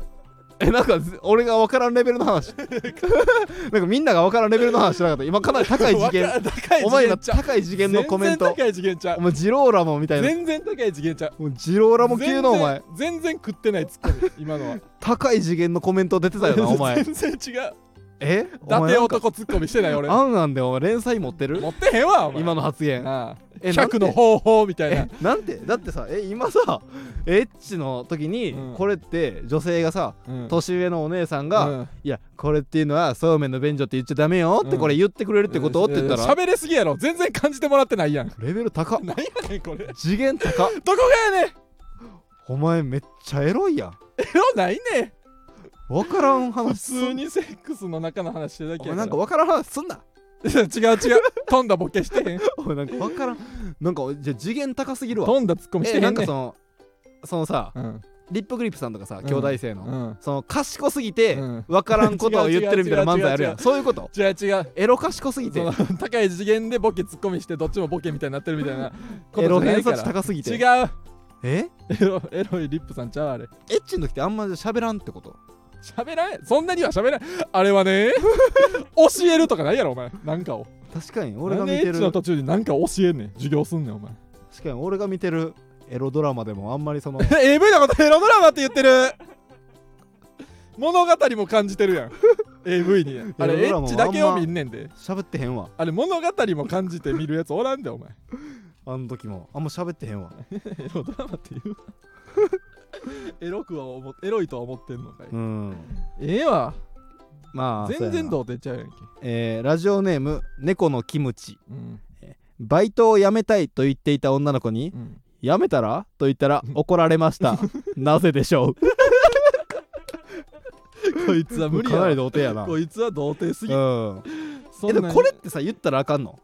Speaker 1: えなんかず俺が分からんレベルの 話なんかみんなが分からんレベルの話してなかった今かなり高い 次元
Speaker 2: わか高い
Speaker 1: お
Speaker 2: 次
Speaker 1: 前今
Speaker 2: 元ちゃう
Speaker 1: 高い次元のコメント
Speaker 2: 全然高い次元ちゃ
Speaker 1: お
Speaker 2: う
Speaker 1: 前ジローラモみたいな
Speaker 2: 全然高い次元ちゃう
Speaker 1: もうジローラモ級のお前
Speaker 2: 全然全然食ってないツッコミ今のは
Speaker 1: 高い次元のコメント出てたよ なお前
Speaker 2: 全然違う
Speaker 1: え
Speaker 2: 伊
Speaker 1: お前
Speaker 2: 達
Speaker 1: なんか
Speaker 2: 男ツッコミし てない俺
Speaker 1: あんあんでお前連載持ってる
Speaker 2: 持ってへんわお前
Speaker 1: 今の発言
Speaker 2: ああ
Speaker 1: え
Speaker 2: 100の方法みたい
Speaker 1: え
Speaker 2: な
Speaker 1: なんてだってさえ今さエッチの時に、
Speaker 2: うん
Speaker 1: これって女性がさ
Speaker 2: うん
Speaker 1: 年上のお姉さんが、
Speaker 2: うん
Speaker 1: いやこれっていうのはそうめんの便所って言っちゃダメよって
Speaker 2: うん
Speaker 1: これ言ってくれるってこと、って言ったら、
Speaker 2: 喋れすぎやろ全然感じてもらっ てないやん
Speaker 1: レベル高っ
Speaker 2: 何やねんこれど
Speaker 1: 次元高っ
Speaker 2: こがやねん
Speaker 1: お前めっちゃエロいやん
Speaker 2: エロないねん
Speaker 1: 分からん
Speaker 2: 普
Speaker 1: 話す
Speaker 2: 通にセックスの中の話してるだ
Speaker 1: お
Speaker 2: け
Speaker 1: 前
Speaker 2: や
Speaker 1: な
Speaker 2: か
Speaker 1: んか分
Speaker 2: ら
Speaker 1: からん話すんな
Speaker 2: 違う違う飛んだボケして へん
Speaker 1: お前なんか分からんなんかじゃあ次元高すぎるわ
Speaker 2: 飛んだツッコミして
Speaker 1: え
Speaker 2: へ
Speaker 1: なんんか
Speaker 2: ねん
Speaker 1: そのそのさ
Speaker 2: うん
Speaker 1: リップグリップさんとかさ
Speaker 2: ん
Speaker 1: 兄弟生の、
Speaker 2: うん
Speaker 1: その賢すぎて、
Speaker 2: うん
Speaker 1: 分からんことを言ってるみたいな漫才あるや
Speaker 2: 違う違う違うん
Speaker 1: そういうこと
Speaker 2: 違う違う
Speaker 1: エロ賢すぎて
Speaker 2: その高い次元でボケツッコミしてどっちもボケみたいになってるみたいなこ と
Speaker 1: エロ
Speaker 2: じゃな
Speaker 1: 偏
Speaker 2: いか
Speaker 1: 差
Speaker 2: ら
Speaker 1: 値高すぎて
Speaker 2: 違う
Speaker 1: え
Speaker 2: エロエロいリップさんちゃうあれ
Speaker 1: エッチの時ってあんま喋らんってこと
Speaker 2: 喋らんそんなには喋らんあれ はね教えるとかないやろお前なんかを
Speaker 1: 確かに俺が
Speaker 2: なん
Speaker 1: 見
Speaker 2: でエ
Speaker 1: てる
Speaker 2: ッチ
Speaker 1: 確
Speaker 2: の途中になんか教えんねん授業すんねんお前
Speaker 1: かに俺が見てるエロドラマでもあんま りその
Speaker 2: AV のことエロドラマって言ってる物語も感じてるやん AV にあれ
Speaker 1: エ
Speaker 2: エ
Speaker 1: ロドラマもあんま
Speaker 2: ッチだけを見んねんで
Speaker 1: 喋ってへんわ
Speaker 2: あれ物語も感じて見るやつおらんでお前
Speaker 1: あの時もあんま喋ってへんわ
Speaker 2: エロドラマって言うエロくは思っエロいとは思ってんのかい、
Speaker 1: うん
Speaker 2: ええわ
Speaker 1: まあ
Speaker 2: 全然
Speaker 1: ど
Speaker 2: 童貞ちゃうやんけ、
Speaker 1: えーラジオネーム猫のキムチ
Speaker 2: うん
Speaker 1: バイトを辞めたいと言っていた女の子に
Speaker 2: うん、
Speaker 1: 辞めたらと言った ら怒られましたなぜでしょ
Speaker 2: こいつは
Speaker 1: う
Speaker 2: 無理
Speaker 1: かなり
Speaker 2: や
Speaker 1: 童貞やな
Speaker 2: こいつは童貞すぎ
Speaker 1: うん、
Speaker 2: そ
Speaker 1: え
Speaker 2: ん
Speaker 1: でも
Speaker 2: なに
Speaker 1: これってさ言ったらあかんの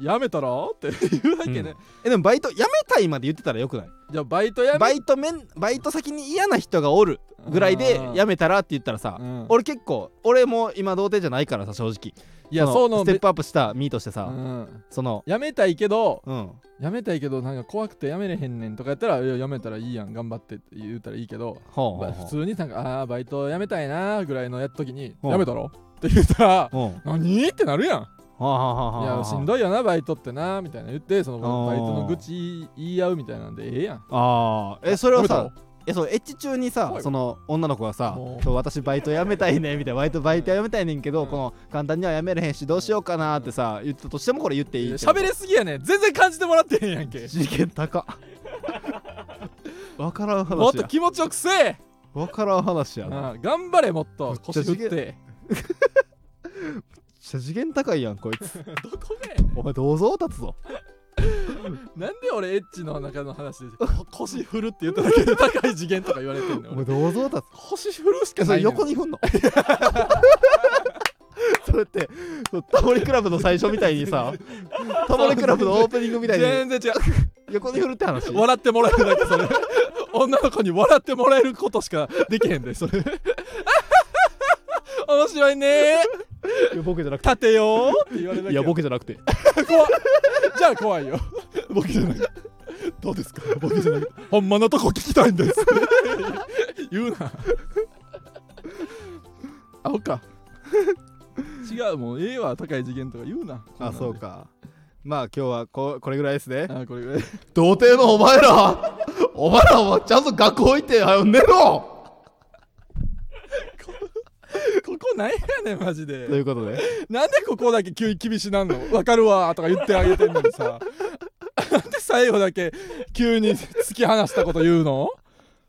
Speaker 2: やめたらって言うわけね、
Speaker 1: えでもバイトやめたいまで言ってたらよくない
Speaker 2: じゃあバイトやめ
Speaker 1: バイトめんバイト先に嫌な人がおるぐらいでや
Speaker 2: め
Speaker 1: めたらって言ったらさ、
Speaker 2: うん
Speaker 1: 俺結構俺も今童貞じゃないからさ正直
Speaker 2: いや
Speaker 1: の
Speaker 2: そうの
Speaker 1: ステップアップした身としてさ、
Speaker 2: うん
Speaker 1: その
Speaker 2: やめたいけど
Speaker 1: うん
Speaker 2: やめたいけどなんか怖くてやめれへんねんとかやったらいややめたらいいやん頑張ってって言うたらいいけど
Speaker 1: ほうほ
Speaker 2: ま
Speaker 1: う
Speaker 2: あ
Speaker 1: ほ
Speaker 2: 普通になんかああーバイトやめたいなーぐらいのやった時に
Speaker 1: うん
Speaker 2: やめたろって言ったら
Speaker 1: ううん
Speaker 2: 何ってなるやん
Speaker 1: はあはあはあ
Speaker 2: い
Speaker 1: はあ
Speaker 2: やしんどいよなバイトってなみたいな言ってその
Speaker 1: あー
Speaker 2: バイトの愚痴言い合うみたいなんでええやん
Speaker 1: あーえそれを
Speaker 2: やめ
Speaker 1: さ
Speaker 2: た
Speaker 1: えそうエッチ中にさ
Speaker 2: 怖い
Speaker 1: その女の子がさ
Speaker 2: も
Speaker 1: 「
Speaker 2: う
Speaker 1: そう私バイト辞めたいね」みたいな「バイトバイト辞めたいねんけど、
Speaker 2: うん
Speaker 1: この簡単には辞めれへんしどうしようかな」ってさ言ったとしてもこれ言っていい
Speaker 2: いや
Speaker 1: ってこと
Speaker 2: 喋れすぎやねん全然感じてもらってへんやんけ
Speaker 1: 次元高っわからん
Speaker 2: もっ
Speaker 1: 話
Speaker 2: と
Speaker 1: や
Speaker 2: 気持ちよくせえ
Speaker 1: わからん話やなめっ
Speaker 2: うん頑張れもっと
Speaker 1: めっちゃ
Speaker 2: 腰振って
Speaker 1: ちゃ次元高いやんこいつ
Speaker 2: どこがやねん
Speaker 1: お前銅像立つぞ
Speaker 2: なんで俺エッチの中 の話でこ腰振るって言っただけで高い次元とか言われてんね
Speaker 1: お
Speaker 2: ん
Speaker 1: 前
Speaker 2: 俺
Speaker 1: 銅像立つ
Speaker 2: 腰振るしか
Speaker 1: えそ
Speaker 2: な
Speaker 1: れ
Speaker 2: いねん
Speaker 1: 横に振ん のそれってそうタモリクラブの最初みたいにさタモリクラブのオープニングみたいに
Speaker 2: 全然違う
Speaker 1: 横に振るって話
Speaker 2: 笑ってもらえるだけそ れ女の子に笑ってもらえることしかできへんで それ面白いね
Speaker 1: いやボケじゃなく
Speaker 2: 立てよーって言われるだ
Speaker 1: て
Speaker 2: け
Speaker 1: いやボ
Speaker 2: ケ
Speaker 1: ケじゃなく て
Speaker 2: 怖っじゃあ怖いよボケじゃないどうで すかボケじゃないほんまのとこ聞きたいんです 言うなあほっか違うもうええわ高い次元とか言うな
Speaker 1: あそうかまあ今日はここれぐらいですね
Speaker 2: あこれぐらい
Speaker 1: 童貞のお前ら お前らはちゃんと学校行ってはよ寝ろ
Speaker 2: ここなんやねんマジで
Speaker 1: ということで
Speaker 2: なんでここだけ急に厳しなんのわかるわとか言ってあげてんのにさなんで最後だけ急に突き放したこと言うの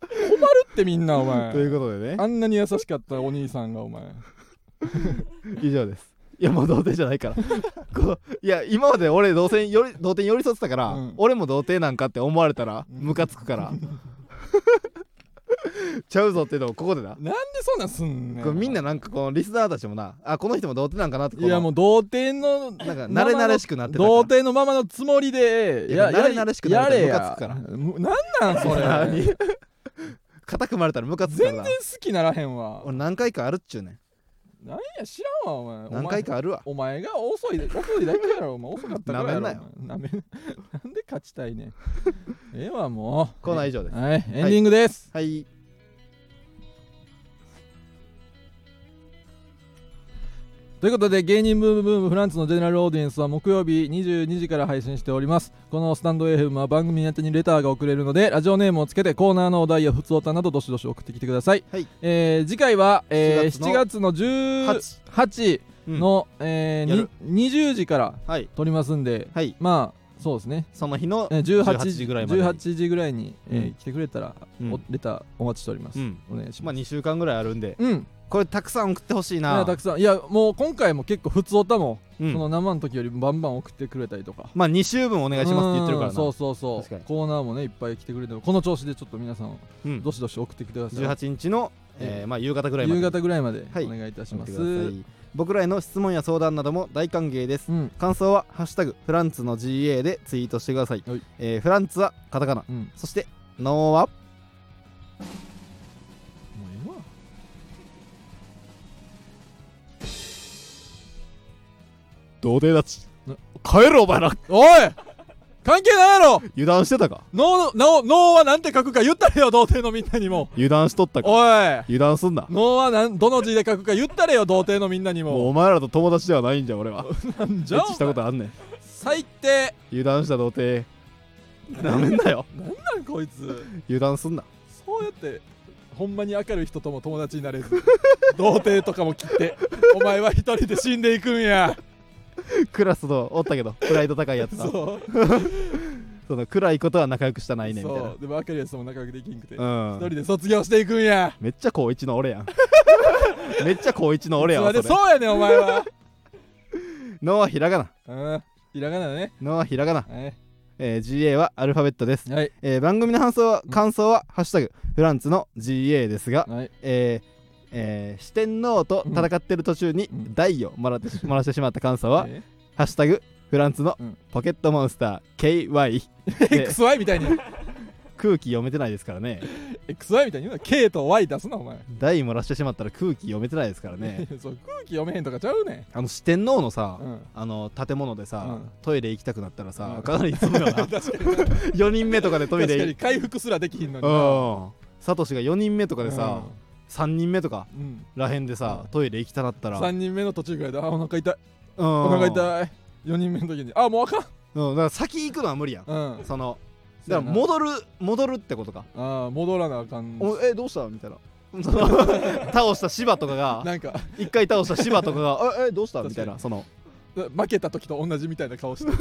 Speaker 2: 困るってみんなお
Speaker 1: とい
Speaker 2: 前
Speaker 1: うことでね
Speaker 2: あんなに優しかったお兄さんがお前
Speaker 1: 以上ですいやもう童貞じゃない からこういや今まで俺童貞により童貞に寄り添ってたから、
Speaker 2: うん
Speaker 1: 俺も童貞なんかって思われたらムカつく からちゃうぞっていうのをここでな、
Speaker 2: なんでそんなんすんね
Speaker 1: こうんみんななんかこのリスナーたちもなあこの人も童貞なんかなってこ
Speaker 2: い
Speaker 1: の
Speaker 2: やもう童貞のなん
Speaker 1: なんか慣れ慣れしくなってたから
Speaker 2: 童貞のままのつもりで
Speaker 1: いや
Speaker 2: や
Speaker 1: 慣れ慣れしくなると
Speaker 2: やれ
Speaker 1: ムカつ
Speaker 2: や
Speaker 1: くから
Speaker 2: むなんなんそれ
Speaker 1: 何固くまれたらムカつくから
Speaker 2: 全然
Speaker 1: な
Speaker 2: 好きならへんわ
Speaker 1: 俺何回かあるっちゅうねん
Speaker 2: なんや知らんわお前お前
Speaker 1: 何回かあるわ
Speaker 2: お前が遅いで遅いだけやろお前遅かったからや
Speaker 1: なめ
Speaker 2: ろ
Speaker 1: んなよ
Speaker 2: お前なめんなんで勝ちた いねんええわもう
Speaker 1: コーナー以上です
Speaker 2: はいエンディングです、
Speaker 1: はい
Speaker 2: ということで芸人ブームブームフランツのジェネラルオーディエンスは木曜日22時から配信しておりますこのスタンド FM は番組宛てにレターが送れるのでラジオネームをつけてコーナーのお題や普通歌などどしどし送ってきてください、
Speaker 1: はい
Speaker 2: えー次回は、えー7
Speaker 1: 7
Speaker 2: 月の18
Speaker 1: 8
Speaker 2: の、えー
Speaker 1: やる
Speaker 2: に20時から
Speaker 1: はい
Speaker 2: 撮りますんで
Speaker 1: はい
Speaker 2: まあそうですね
Speaker 1: その日の
Speaker 2: えー18
Speaker 1: 18時ぐらいまでに
Speaker 2: 18時ぐらいに、えー
Speaker 1: うん
Speaker 2: 来てくれたら、
Speaker 1: うん
Speaker 2: おレターお待ちしております、
Speaker 1: うん
Speaker 2: お願いし
Speaker 1: ま
Speaker 2: ま
Speaker 1: あ
Speaker 2: す
Speaker 1: 2週間ぐらいあるんで
Speaker 2: うん
Speaker 1: これたくさん送ってほしい
Speaker 2: いや
Speaker 1: な
Speaker 2: たくさんいやもう今回も結構普通おたも、
Speaker 1: うん
Speaker 2: その生の時よりバンバン送ってくれたりとか
Speaker 1: まあ2週分お
Speaker 2: お
Speaker 1: 願いしますって言ってるからな
Speaker 2: そうそうそう
Speaker 1: 確かに
Speaker 2: コーナーもねいっぱい来てくれてるこの調子でちょっと皆さん
Speaker 1: うん
Speaker 2: どしどし送ってきてください
Speaker 1: 18日の、えーまあ、夕方ぐらいまで
Speaker 2: 夕方ぐらいまで
Speaker 1: は
Speaker 2: お
Speaker 1: い
Speaker 2: 願いいたし
Speaker 1: 送っ
Speaker 2: ま
Speaker 1: て
Speaker 2: す、
Speaker 1: ください僕らへの質問や相談なども大歓迎です
Speaker 2: うん
Speaker 1: 感想は「ハッシュタグフランツの GA」でツイートしてください、
Speaker 2: はい
Speaker 1: えーフランツはカタカナ
Speaker 2: うんも
Speaker 1: そしてノーは
Speaker 2: うええわ
Speaker 1: 童貞立ち
Speaker 2: な
Speaker 1: 帰ろお前ら
Speaker 2: おい関係ないやろ
Speaker 1: 油断してたか
Speaker 2: 脳の脳脳はなんて書くか言ったれよ童貞のみんなにも
Speaker 1: 油断しとった
Speaker 2: おい
Speaker 1: 油断すんな
Speaker 2: 脳はなんどの字で書くか言ったれよ童貞のみんなにも
Speaker 1: お前らと友達ではないんじゃ俺は
Speaker 2: なんじ
Speaker 1: ジ
Speaker 2: ゃ
Speaker 1: ャ
Speaker 2: お
Speaker 1: ッチしたことあんねん
Speaker 2: 前最低
Speaker 1: 油断した童貞なめんなよ
Speaker 2: なんこいつ
Speaker 1: 油断すんな
Speaker 2: そうやってほんまに明るい人とも友達になれず童貞とかも切ってお前は一人で死んでいく んや
Speaker 1: クラスのおったけどプライド高いやつな
Speaker 2: そう
Speaker 1: その暗いことは仲良くしたないねみたい
Speaker 2: そうでも明るいやつとも仲良くできんくて一、
Speaker 1: なう
Speaker 2: 人
Speaker 1: ん
Speaker 2: で卒業していくんや
Speaker 1: めっちゃ高一の俺や んめっちゃ高一の俺や
Speaker 2: そ
Speaker 1: わ
Speaker 2: れ
Speaker 1: そ
Speaker 2: で
Speaker 1: れ
Speaker 2: そうやねんお前 は
Speaker 1: のはひらがな
Speaker 2: うんひらがなね
Speaker 1: のはひらがな、
Speaker 2: はい、
Speaker 1: えー GA はアルファベットです、
Speaker 2: はい
Speaker 1: えー番組の感想は感想は「ハッシュタグフランツの GA」ですが、
Speaker 2: はい、
Speaker 1: えーえー四天王と戦ってる途中に
Speaker 2: うん
Speaker 1: 台をもらってしもらしてしまった感想は
Speaker 2: え
Speaker 1: 「ハッシュタグフランスの
Speaker 2: うん
Speaker 1: ポケットモンスター KY で
Speaker 2: XY みたいに
Speaker 1: 空気読めてないですからね
Speaker 2: XY みたいに言うな K と Y 出すなお前
Speaker 1: 台漏らしてしまったら空気読めてないですから ね
Speaker 2: そう空気読めへんとかちゃうねん
Speaker 1: あの四天王のさ、
Speaker 2: うん
Speaker 1: あの建物でさ、
Speaker 2: うん
Speaker 1: トイレ行きたくなったらさ、
Speaker 2: うん
Speaker 1: かなり積むよな
Speaker 2: 確かに
Speaker 1: 4人目とかでトイ
Speaker 2: 確か
Speaker 1: レ
Speaker 2: に回復すらできひんのにな
Speaker 1: うんサトシが4人目とかでさ、3人目とか
Speaker 2: うんうん
Speaker 1: らへんでさ、
Speaker 2: うん
Speaker 1: トイレ行きたなったら、
Speaker 2: 3人目の途中ぐらいであお腹痛い
Speaker 1: うん
Speaker 2: お腹痛い4人目の時にあもうあか
Speaker 1: うん、だから先行くのは無理やん、
Speaker 2: んうん
Speaker 1: その
Speaker 2: そう
Speaker 1: だ
Speaker 2: や
Speaker 1: か
Speaker 2: な
Speaker 1: ら戻る戻るってことか、
Speaker 2: ああ戻らなあかん
Speaker 1: おえどうしたみたいな その倒した芝とかが
Speaker 2: なんか
Speaker 1: 一回倒した芝とかが 「ええどうした?」みたい
Speaker 2: 確か
Speaker 1: な
Speaker 2: に
Speaker 1: その
Speaker 2: 負けた時と同じみたいな顔して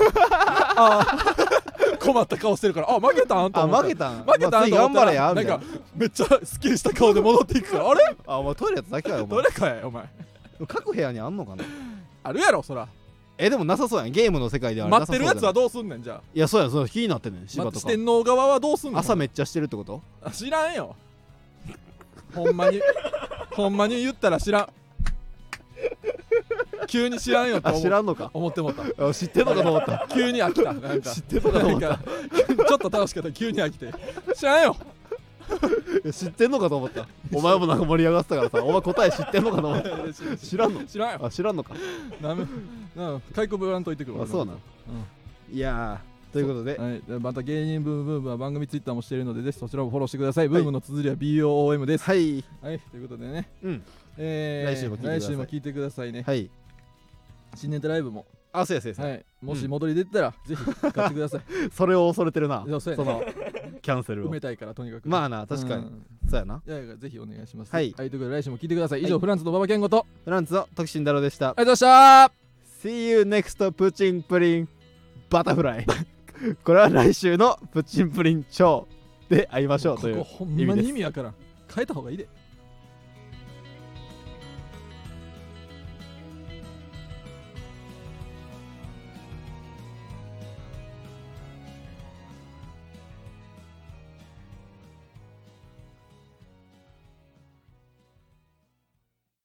Speaker 2: あー 困った顔してるからあ負けたんと
Speaker 1: あ
Speaker 2: 思った
Speaker 1: 負けたん
Speaker 2: 負けた
Speaker 1: まあ
Speaker 2: ん
Speaker 1: 次
Speaker 2: と
Speaker 1: 頑
Speaker 2: 思った
Speaker 1: 張
Speaker 2: ら
Speaker 1: れやみたい
Speaker 2: な
Speaker 1: なん
Speaker 2: かめっちゃスッキリした顔で戻ってい くからあれ
Speaker 1: あお前トイレやっただけかよお
Speaker 2: ど
Speaker 1: 前
Speaker 2: れかやお前
Speaker 1: 各部屋にあんのかな
Speaker 2: あるやろそら
Speaker 1: えでもなさそうやんゲームの世界では
Speaker 2: 待ってるやつは
Speaker 1: ど
Speaker 2: どうすんねんじゃあ
Speaker 1: いやそうやんそうやん気になってんねん芝
Speaker 2: 待
Speaker 1: と
Speaker 2: ち
Speaker 1: か
Speaker 2: てんの側はどうすんの
Speaker 1: 朝めっちゃしてるってこと
Speaker 2: あ知らんよほんまにほんまに言ったら知らん急に知らんよと
Speaker 1: あ
Speaker 2: 思
Speaker 1: 知らん のか
Speaker 2: 思ってもった
Speaker 1: あ知ってんのかと思った
Speaker 2: 急に飽きたなんか
Speaker 1: 知ってたと思った
Speaker 2: なんかちょっと楽しかった急に飽きて知らんよ
Speaker 1: いや 知ってんのかと思ったお前もなんか盛り上がってたから さお前答え知ってんのかと思った知らんの
Speaker 2: 知らんよ
Speaker 1: あ知らんのか
Speaker 2: なめな開口ブランといてくる
Speaker 1: あそうなんいやーということで
Speaker 2: はい、また芸人ブームブームは番組ツイッターもしているのでぜひそちらもフォローしてください、ブームの綴りは BOOM です
Speaker 1: はい
Speaker 2: はいということでね、
Speaker 1: うん
Speaker 2: えー
Speaker 1: 来週も聞いてください
Speaker 2: 来週も聞いてくださいね、
Speaker 1: はい
Speaker 2: 新ネタライブも
Speaker 1: あそうやそうやそうや
Speaker 2: はい、もし戻り出てたら、ぜひ買ってくだ さい。
Speaker 1: それを恐れてるな
Speaker 2: そうそう
Speaker 1: そ
Speaker 2: やね
Speaker 1: のキャンセル
Speaker 2: 埋
Speaker 1: を
Speaker 2: めたいからとにかく。
Speaker 1: ま
Speaker 2: あ
Speaker 1: あな確かに
Speaker 2: に。
Speaker 1: そうやない
Speaker 2: やいやぜひお願いします。
Speaker 1: はい
Speaker 2: ということで来週も聞いてください。以上、
Speaker 1: はい
Speaker 2: フランスの馬場健吾と
Speaker 1: フランツの徳慎太郎でした
Speaker 2: ありがとうございました。
Speaker 1: See you next プチンプリンバタフラ イこれは来週のプチンプリン超で会いましょうとい
Speaker 2: こ
Speaker 1: う
Speaker 2: こほんま
Speaker 1: 意味で
Speaker 2: に
Speaker 1: す
Speaker 2: 意味わからん。変えた方がいいで。